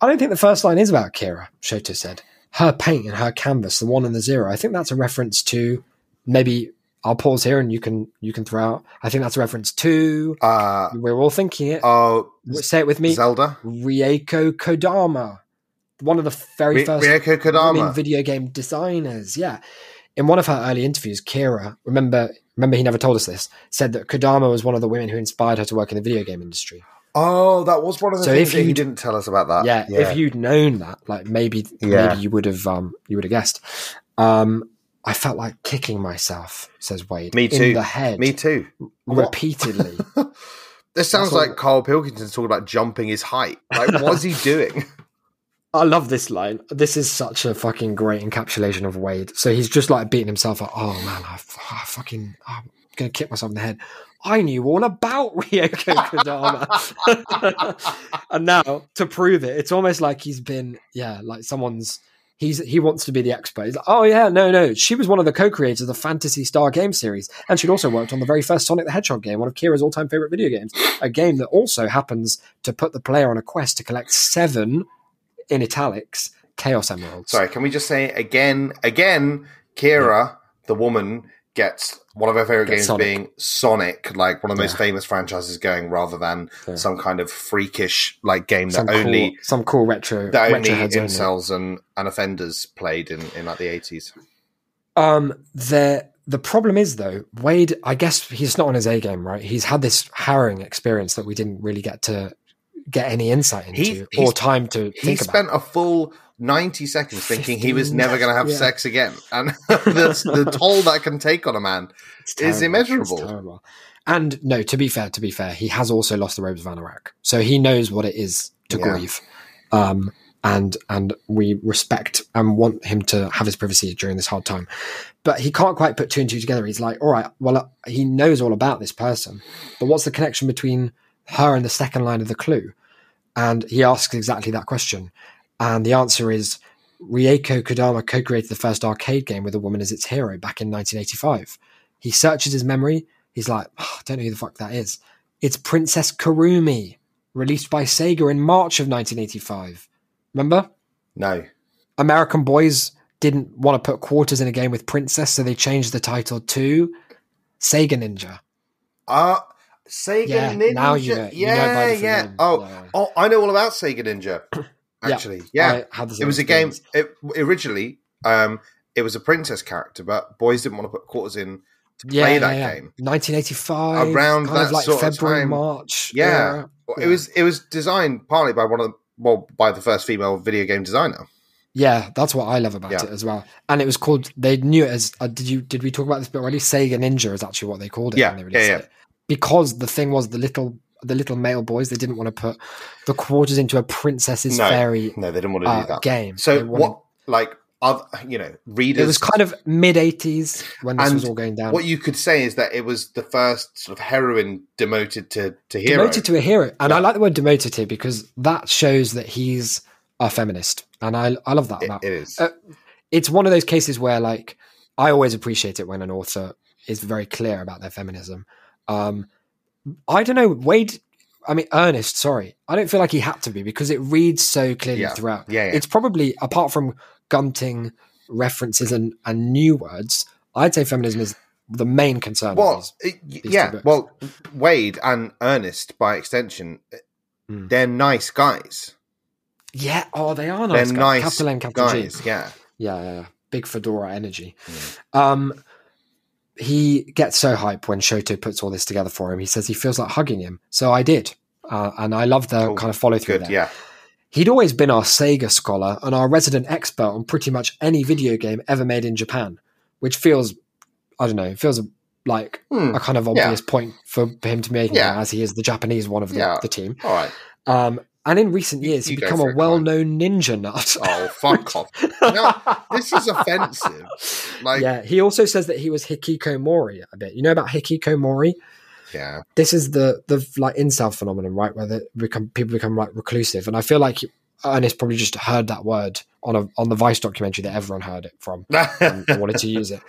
[SPEAKER 1] I don't think the first line is about Kira, Shoto said. Her paint and her canvas, the one and the zero. I think that's a reference to maybe I'll pause here and you can you can throw out. I think that's a reference to
[SPEAKER 2] Uh
[SPEAKER 1] we're all thinking it.
[SPEAKER 2] oh
[SPEAKER 1] Say it with me.
[SPEAKER 2] Zelda.
[SPEAKER 1] Rieko Kodama, one of the very
[SPEAKER 2] Ri-
[SPEAKER 1] first
[SPEAKER 2] Ryoko
[SPEAKER 1] women
[SPEAKER 2] Kodama.
[SPEAKER 1] video game designers. Yeah. In one of her early interviews, Kira, remember remember he never told us this, said that Kodama was one of the women who inspired her to work in the video game industry.
[SPEAKER 2] oh, that was one of the
[SPEAKER 1] So
[SPEAKER 2] things
[SPEAKER 1] if
[SPEAKER 2] that he
[SPEAKER 1] you'd-
[SPEAKER 2] didn't tell us about that.
[SPEAKER 1] yeah, If you'd known that, like maybe
[SPEAKER 2] Uh, Yeah.
[SPEAKER 1] maybe you would have um you would have guessed. Um I felt like kicking myself, says Wade.
[SPEAKER 2] Me
[SPEAKER 1] In
[SPEAKER 2] too.
[SPEAKER 1] the head.
[SPEAKER 2] Me too. What?
[SPEAKER 1] repeatedly.
[SPEAKER 2] This sounds
[SPEAKER 1] all-
[SPEAKER 2] like Carl Pilkington talking about jumping his height. Like, what's he doing?
[SPEAKER 1] I love this line. This is such a fucking great encapsulation of Wade. So he's just like beating himself up. Oh man, I, f- I fucking, I'm gonna kick myself in the head. I knew all about Ryoko Kodama, and now to prove it, it's almost like he's been, yeah, like someone's. He's he wants to be the expert. He's like, oh yeah, no, no, she was one of the co-creators of the Fantasy Star game series, and she'd also worked on the very first Sonic the Hedgehog game, one of Kira's all-time favorite video games. A game that also happens to put the player on a quest to collect seven in italics chaos emeralds.
[SPEAKER 2] Sorry, can we just say again, again, Kira, the woman, gets one of her favorite
[SPEAKER 1] Gets
[SPEAKER 2] games
[SPEAKER 1] Sonic.
[SPEAKER 2] being Sonic, like one of the most
[SPEAKER 1] Yeah.
[SPEAKER 2] famous franchises going, rather than
[SPEAKER 1] Yeah.
[SPEAKER 2] some kind of freakish like game
[SPEAKER 1] some
[SPEAKER 2] that only
[SPEAKER 1] cool, some cool retro,
[SPEAKER 2] that only
[SPEAKER 1] retro heads only.
[SPEAKER 2] incels and, and offenders played in, in like the eighties.
[SPEAKER 1] Um, the the problem is though, Wade. I guess he's not on his A game, right? He's had this harrowing experience that we didn't really get to get any insight into
[SPEAKER 2] He-
[SPEAKER 1] or
[SPEAKER 2] he's-
[SPEAKER 1] time to
[SPEAKER 2] He
[SPEAKER 1] think
[SPEAKER 2] spent a full ninety seconds thinking he was
[SPEAKER 1] 15,
[SPEAKER 2] never going to have
[SPEAKER 1] yeah.
[SPEAKER 2] sex again, and the, the toll that can take on a man.
[SPEAKER 1] about. It's
[SPEAKER 2] is
[SPEAKER 1] terrible. It's
[SPEAKER 2] immeasurable.
[SPEAKER 1] terrible. And no, to be fair, to be fair, he has also lost the robes of Anorak, so he knows what it is to
[SPEAKER 2] Yeah.
[SPEAKER 1] grieve. Um, and and we respect and want him to have his privacy during this hard time. but he can't quite put two and two together. He's like, all right, well, uh, he knows all about this person, but what's the connection between her and the second line of the clue? And he asks exactly that question. And the answer is Rieko Kodama co created the first arcade game with a woman as its hero back in 1985. He searches his memory. He's like, "Oh, I don't know who the fuck that is. It's Princess Karumi, released by Sega in March of 1985. Remember?
[SPEAKER 2] No,
[SPEAKER 1] American boys didn't want to put quarters in a game with Princess, so they changed the title to Sega Ninja.
[SPEAKER 2] Uh Sega
[SPEAKER 1] Yeah,
[SPEAKER 2] Ninja.
[SPEAKER 1] now you know- you know by
[SPEAKER 2] yeah,
[SPEAKER 1] different
[SPEAKER 2] yeah.
[SPEAKER 1] name.
[SPEAKER 2] Oh,
[SPEAKER 1] Yeah.
[SPEAKER 2] oh, I know all about Sega Ninja. Actually, yeah,
[SPEAKER 1] I had the same
[SPEAKER 2] it was a game.
[SPEAKER 1] experience.
[SPEAKER 2] It originally, um, it was a princess character, but boys didn't want to put quarters in.
[SPEAKER 1] Yeah,
[SPEAKER 2] play
[SPEAKER 1] yeah,
[SPEAKER 2] that
[SPEAKER 1] yeah.
[SPEAKER 2] game.
[SPEAKER 1] 1985,
[SPEAKER 2] Around
[SPEAKER 1] kind
[SPEAKER 2] that
[SPEAKER 1] of like
[SPEAKER 2] sort of
[SPEAKER 1] February,
[SPEAKER 2] time.
[SPEAKER 1] March.
[SPEAKER 2] Yeah.
[SPEAKER 1] era.
[SPEAKER 2] Well,
[SPEAKER 1] Yeah.
[SPEAKER 2] It was it was designed partly by one of the well by the first female video game designer.
[SPEAKER 1] yeah, that's what I love about
[SPEAKER 2] Yeah.
[SPEAKER 1] it as well. And it was called. They knew it as. Uh, did you? Did we talk about this bit already? Sega Ninja is actually what they called it.
[SPEAKER 2] Yeah,
[SPEAKER 1] when they
[SPEAKER 2] yeah,
[SPEAKER 1] released
[SPEAKER 2] yeah.
[SPEAKER 1] It. Because the thing was the little the little male boys they didn't want to put the quarters into a princess's
[SPEAKER 2] No,
[SPEAKER 1] fairy
[SPEAKER 2] No, they didn't want to do
[SPEAKER 1] uh,
[SPEAKER 2] that.
[SPEAKER 1] game. They
[SPEAKER 2] So
[SPEAKER 1] wanted-
[SPEAKER 2] what, like, other you know, readers.
[SPEAKER 1] It was kind of mid '80s when this
[SPEAKER 2] And
[SPEAKER 1] was all going down.
[SPEAKER 2] what you could say is that it was the first sort of heroine demoted to to hero.
[SPEAKER 1] demoted to a hero, and I
[SPEAKER 2] Yeah.
[SPEAKER 1] like the word demoted here because that shows that he's a feminist, and I I love that.
[SPEAKER 2] It-
[SPEAKER 1] about-
[SPEAKER 2] it is.
[SPEAKER 1] Uh, it's one of those cases where like I always appreciate it when an author is very clear about their feminism. Um, I don't know Wade. I mean Ernest. Sorry, I don't feel like he had to be because it reads so clearly
[SPEAKER 2] Yeah.
[SPEAKER 1] throughout.
[SPEAKER 2] yeah, yeah.
[SPEAKER 1] It's probably apart from gunting references and, and new words. I'd say feminism is the main concern. of
[SPEAKER 2] Well,
[SPEAKER 1] these.
[SPEAKER 2] it-
[SPEAKER 1] two
[SPEAKER 2] yeah.
[SPEAKER 1] books.
[SPEAKER 2] Well, Wade and Ernest, by extension, uh,
[SPEAKER 1] Mm.
[SPEAKER 2] they're nice guys.
[SPEAKER 1] yeah. Oh, they are nice.
[SPEAKER 2] they're
[SPEAKER 1] guys.
[SPEAKER 2] nice
[SPEAKER 1] capital M, capital G.
[SPEAKER 2] Guys, yeah.
[SPEAKER 1] yeah, yeah, yeah. big fedora energy.
[SPEAKER 2] Mm.
[SPEAKER 1] Um, he gets so hype when Shoto puts all this together for him. He says he feels like hugging him. So I did, uh, and I love the
[SPEAKER 2] Cool.
[SPEAKER 1] kind of follow through.
[SPEAKER 2] Good.
[SPEAKER 1] there.
[SPEAKER 2] Yeah.
[SPEAKER 1] He'd always been our Sega scholar and our resident expert on pretty much any video game ever made in Japan, which feels, I don't know, it feels like
[SPEAKER 2] Hmm,
[SPEAKER 1] a kind of
[SPEAKER 2] Yeah.
[SPEAKER 1] obvious point for him to be making
[SPEAKER 2] Yeah.
[SPEAKER 1] as he is the Japanese one of the,
[SPEAKER 2] Yeah.
[SPEAKER 1] the team.
[SPEAKER 2] All right.
[SPEAKER 1] Um, and in recent years,
[SPEAKER 2] you
[SPEAKER 1] he's
[SPEAKER 2] go
[SPEAKER 1] become
[SPEAKER 2] for
[SPEAKER 1] a
[SPEAKER 2] it, Clive.
[SPEAKER 1] well-known ninja nut.
[SPEAKER 2] Oh, fuck off. No, this is offensive. Like,
[SPEAKER 1] yeah, he also says that he was Hikiko Mori a bit. You know about Hikiko Mori?
[SPEAKER 2] Yeah.
[SPEAKER 1] this is the the like incel phenomenon, right? Where they become people become like reclusive, and I feel like Ernest probably just heard that word on a on the Vice documentary that everyone heard it from and wanted to use it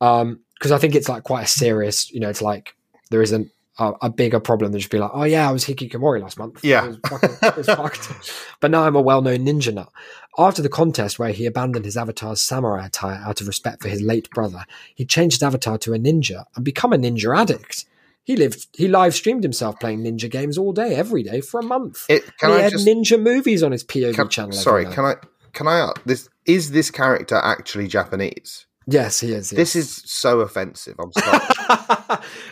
[SPEAKER 1] because I think it's like quite a serious, you know, it's like there isn't a, a bigger problem than just be like, oh yeah, I was hikikomori last month,
[SPEAKER 2] Yeah.
[SPEAKER 1] It was fucking- it was fucked. but now I'm a well known ninja nut. After the contest where he abandoned his avatar's samurai attire out of respect for his late brother, he changed his avatar to a ninja and become a ninja addict. He lived. He live streamed himself playing ninja games all day, every day for a month.
[SPEAKER 2] It, can
[SPEAKER 1] and he
[SPEAKER 2] I
[SPEAKER 1] had
[SPEAKER 2] just
[SPEAKER 1] ninja movies on his POV
[SPEAKER 2] can-
[SPEAKER 1] channel. every
[SPEAKER 2] sorry?
[SPEAKER 1] night.
[SPEAKER 2] Can I can I ask this? Is this character actually Japanese?
[SPEAKER 1] yes, he is. yes.
[SPEAKER 2] This is so offensive. I'm sorry.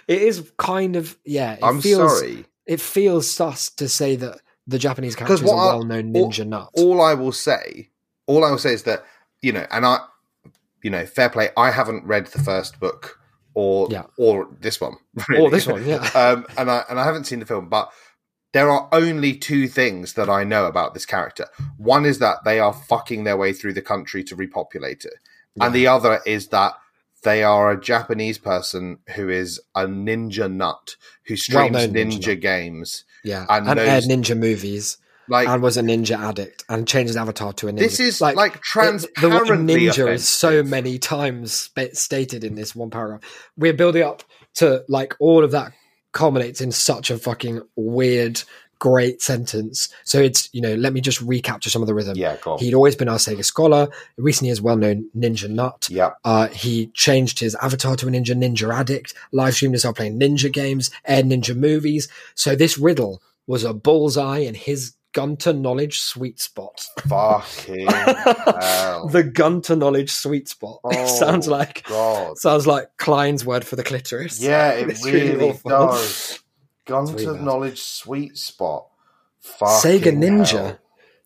[SPEAKER 1] it is kind of yeah. It
[SPEAKER 2] I'm
[SPEAKER 1] feels,
[SPEAKER 2] sorry.
[SPEAKER 1] It feels sus to say that the Japanese character is a
[SPEAKER 2] what I-
[SPEAKER 1] well-known ninja nut.
[SPEAKER 2] All I will say, all I will say is that you know, and I, you know, fair play. I haven't read the first book or
[SPEAKER 1] Yeah.
[SPEAKER 2] or this one
[SPEAKER 1] Or this one, yeah.
[SPEAKER 2] um, and I and I haven't seen the film, but there are only two things that I know about this character. One is that they are fucking their way through the country to repopulate it, and the other is that they are a Japanese person who is a ninja nut who streams
[SPEAKER 1] Well-known ninja
[SPEAKER 2] ninja,
[SPEAKER 1] nut.
[SPEAKER 2] games.
[SPEAKER 1] yeah,
[SPEAKER 2] and
[SPEAKER 1] and,
[SPEAKER 2] those-
[SPEAKER 1] aired ninja movies,
[SPEAKER 2] Like
[SPEAKER 1] and was a ninja addict, and changed his avatar to a ninja.
[SPEAKER 2] this is like,
[SPEAKER 1] it-
[SPEAKER 2] transparently
[SPEAKER 1] the word ninja is so
[SPEAKER 2] offensive.
[SPEAKER 1] many times sp- stated in this one paragraph. We're building up to like all of that culminates in such a fucking weird, great sentence. So it's you know, let me just recapture some of the rhythm.
[SPEAKER 2] Yeah, cool.
[SPEAKER 1] He'd always been our Sega scholar, recently as well-known ninja nut.
[SPEAKER 2] yeah,
[SPEAKER 1] Uh, he changed his avatar to a ninja ninja addict, live streamed himself playing ninja games, aired ninja movies. So this riddle was a bullseye in his Gunter knowledge sweet spot.
[SPEAKER 2] fucking hell.
[SPEAKER 1] the Gunter knowledge sweet spot. It
[SPEAKER 2] Oh,
[SPEAKER 1] sounds like
[SPEAKER 2] God.
[SPEAKER 1] sounds like Klein's word for the clitoris.
[SPEAKER 2] Yeah, it
[SPEAKER 1] It's really
[SPEAKER 2] really
[SPEAKER 1] awful.
[SPEAKER 2] does. Gone
[SPEAKER 1] really
[SPEAKER 2] to
[SPEAKER 1] bad.
[SPEAKER 2] knowledge sweet spot. Fucking
[SPEAKER 1] Sega Ninja.
[SPEAKER 2] hell.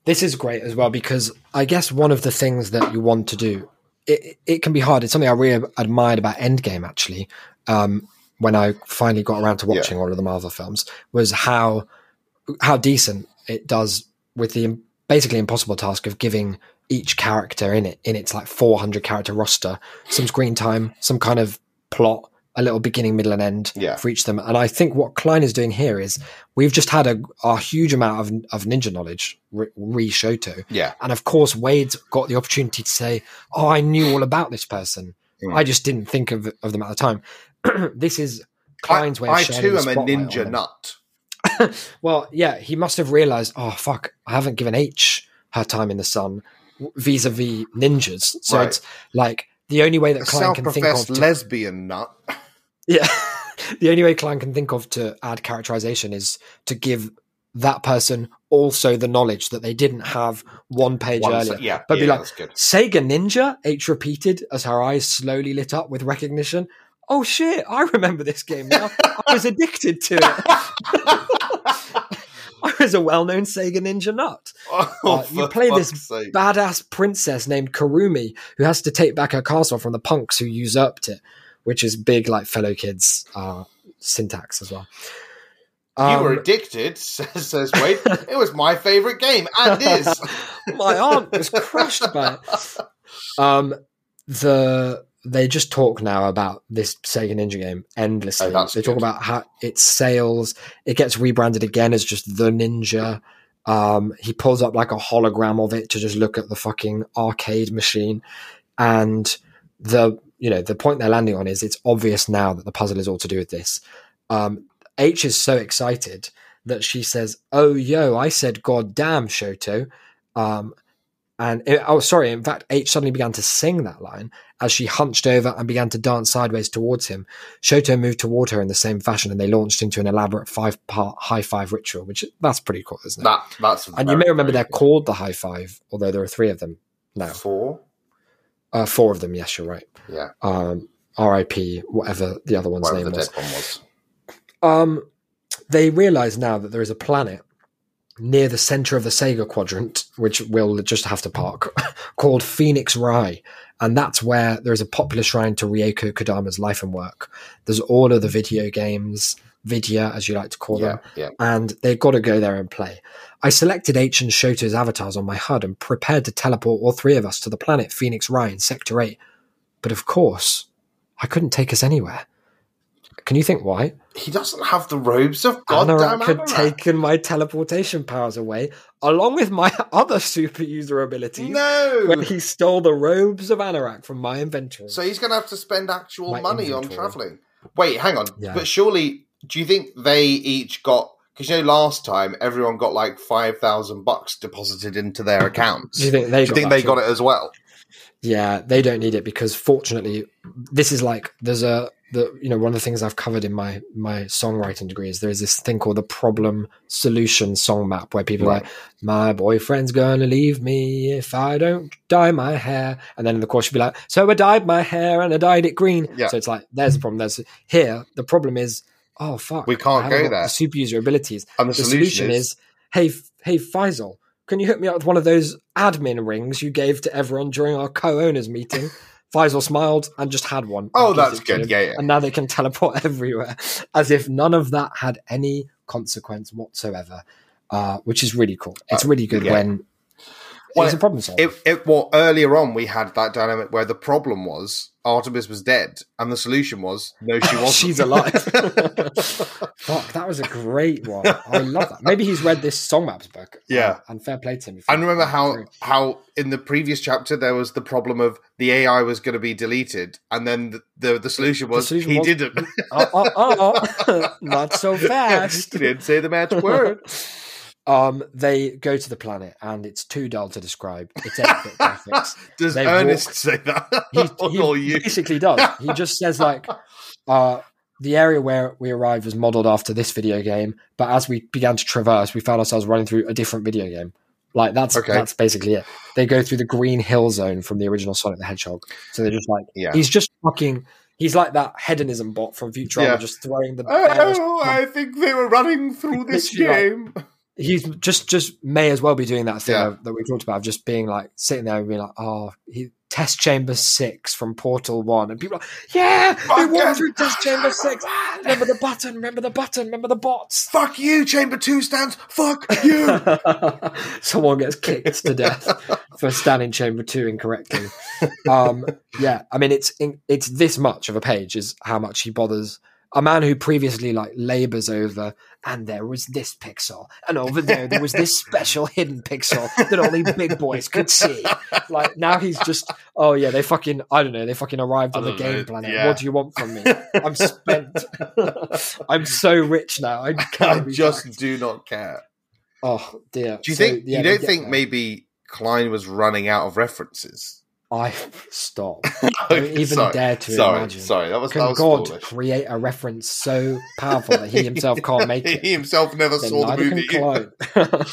[SPEAKER 1] This is great as well because I guess one of the things that you want to do, it, it can be hard. It's something I really admired about Endgame actually. Um, when I finally got around to
[SPEAKER 2] Yeah.
[SPEAKER 1] watching all of the Marvel films, was how how decent it does with the im- basically impossible task of giving each character in it in its like 400 character roster some screen time, some kind of plot, a little beginning, middle, and end
[SPEAKER 2] Yeah.
[SPEAKER 1] for each of them. And I think what Klein is doing here is we've just had a, a huge amount of, of ninja knowledge re, re Shoto.
[SPEAKER 2] Yeah.
[SPEAKER 1] And of course, Wade's got the opportunity to say, Oh, I knew all about this person.
[SPEAKER 2] Hmm.
[SPEAKER 1] I just didn't think of, of them at the time. this is Klein's
[SPEAKER 2] I,
[SPEAKER 1] way of
[SPEAKER 2] I
[SPEAKER 1] shining
[SPEAKER 2] too
[SPEAKER 1] the
[SPEAKER 2] am a
[SPEAKER 1] spotlight on
[SPEAKER 2] ninja
[SPEAKER 1] them.
[SPEAKER 2] nut.
[SPEAKER 1] Well, yeah, he must have realized, oh fuck, I haven't given H her time in the sun vis a vis ninjas. So
[SPEAKER 2] Right.
[SPEAKER 1] it's like the only way that
[SPEAKER 2] A
[SPEAKER 1] Klein can think of
[SPEAKER 2] self-professed
[SPEAKER 1] to,
[SPEAKER 2] lesbian nut.
[SPEAKER 1] yeah, the only way Klein can think of to add characterization is to give that person also the knowledge that they didn't have one page
[SPEAKER 2] One
[SPEAKER 1] earlier.
[SPEAKER 2] se- yeah,
[SPEAKER 1] But be
[SPEAKER 2] yeah,
[SPEAKER 1] like-
[SPEAKER 2] that's good.
[SPEAKER 1] Sega Ninja, H repeated as her eyes slowly lit up with recognition. Oh shit, I remember this game now. I was addicted to it. I was a well known Sega Ninja nut.
[SPEAKER 2] Oh,
[SPEAKER 1] Uh, you
[SPEAKER 2] for
[SPEAKER 1] play this
[SPEAKER 2] fuck's sake.
[SPEAKER 1] Badass princess named Karumi who has to take back her castle from the punks who usurped it, which is big, like fellow kids uh, syntax as well.
[SPEAKER 2] you
[SPEAKER 1] Um,
[SPEAKER 2] were addicted, says, says Wade. it was my favorite game, and is.
[SPEAKER 1] my aunt was crushed by it. Um, the they just talk now about this Sega Ninja game endlessly.
[SPEAKER 2] Oh, that's
[SPEAKER 1] they talk
[SPEAKER 2] good.
[SPEAKER 1] about how its sales. It gets rebranded again as just the Ninja. Um, he pulls up like a hologram of it to just look at the fucking arcade machine, and the you know the point they're landing on is it's obvious now that the puzzle is all to do with this. Um, H is so excited that she says, "Oh yo, I said god damn Shoto," um, and oh sorry. In fact, H suddenly began to sing that line as she hunched over and began to dance sideways towards him. Shoto moved toward her in the same fashion, and they launched into an elaborate five-part high five ritual, which that's pretty cool, isn't it?
[SPEAKER 2] That, that's
[SPEAKER 1] and you
[SPEAKER 2] very,
[SPEAKER 1] may remember
[SPEAKER 2] very
[SPEAKER 1] they're called the high five, although there are three of them
[SPEAKER 2] good.
[SPEAKER 1] now.
[SPEAKER 2] Four?
[SPEAKER 1] Uh, four of them, yes, you're right.
[SPEAKER 2] Yeah,
[SPEAKER 1] Um, R.I.P. Whatever the other one's
[SPEAKER 2] whatever
[SPEAKER 1] name
[SPEAKER 2] the
[SPEAKER 1] was.
[SPEAKER 2] dead one was.
[SPEAKER 1] Um, they realize now that there is a planet near the center of the Sega quadrant, which we'll just have to park, called Phoenix Rai. And that's where there is a popular shrine to Ryoko Kodama's life and work. There's all of the video games, Vidya, as you like to call
[SPEAKER 2] Yeah,
[SPEAKER 1] them,
[SPEAKER 2] yeah.
[SPEAKER 1] and they've got to go there and play. I selected H and Shoto's avatars on my HUD and prepared to teleport all three of us to the planet Phoenix Rai in Sector 8. But of course, I couldn't take us anywhere. Can you think why?
[SPEAKER 2] he doesn't have the robes of goddamn
[SPEAKER 1] Anorak had
[SPEAKER 2] Anorak.
[SPEAKER 1] taken my teleportation powers away, along with my other super user abilities. When
[SPEAKER 2] No.
[SPEAKER 1] he stole the robes of Anorak from my inventory.
[SPEAKER 2] So he's going to have to spend actual
[SPEAKER 1] My
[SPEAKER 2] money on
[SPEAKER 1] inventory.
[SPEAKER 2] traveling. Wait, hang on.
[SPEAKER 1] Yeah.
[SPEAKER 2] But surely, do you think they each got? Because you know, last time everyone got like five thousand bucks deposited into their accounts.
[SPEAKER 1] Do you think they,
[SPEAKER 2] Do you
[SPEAKER 1] got,
[SPEAKER 2] think
[SPEAKER 1] that
[SPEAKER 2] they
[SPEAKER 1] too?
[SPEAKER 2] got it as well?
[SPEAKER 1] Yeah, they don't need it because fortunately, this is like there's a the you know one of the things I've covered in my my songwriting degree is there is this thing called the problem solution song map where people are like my boyfriend's gonna leave me if I don't dye my hair and then in the course you'll be like so I dyed my hair and I dyed it green
[SPEAKER 2] Yeah.
[SPEAKER 1] so it's like there's the problem there's here the problem is oh fuck
[SPEAKER 2] We can't
[SPEAKER 1] I haven't
[SPEAKER 2] go
[SPEAKER 1] got the
[SPEAKER 2] there.
[SPEAKER 1] super user abilities
[SPEAKER 2] And the,
[SPEAKER 1] the solution is, hey, F- hey, Faisal, can you hook me up with one of those admin rings you gave to everyone during our co-owners meeting? Faisal smiled and just had one.
[SPEAKER 2] oh,
[SPEAKER 1] and gives
[SPEAKER 2] that's
[SPEAKER 1] it to
[SPEAKER 2] good.
[SPEAKER 1] him.
[SPEAKER 2] Yeah, yeah.
[SPEAKER 1] And now they can teleport everywhere, as if none of that had any consequence whatsoever, uh, which is really cool. It's really good
[SPEAKER 2] Uh, yeah.
[SPEAKER 1] when
[SPEAKER 2] Well,
[SPEAKER 1] it's a problem solver.
[SPEAKER 2] It, it well earlier on we had that dynamic where the problem was Artemis was dead and the solution was no she wasn't
[SPEAKER 1] She's alive. Fuck, that was a great one. I love that. Maybe he's read this song maps book. uh,
[SPEAKER 2] Yeah.
[SPEAKER 1] and fair play to him.
[SPEAKER 2] and remember how how in the previous chapter there was the problem of the AI was going to be deleted and then the the, the solution
[SPEAKER 1] The
[SPEAKER 2] was
[SPEAKER 1] solution
[SPEAKER 2] he
[SPEAKER 1] was-
[SPEAKER 2] didn't
[SPEAKER 1] oh, oh, oh. not so fast.
[SPEAKER 2] he didn't say the magic word
[SPEAKER 1] um, they go to the planet, and it's too dull to describe. It's epic graphics.
[SPEAKER 2] does
[SPEAKER 1] They
[SPEAKER 2] Ernest
[SPEAKER 1] walked-
[SPEAKER 2] say that
[SPEAKER 1] He,
[SPEAKER 2] or
[SPEAKER 1] he
[SPEAKER 2] you
[SPEAKER 1] basically does. He just says like, uh, the area where we arrived was modeled after this video game, but as we began to traverse, we found ourselves running through a different video game. Like that's
[SPEAKER 2] Okay.
[SPEAKER 1] that's basically it. They go through the Green Hill Zone from the original Sonic the Hedgehog. So they're just like,
[SPEAKER 2] yeah
[SPEAKER 1] he's just fucking. He's like that hedonism bot from Futurama,
[SPEAKER 2] Yeah.
[SPEAKER 1] just throwing the. barest
[SPEAKER 2] oh I think they were running through this
[SPEAKER 1] Literally
[SPEAKER 2] game
[SPEAKER 1] he's just just may as well be doing that thing
[SPEAKER 2] Yeah.
[SPEAKER 1] of- that we talked about of just being like sitting there and being like oh he test chamber six from portal one and people are like, yeah they walked through test chamber six remember the button remember the button remember the bots
[SPEAKER 2] fuck you chamber 2 stands fuck you
[SPEAKER 1] someone gets kicked to death for standing chamber two incorrectly um yeah i mean it's in, it's this much of a page is how much he bothers a man who previously like labors over and there was this pixel and over there there was this special hidden pixel that only big boys could see like now he's just oh yeah they fucking i don't know they fucking arrived on
[SPEAKER 2] I
[SPEAKER 1] the
[SPEAKER 2] don't know,
[SPEAKER 1] game planet
[SPEAKER 2] yeah.
[SPEAKER 1] what do you want from me i'm spent i'm so rich now i
[SPEAKER 2] I
[SPEAKER 1] can't be
[SPEAKER 2] just
[SPEAKER 1] back.
[SPEAKER 2] do not care.
[SPEAKER 1] oh dear
[SPEAKER 2] Do you
[SPEAKER 1] So,
[SPEAKER 2] think
[SPEAKER 1] yeah,
[SPEAKER 2] you
[SPEAKER 1] they
[SPEAKER 2] don't
[SPEAKER 1] get
[SPEAKER 2] think
[SPEAKER 1] there.
[SPEAKER 2] maybe Klein was running out of references?
[SPEAKER 1] i stop don't even
[SPEAKER 2] sorry,
[SPEAKER 1] dare to
[SPEAKER 2] sorry,
[SPEAKER 1] imagine
[SPEAKER 2] sorry. That was, that
[SPEAKER 1] Can
[SPEAKER 2] was
[SPEAKER 1] God
[SPEAKER 2] foolish.
[SPEAKER 1] create a reference so powerful that he himself can't make
[SPEAKER 2] he
[SPEAKER 1] it?
[SPEAKER 2] himself never
[SPEAKER 1] Then
[SPEAKER 2] saw the
[SPEAKER 1] neither
[SPEAKER 2] movie.
[SPEAKER 1] can Clyde.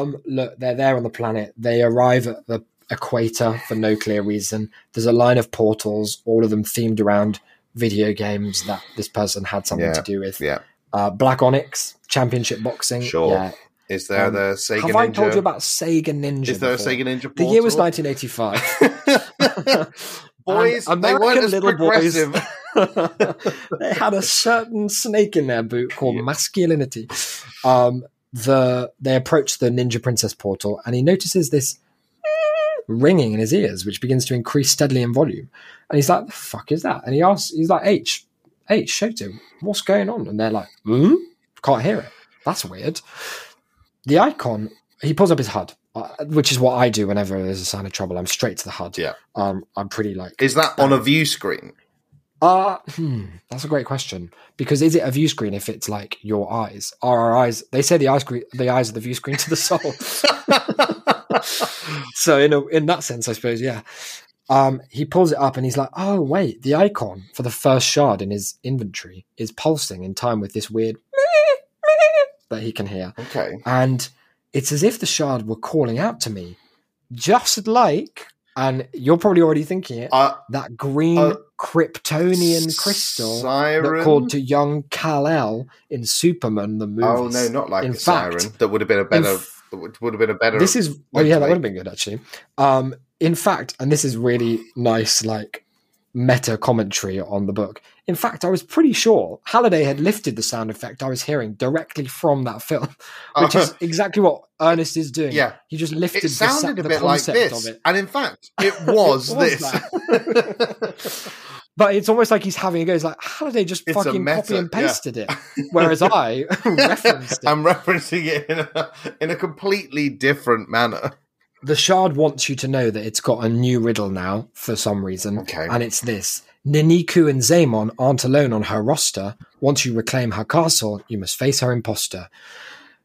[SPEAKER 1] um, look, they're there on the planet. They arrive at the equator for no clear reason. There's a line of portals, all of them themed around video games that this person had something
[SPEAKER 2] Yeah,
[SPEAKER 1] to do with.
[SPEAKER 2] yeah.
[SPEAKER 1] Uh, Black Onyx, Championship Boxing.
[SPEAKER 2] Sure.
[SPEAKER 1] Yeah.
[SPEAKER 2] Is there
[SPEAKER 1] Um,
[SPEAKER 2] the Sega
[SPEAKER 1] Have
[SPEAKER 2] Ninja?
[SPEAKER 1] I told you about Sega Ninja?
[SPEAKER 2] Is there a
[SPEAKER 1] before?
[SPEAKER 2] Sega Ninja?
[SPEAKER 1] The year was
[SPEAKER 2] portal?
[SPEAKER 1] 1985.
[SPEAKER 2] boys,
[SPEAKER 1] And
[SPEAKER 2] they
[SPEAKER 1] American
[SPEAKER 2] weren't as
[SPEAKER 1] little boys.
[SPEAKER 2] progressive.
[SPEAKER 1] they had a certain snake in their boot called
[SPEAKER 2] Yeah.
[SPEAKER 1] masculinity. Um, the they approach the ninja princess portal, and he notices this ringing in his ears, which begins to increase steadily in volume. And he's like, "The fuck is that?" And he asks, "He's like H, H, Shoto, what's going on?" And they're like, "Hmm, can't hear it. That's weird." The icon he pulls up his HUD, uh, which is what I do whenever there's a sign of trouble. I'm straight to the HUD.
[SPEAKER 2] Yeah.
[SPEAKER 1] um, I'm pretty like
[SPEAKER 2] Is that on a view screen?
[SPEAKER 1] uh, hmm, that's a great question. Because is it a view screen if it's like your eyes? Are our eyes? They say the eyes, screen, the eyes are the view screen to the soul. so in a, in that sense, I suppose, yeah. Um, he pulls it up and he's like, "Oh wait, the icon for the first shard in his inventory is pulsing in time with this weird that he can hear."
[SPEAKER 2] Okay.
[SPEAKER 1] and it's as if the shard were calling out to me, just like, and you're probably already thinking it,
[SPEAKER 2] Uh,
[SPEAKER 1] that green
[SPEAKER 2] uh,
[SPEAKER 1] Kryptonian crystal
[SPEAKER 2] Siren.
[SPEAKER 1] that called to young Kal El in Superman the movie.
[SPEAKER 2] Oh no, not like
[SPEAKER 1] In
[SPEAKER 2] a
[SPEAKER 1] fact-
[SPEAKER 2] siren. That would have been a better. would have been a better.
[SPEAKER 1] This is oh
[SPEAKER 2] Wait,
[SPEAKER 1] yeah, that
[SPEAKER 2] wait.
[SPEAKER 1] would have been good actually. Um, in fact, and this is really nice, like meta commentary on the book. In fact, I was pretty sure Halliday had lifted the sound effect I was hearing directly from that film, which is exactly what Ernest is doing.
[SPEAKER 2] Uh-huh. Yeah.
[SPEAKER 1] he just lifted
[SPEAKER 2] It sounded
[SPEAKER 1] the, sa-
[SPEAKER 2] a
[SPEAKER 1] the
[SPEAKER 2] bit like
[SPEAKER 1] concept
[SPEAKER 2] this,
[SPEAKER 1] of it.
[SPEAKER 2] and in fact, it was,
[SPEAKER 1] It was
[SPEAKER 2] this.
[SPEAKER 1] But it's almost like he's having a go. He's like Halliday just
[SPEAKER 2] It's a
[SPEAKER 1] fucking copy
[SPEAKER 2] meta,
[SPEAKER 1] and
[SPEAKER 2] yeah.
[SPEAKER 1] pasted it, whereas I referenced it.
[SPEAKER 2] I'm referencing it in a, in a completely different manner.
[SPEAKER 1] The shard wants you to know that it's got a new riddle now for some reason.
[SPEAKER 2] Okay.
[SPEAKER 1] And it's this. Niniku and Zaemon aren't alone on her roster. Once you reclaim her castle, you must face her imposter.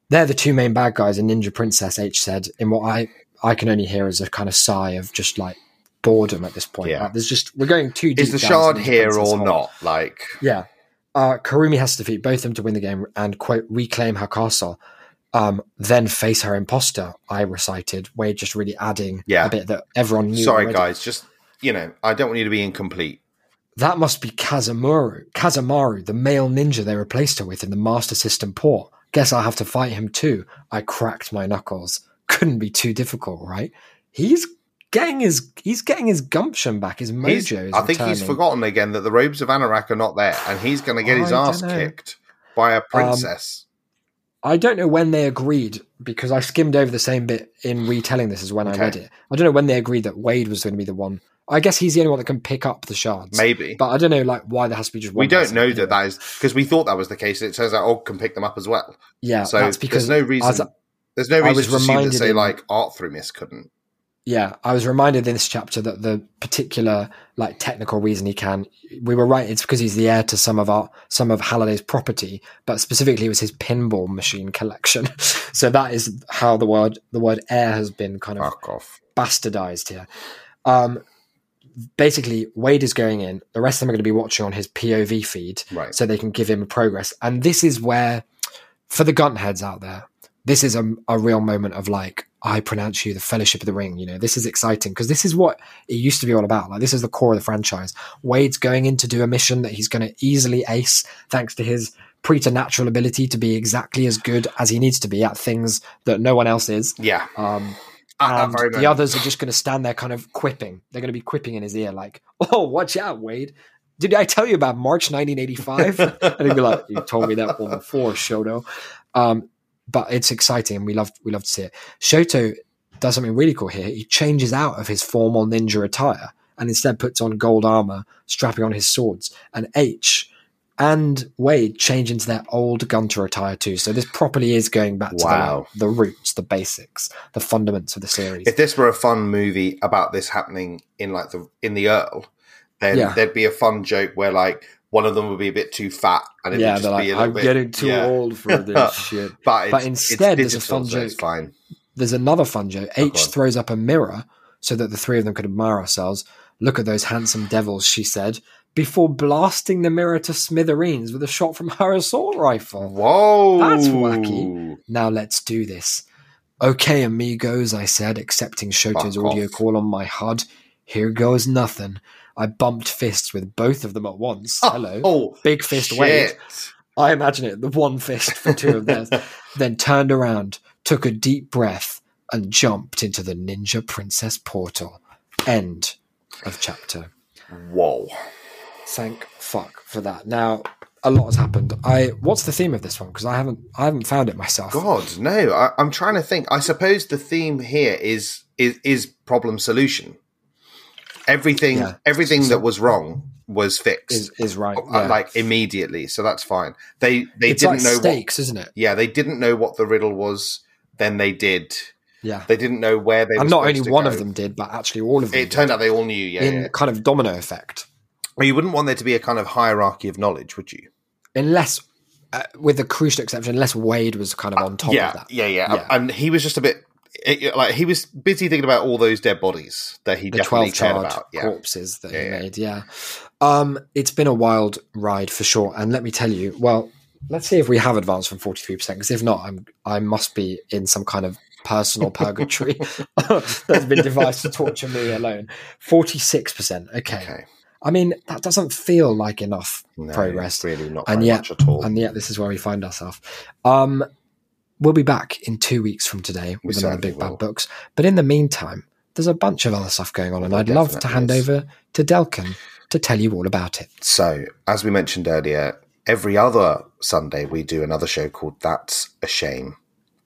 [SPEAKER 1] They're the two main bad guys in Ninja Princess, H said, in what I, I can only hear is a kind of sigh of just like boredom at this point.
[SPEAKER 2] Yeah.
[SPEAKER 1] Like, there's just, we're going too deep.
[SPEAKER 2] Is the
[SPEAKER 1] down
[SPEAKER 2] shard
[SPEAKER 1] Ninja
[SPEAKER 2] here
[SPEAKER 1] Princess
[SPEAKER 2] or
[SPEAKER 1] hole.
[SPEAKER 2] not? Like,
[SPEAKER 1] Yeah. Uh, Karumi has to defeat both of them to win the game and, quote, reclaim her castle. Um, then face her imposter, I recited. We're just really adding
[SPEAKER 2] Yeah.
[SPEAKER 1] a bit that everyone knew.
[SPEAKER 2] sorry
[SPEAKER 1] already.
[SPEAKER 2] guys, just you know, I don't want you to be incomplete.
[SPEAKER 1] That must be Kazamaru, Kazamaru, the male ninja they replaced her with in the Master System port. Guess I'll have to fight him too. I cracked my knuckles. Couldn't be too difficult, right? He's getting his he's getting his gumption back, his mojo
[SPEAKER 2] He's-
[SPEAKER 1] is
[SPEAKER 2] I think he's
[SPEAKER 1] returning.
[SPEAKER 2] forgotten again that the robes of Anorak are not there, and he's going to get his
[SPEAKER 1] I
[SPEAKER 2] ass
[SPEAKER 1] dunno. Um,
[SPEAKER 2] kicked by a princess.
[SPEAKER 1] I don't know when they agreed because I skimmed over the same bit in retelling this as when
[SPEAKER 2] Okay.
[SPEAKER 1] I read it. I don't know when they agreed that Wade was going to be the one. I guess he's the only one that can pick up the shards.
[SPEAKER 2] Maybe
[SPEAKER 1] But I don't know like why there has to be just one.
[SPEAKER 2] we don't
[SPEAKER 1] person.
[SPEAKER 2] know that that is because we thought that was the case. and It turns out Og can pick them up as well.
[SPEAKER 1] Yeah,
[SPEAKER 2] so
[SPEAKER 1] that's because
[SPEAKER 2] there's no reason.
[SPEAKER 1] as-
[SPEAKER 2] there's no
[SPEAKER 1] I
[SPEAKER 2] reason
[SPEAKER 1] was
[SPEAKER 2] to assume that
[SPEAKER 1] reminded
[SPEAKER 2] say
[SPEAKER 1] in-
[SPEAKER 2] like Arthur-Miss couldn't.
[SPEAKER 1] yeah, I was reminded in this chapter that the particular like technical reason he can we were right, it's because he's the heir to some of our some of Halliday's property, but specifically it was his pinball machine collection. so that is how the word the word heir has been kind of
[SPEAKER 2] Fuck off.
[SPEAKER 1] bastardized here. Um, basically, Wade is going in. The rest of them are going to be watching on his POV feed
[SPEAKER 2] Right.
[SPEAKER 1] so they can give him progress. And this is where, for the gun heads out there, this is a, a real moment of like, I pronounce you the Fellowship of the Ring. You know, this is exciting because this is what it used to be all about. Like, this is the core of the franchise. Wade's going in to do a mission that he's going to easily ace thanks to his preternatural ability to be exactly as good as he needs to be at things that no one else is.
[SPEAKER 2] yeah.
[SPEAKER 1] Um,
[SPEAKER 2] At that
[SPEAKER 1] and
[SPEAKER 2] very
[SPEAKER 1] the
[SPEAKER 2] moment.
[SPEAKER 1] others are just going to stand there kind of quipping. They're going to be quipping in his ear, like, oh, watch out, Wade. Did I tell you about March 1985? and he'd be like, you told me that one before, Shoto. Um, but it's exciting and we love, we love to see it. Shoto does something really cool here. He changes out of his formal ninja attire and instead puts on gold armor, strapping on his swords. And H and Wade change into their old Gunter attire too. So this properly is going back to the,
[SPEAKER 2] Wow.
[SPEAKER 1] like, the roots, the basics, the fundaments of the series.
[SPEAKER 2] if this were a fun movie about this happening in like the in the Earl, then
[SPEAKER 1] Yeah.
[SPEAKER 2] there'd be a fun joke where like one of them would be a bit too fat and it
[SPEAKER 1] yeah,
[SPEAKER 2] would
[SPEAKER 1] they're
[SPEAKER 2] just
[SPEAKER 1] like,
[SPEAKER 2] be a little
[SPEAKER 1] I'm
[SPEAKER 2] bit,
[SPEAKER 1] getting too
[SPEAKER 2] yeah.
[SPEAKER 1] old for this shit.
[SPEAKER 2] But, it's,
[SPEAKER 1] But instead,
[SPEAKER 2] instead,
[SPEAKER 1] there's
[SPEAKER 2] it's
[SPEAKER 1] a
[SPEAKER 2] digital,
[SPEAKER 1] fun
[SPEAKER 2] so it's
[SPEAKER 1] joke.
[SPEAKER 2] fine.
[SPEAKER 1] There's another fun joke.
[SPEAKER 2] Oh, go
[SPEAKER 1] H
[SPEAKER 2] on.
[SPEAKER 1] throws up a mirror so that the three of them could admire ourselves. Look at those handsome devils, she said, before blasting the mirror to smithereens with a shot from her assault rifle.
[SPEAKER 2] Whoa,
[SPEAKER 1] That's wacky. Now let's do this. Okay, amigos, I said, accepting Shoto's
[SPEAKER 2] Fuck
[SPEAKER 1] audio
[SPEAKER 2] off.
[SPEAKER 1] call on my HUD. Here goes nothing. I bumped fists with both of them at once. Hello.
[SPEAKER 2] Oh,
[SPEAKER 1] Big fist
[SPEAKER 2] shit.
[SPEAKER 1] wave. I imagine it, the one fist for two of theirs, then turned around, took a deep breath, and jumped into the Ninja Princess portal. End of chapter.
[SPEAKER 2] Whoa.
[SPEAKER 1] Thank fuck for that. Now, a lot has happened. I what's the theme of this one? Because I haven't I haven't found it myself.
[SPEAKER 2] God, no. I, I'm trying to think. I suppose the theme here is is, is problem solution. Everything
[SPEAKER 1] Yeah.
[SPEAKER 2] everything that was wrong was fixed.
[SPEAKER 1] Is is right.
[SPEAKER 2] uh,
[SPEAKER 1] yeah.
[SPEAKER 2] like immediately. So that's fine. They they
[SPEAKER 1] it's
[SPEAKER 2] didn't
[SPEAKER 1] like
[SPEAKER 2] know what.
[SPEAKER 1] stakes, isn't it?
[SPEAKER 2] Yeah, they didn't know what the riddle was. Then they did.
[SPEAKER 1] Yeah.
[SPEAKER 2] They didn't know where they.
[SPEAKER 1] And
[SPEAKER 2] were
[SPEAKER 1] not
[SPEAKER 2] supposed
[SPEAKER 1] only
[SPEAKER 2] to
[SPEAKER 1] one
[SPEAKER 2] go.
[SPEAKER 1] of them did, but actually all of them
[SPEAKER 2] It turned out they all knew. Yeah,
[SPEAKER 1] did, in
[SPEAKER 2] yeah.
[SPEAKER 1] kind of domino effect.
[SPEAKER 2] Well, you wouldn't want there to be a kind of hierarchy of knowledge, would you?
[SPEAKER 1] Unless uh, with the crucial exception, unless Wade was kind of on top
[SPEAKER 2] yeah,
[SPEAKER 1] of that.
[SPEAKER 2] yeah, yeah,
[SPEAKER 1] Yeah.
[SPEAKER 2] And he was just a bit. It, like he was busy thinking about all those dead bodies that he
[SPEAKER 1] the
[SPEAKER 2] definitely
[SPEAKER 1] 12
[SPEAKER 2] cared
[SPEAKER 1] charred
[SPEAKER 2] about. Yeah,
[SPEAKER 1] corpses that he
[SPEAKER 2] Yeah, yeah.
[SPEAKER 1] made yeah um it's been a wild ride for sure and let me tell you well let's see if we have advanced from 43% because if not i'm i must be in some kind of personal purgatory that's been devised to torture me alone 46% okay,
[SPEAKER 2] Okay.
[SPEAKER 1] i mean that doesn't feel like enough
[SPEAKER 2] No,
[SPEAKER 1] progress
[SPEAKER 2] really not
[SPEAKER 1] And
[SPEAKER 2] very
[SPEAKER 1] yet-
[SPEAKER 2] much at all.
[SPEAKER 1] and yet this is where we find ourselves. Um, we'll be back in two weeks from today
[SPEAKER 2] We
[SPEAKER 1] with another
[SPEAKER 2] certainly
[SPEAKER 1] Big Bad
[SPEAKER 2] will.
[SPEAKER 1] Books. But in the meantime, there's a bunch of other stuff going on, and
[SPEAKER 2] There
[SPEAKER 1] I'd love to
[SPEAKER 2] definitely
[SPEAKER 1] hand
[SPEAKER 2] is.
[SPEAKER 1] over to Delkin to tell you all about it.
[SPEAKER 2] So, as we mentioned earlier, every other Sunday we do another show called That's a Shame,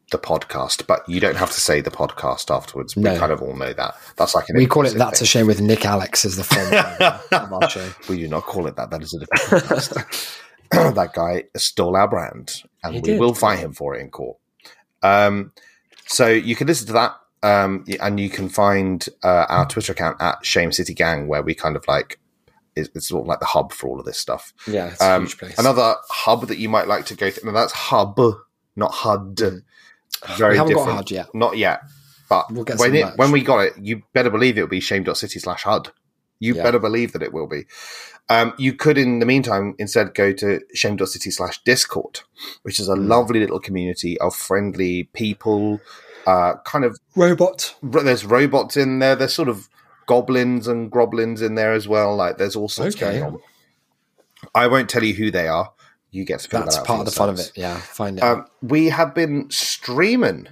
[SPEAKER 2] the podcast. But you don't have to say the podcast afterwards. We
[SPEAKER 1] No.
[SPEAKER 2] kind of all know that. That's like an
[SPEAKER 1] We call it
[SPEAKER 2] implicit
[SPEAKER 1] That's a
[SPEAKER 2] thing.
[SPEAKER 1] Shame with Nick Alex as the former owner of our show.
[SPEAKER 2] We do not call it that. That is a different podcast. that guy stole our brand, and
[SPEAKER 1] He
[SPEAKER 2] we
[SPEAKER 1] did.
[SPEAKER 2] will fight him for it in court. Um, so you can listen to that, um, y- and you can find uh, our Twitter account at Shame City Gang, where we kind of like it's, it's sort of like the hub for all of this stuff.
[SPEAKER 1] Yeah, it's
[SPEAKER 2] Um, Another hub that you might like to go through. No, that's hub, not HUD. Very
[SPEAKER 1] Mm. we haven't
[SPEAKER 2] different.
[SPEAKER 1] got hard yet.
[SPEAKER 2] Not yet. But
[SPEAKER 1] We'll get
[SPEAKER 2] when
[SPEAKER 1] some
[SPEAKER 2] it,
[SPEAKER 1] merch.
[SPEAKER 2] when we got it, you better believe it'll be shame.city slash HUD. You
[SPEAKER 1] Yeah.
[SPEAKER 2] better believe that it will be. Um, you could, in the meantime, instead go to shame.city slash Discord, which is a
[SPEAKER 1] Mm.
[SPEAKER 2] lovely little community of friendly people. Uh, kind of,
[SPEAKER 1] Robot.
[SPEAKER 2] ro- there's robots in there. There's sort of goblins and groblins in there as well. Like, there's all sorts
[SPEAKER 1] Okay.
[SPEAKER 2] going on. I won't tell you who they are. You get to figure
[SPEAKER 1] That's
[SPEAKER 2] that out for
[SPEAKER 1] part of the fun of
[SPEAKER 2] yourselves.
[SPEAKER 1] it. Yeah, find it. out.
[SPEAKER 2] Um, we have been streaming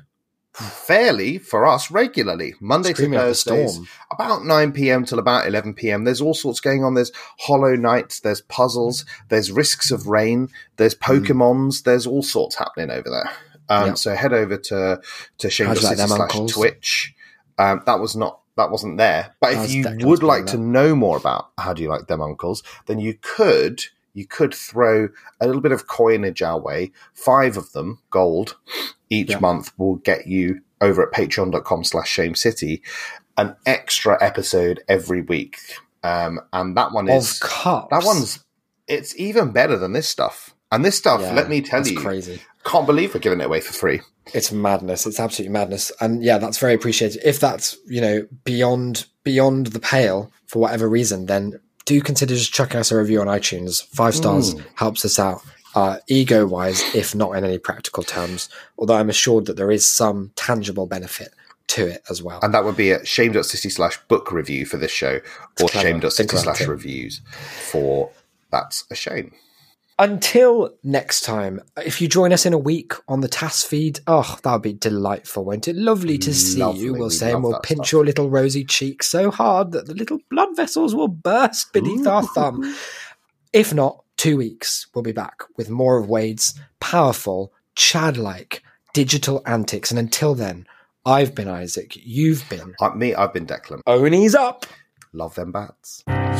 [SPEAKER 2] fairly for us regularly, Monday
[SPEAKER 1] Screaming
[SPEAKER 2] to
[SPEAKER 1] up a
[SPEAKER 2] Thursdays,
[SPEAKER 1] storm.
[SPEAKER 2] about 9 p.m. till about 11 p.m. There's all sorts going on. There's Hollow Knights, there's puzzles,
[SPEAKER 1] Mm.
[SPEAKER 2] there's Risks of Rain, there's Pokemons, there's all sorts happening over there. Um,
[SPEAKER 1] Yeah.
[SPEAKER 2] So head over to to
[SPEAKER 1] How'd you like them,
[SPEAKER 2] slash
[SPEAKER 1] uncles?
[SPEAKER 2] Twitch. Um, that was not that wasn't there. But
[SPEAKER 1] That
[SPEAKER 2] if
[SPEAKER 1] was
[SPEAKER 2] you
[SPEAKER 1] Declan's
[SPEAKER 2] would
[SPEAKER 1] playing
[SPEAKER 2] like
[SPEAKER 1] that.
[SPEAKER 2] to know more about how do you like them uncles, then you could you could throw a little bit of coinage our way. Five of them, gold, each
[SPEAKER 1] Yeah.
[SPEAKER 2] month will get you over at patreon.com slash shame city an extra episode every week. Um, and that one
[SPEAKER 1] Of
[SPEAKER 2] is
[SPEAKER 1] cups.
[SPEAKER 2] that one's it's even better than this stuff. And this stuff,
[SPEAKER 1] Yeah,
[SPEAKER 2] let me tell
[SPEAKER 1] that's
[SPEAKER 2] you,
[SPEAKER 1] crazy.
[SPEAKER 2] can't believe we're giving it away for free.
[SPEAKER 1] It's madness. It's absolute madness. And yeah, that's very appreciated. If that's, you know, beyond beyond the pale for whatever reason, then do consider just chucking us a review on iTunes. Five stars helps us out. Uh, ego wise, if not in any practical terms, although I'm assured that there is some tangible benefit to it as well.
[SPEAKER 2] And that would be at shame.city slash book review for this show or
[SPEAKER 1] clever. Think
[SPEAKER 2] shame.city
[SPEAKER 1] about
[SPEAKER 2] slash
[SPEAKER 1] it. oh,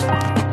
[SPEAKER 2] Uh,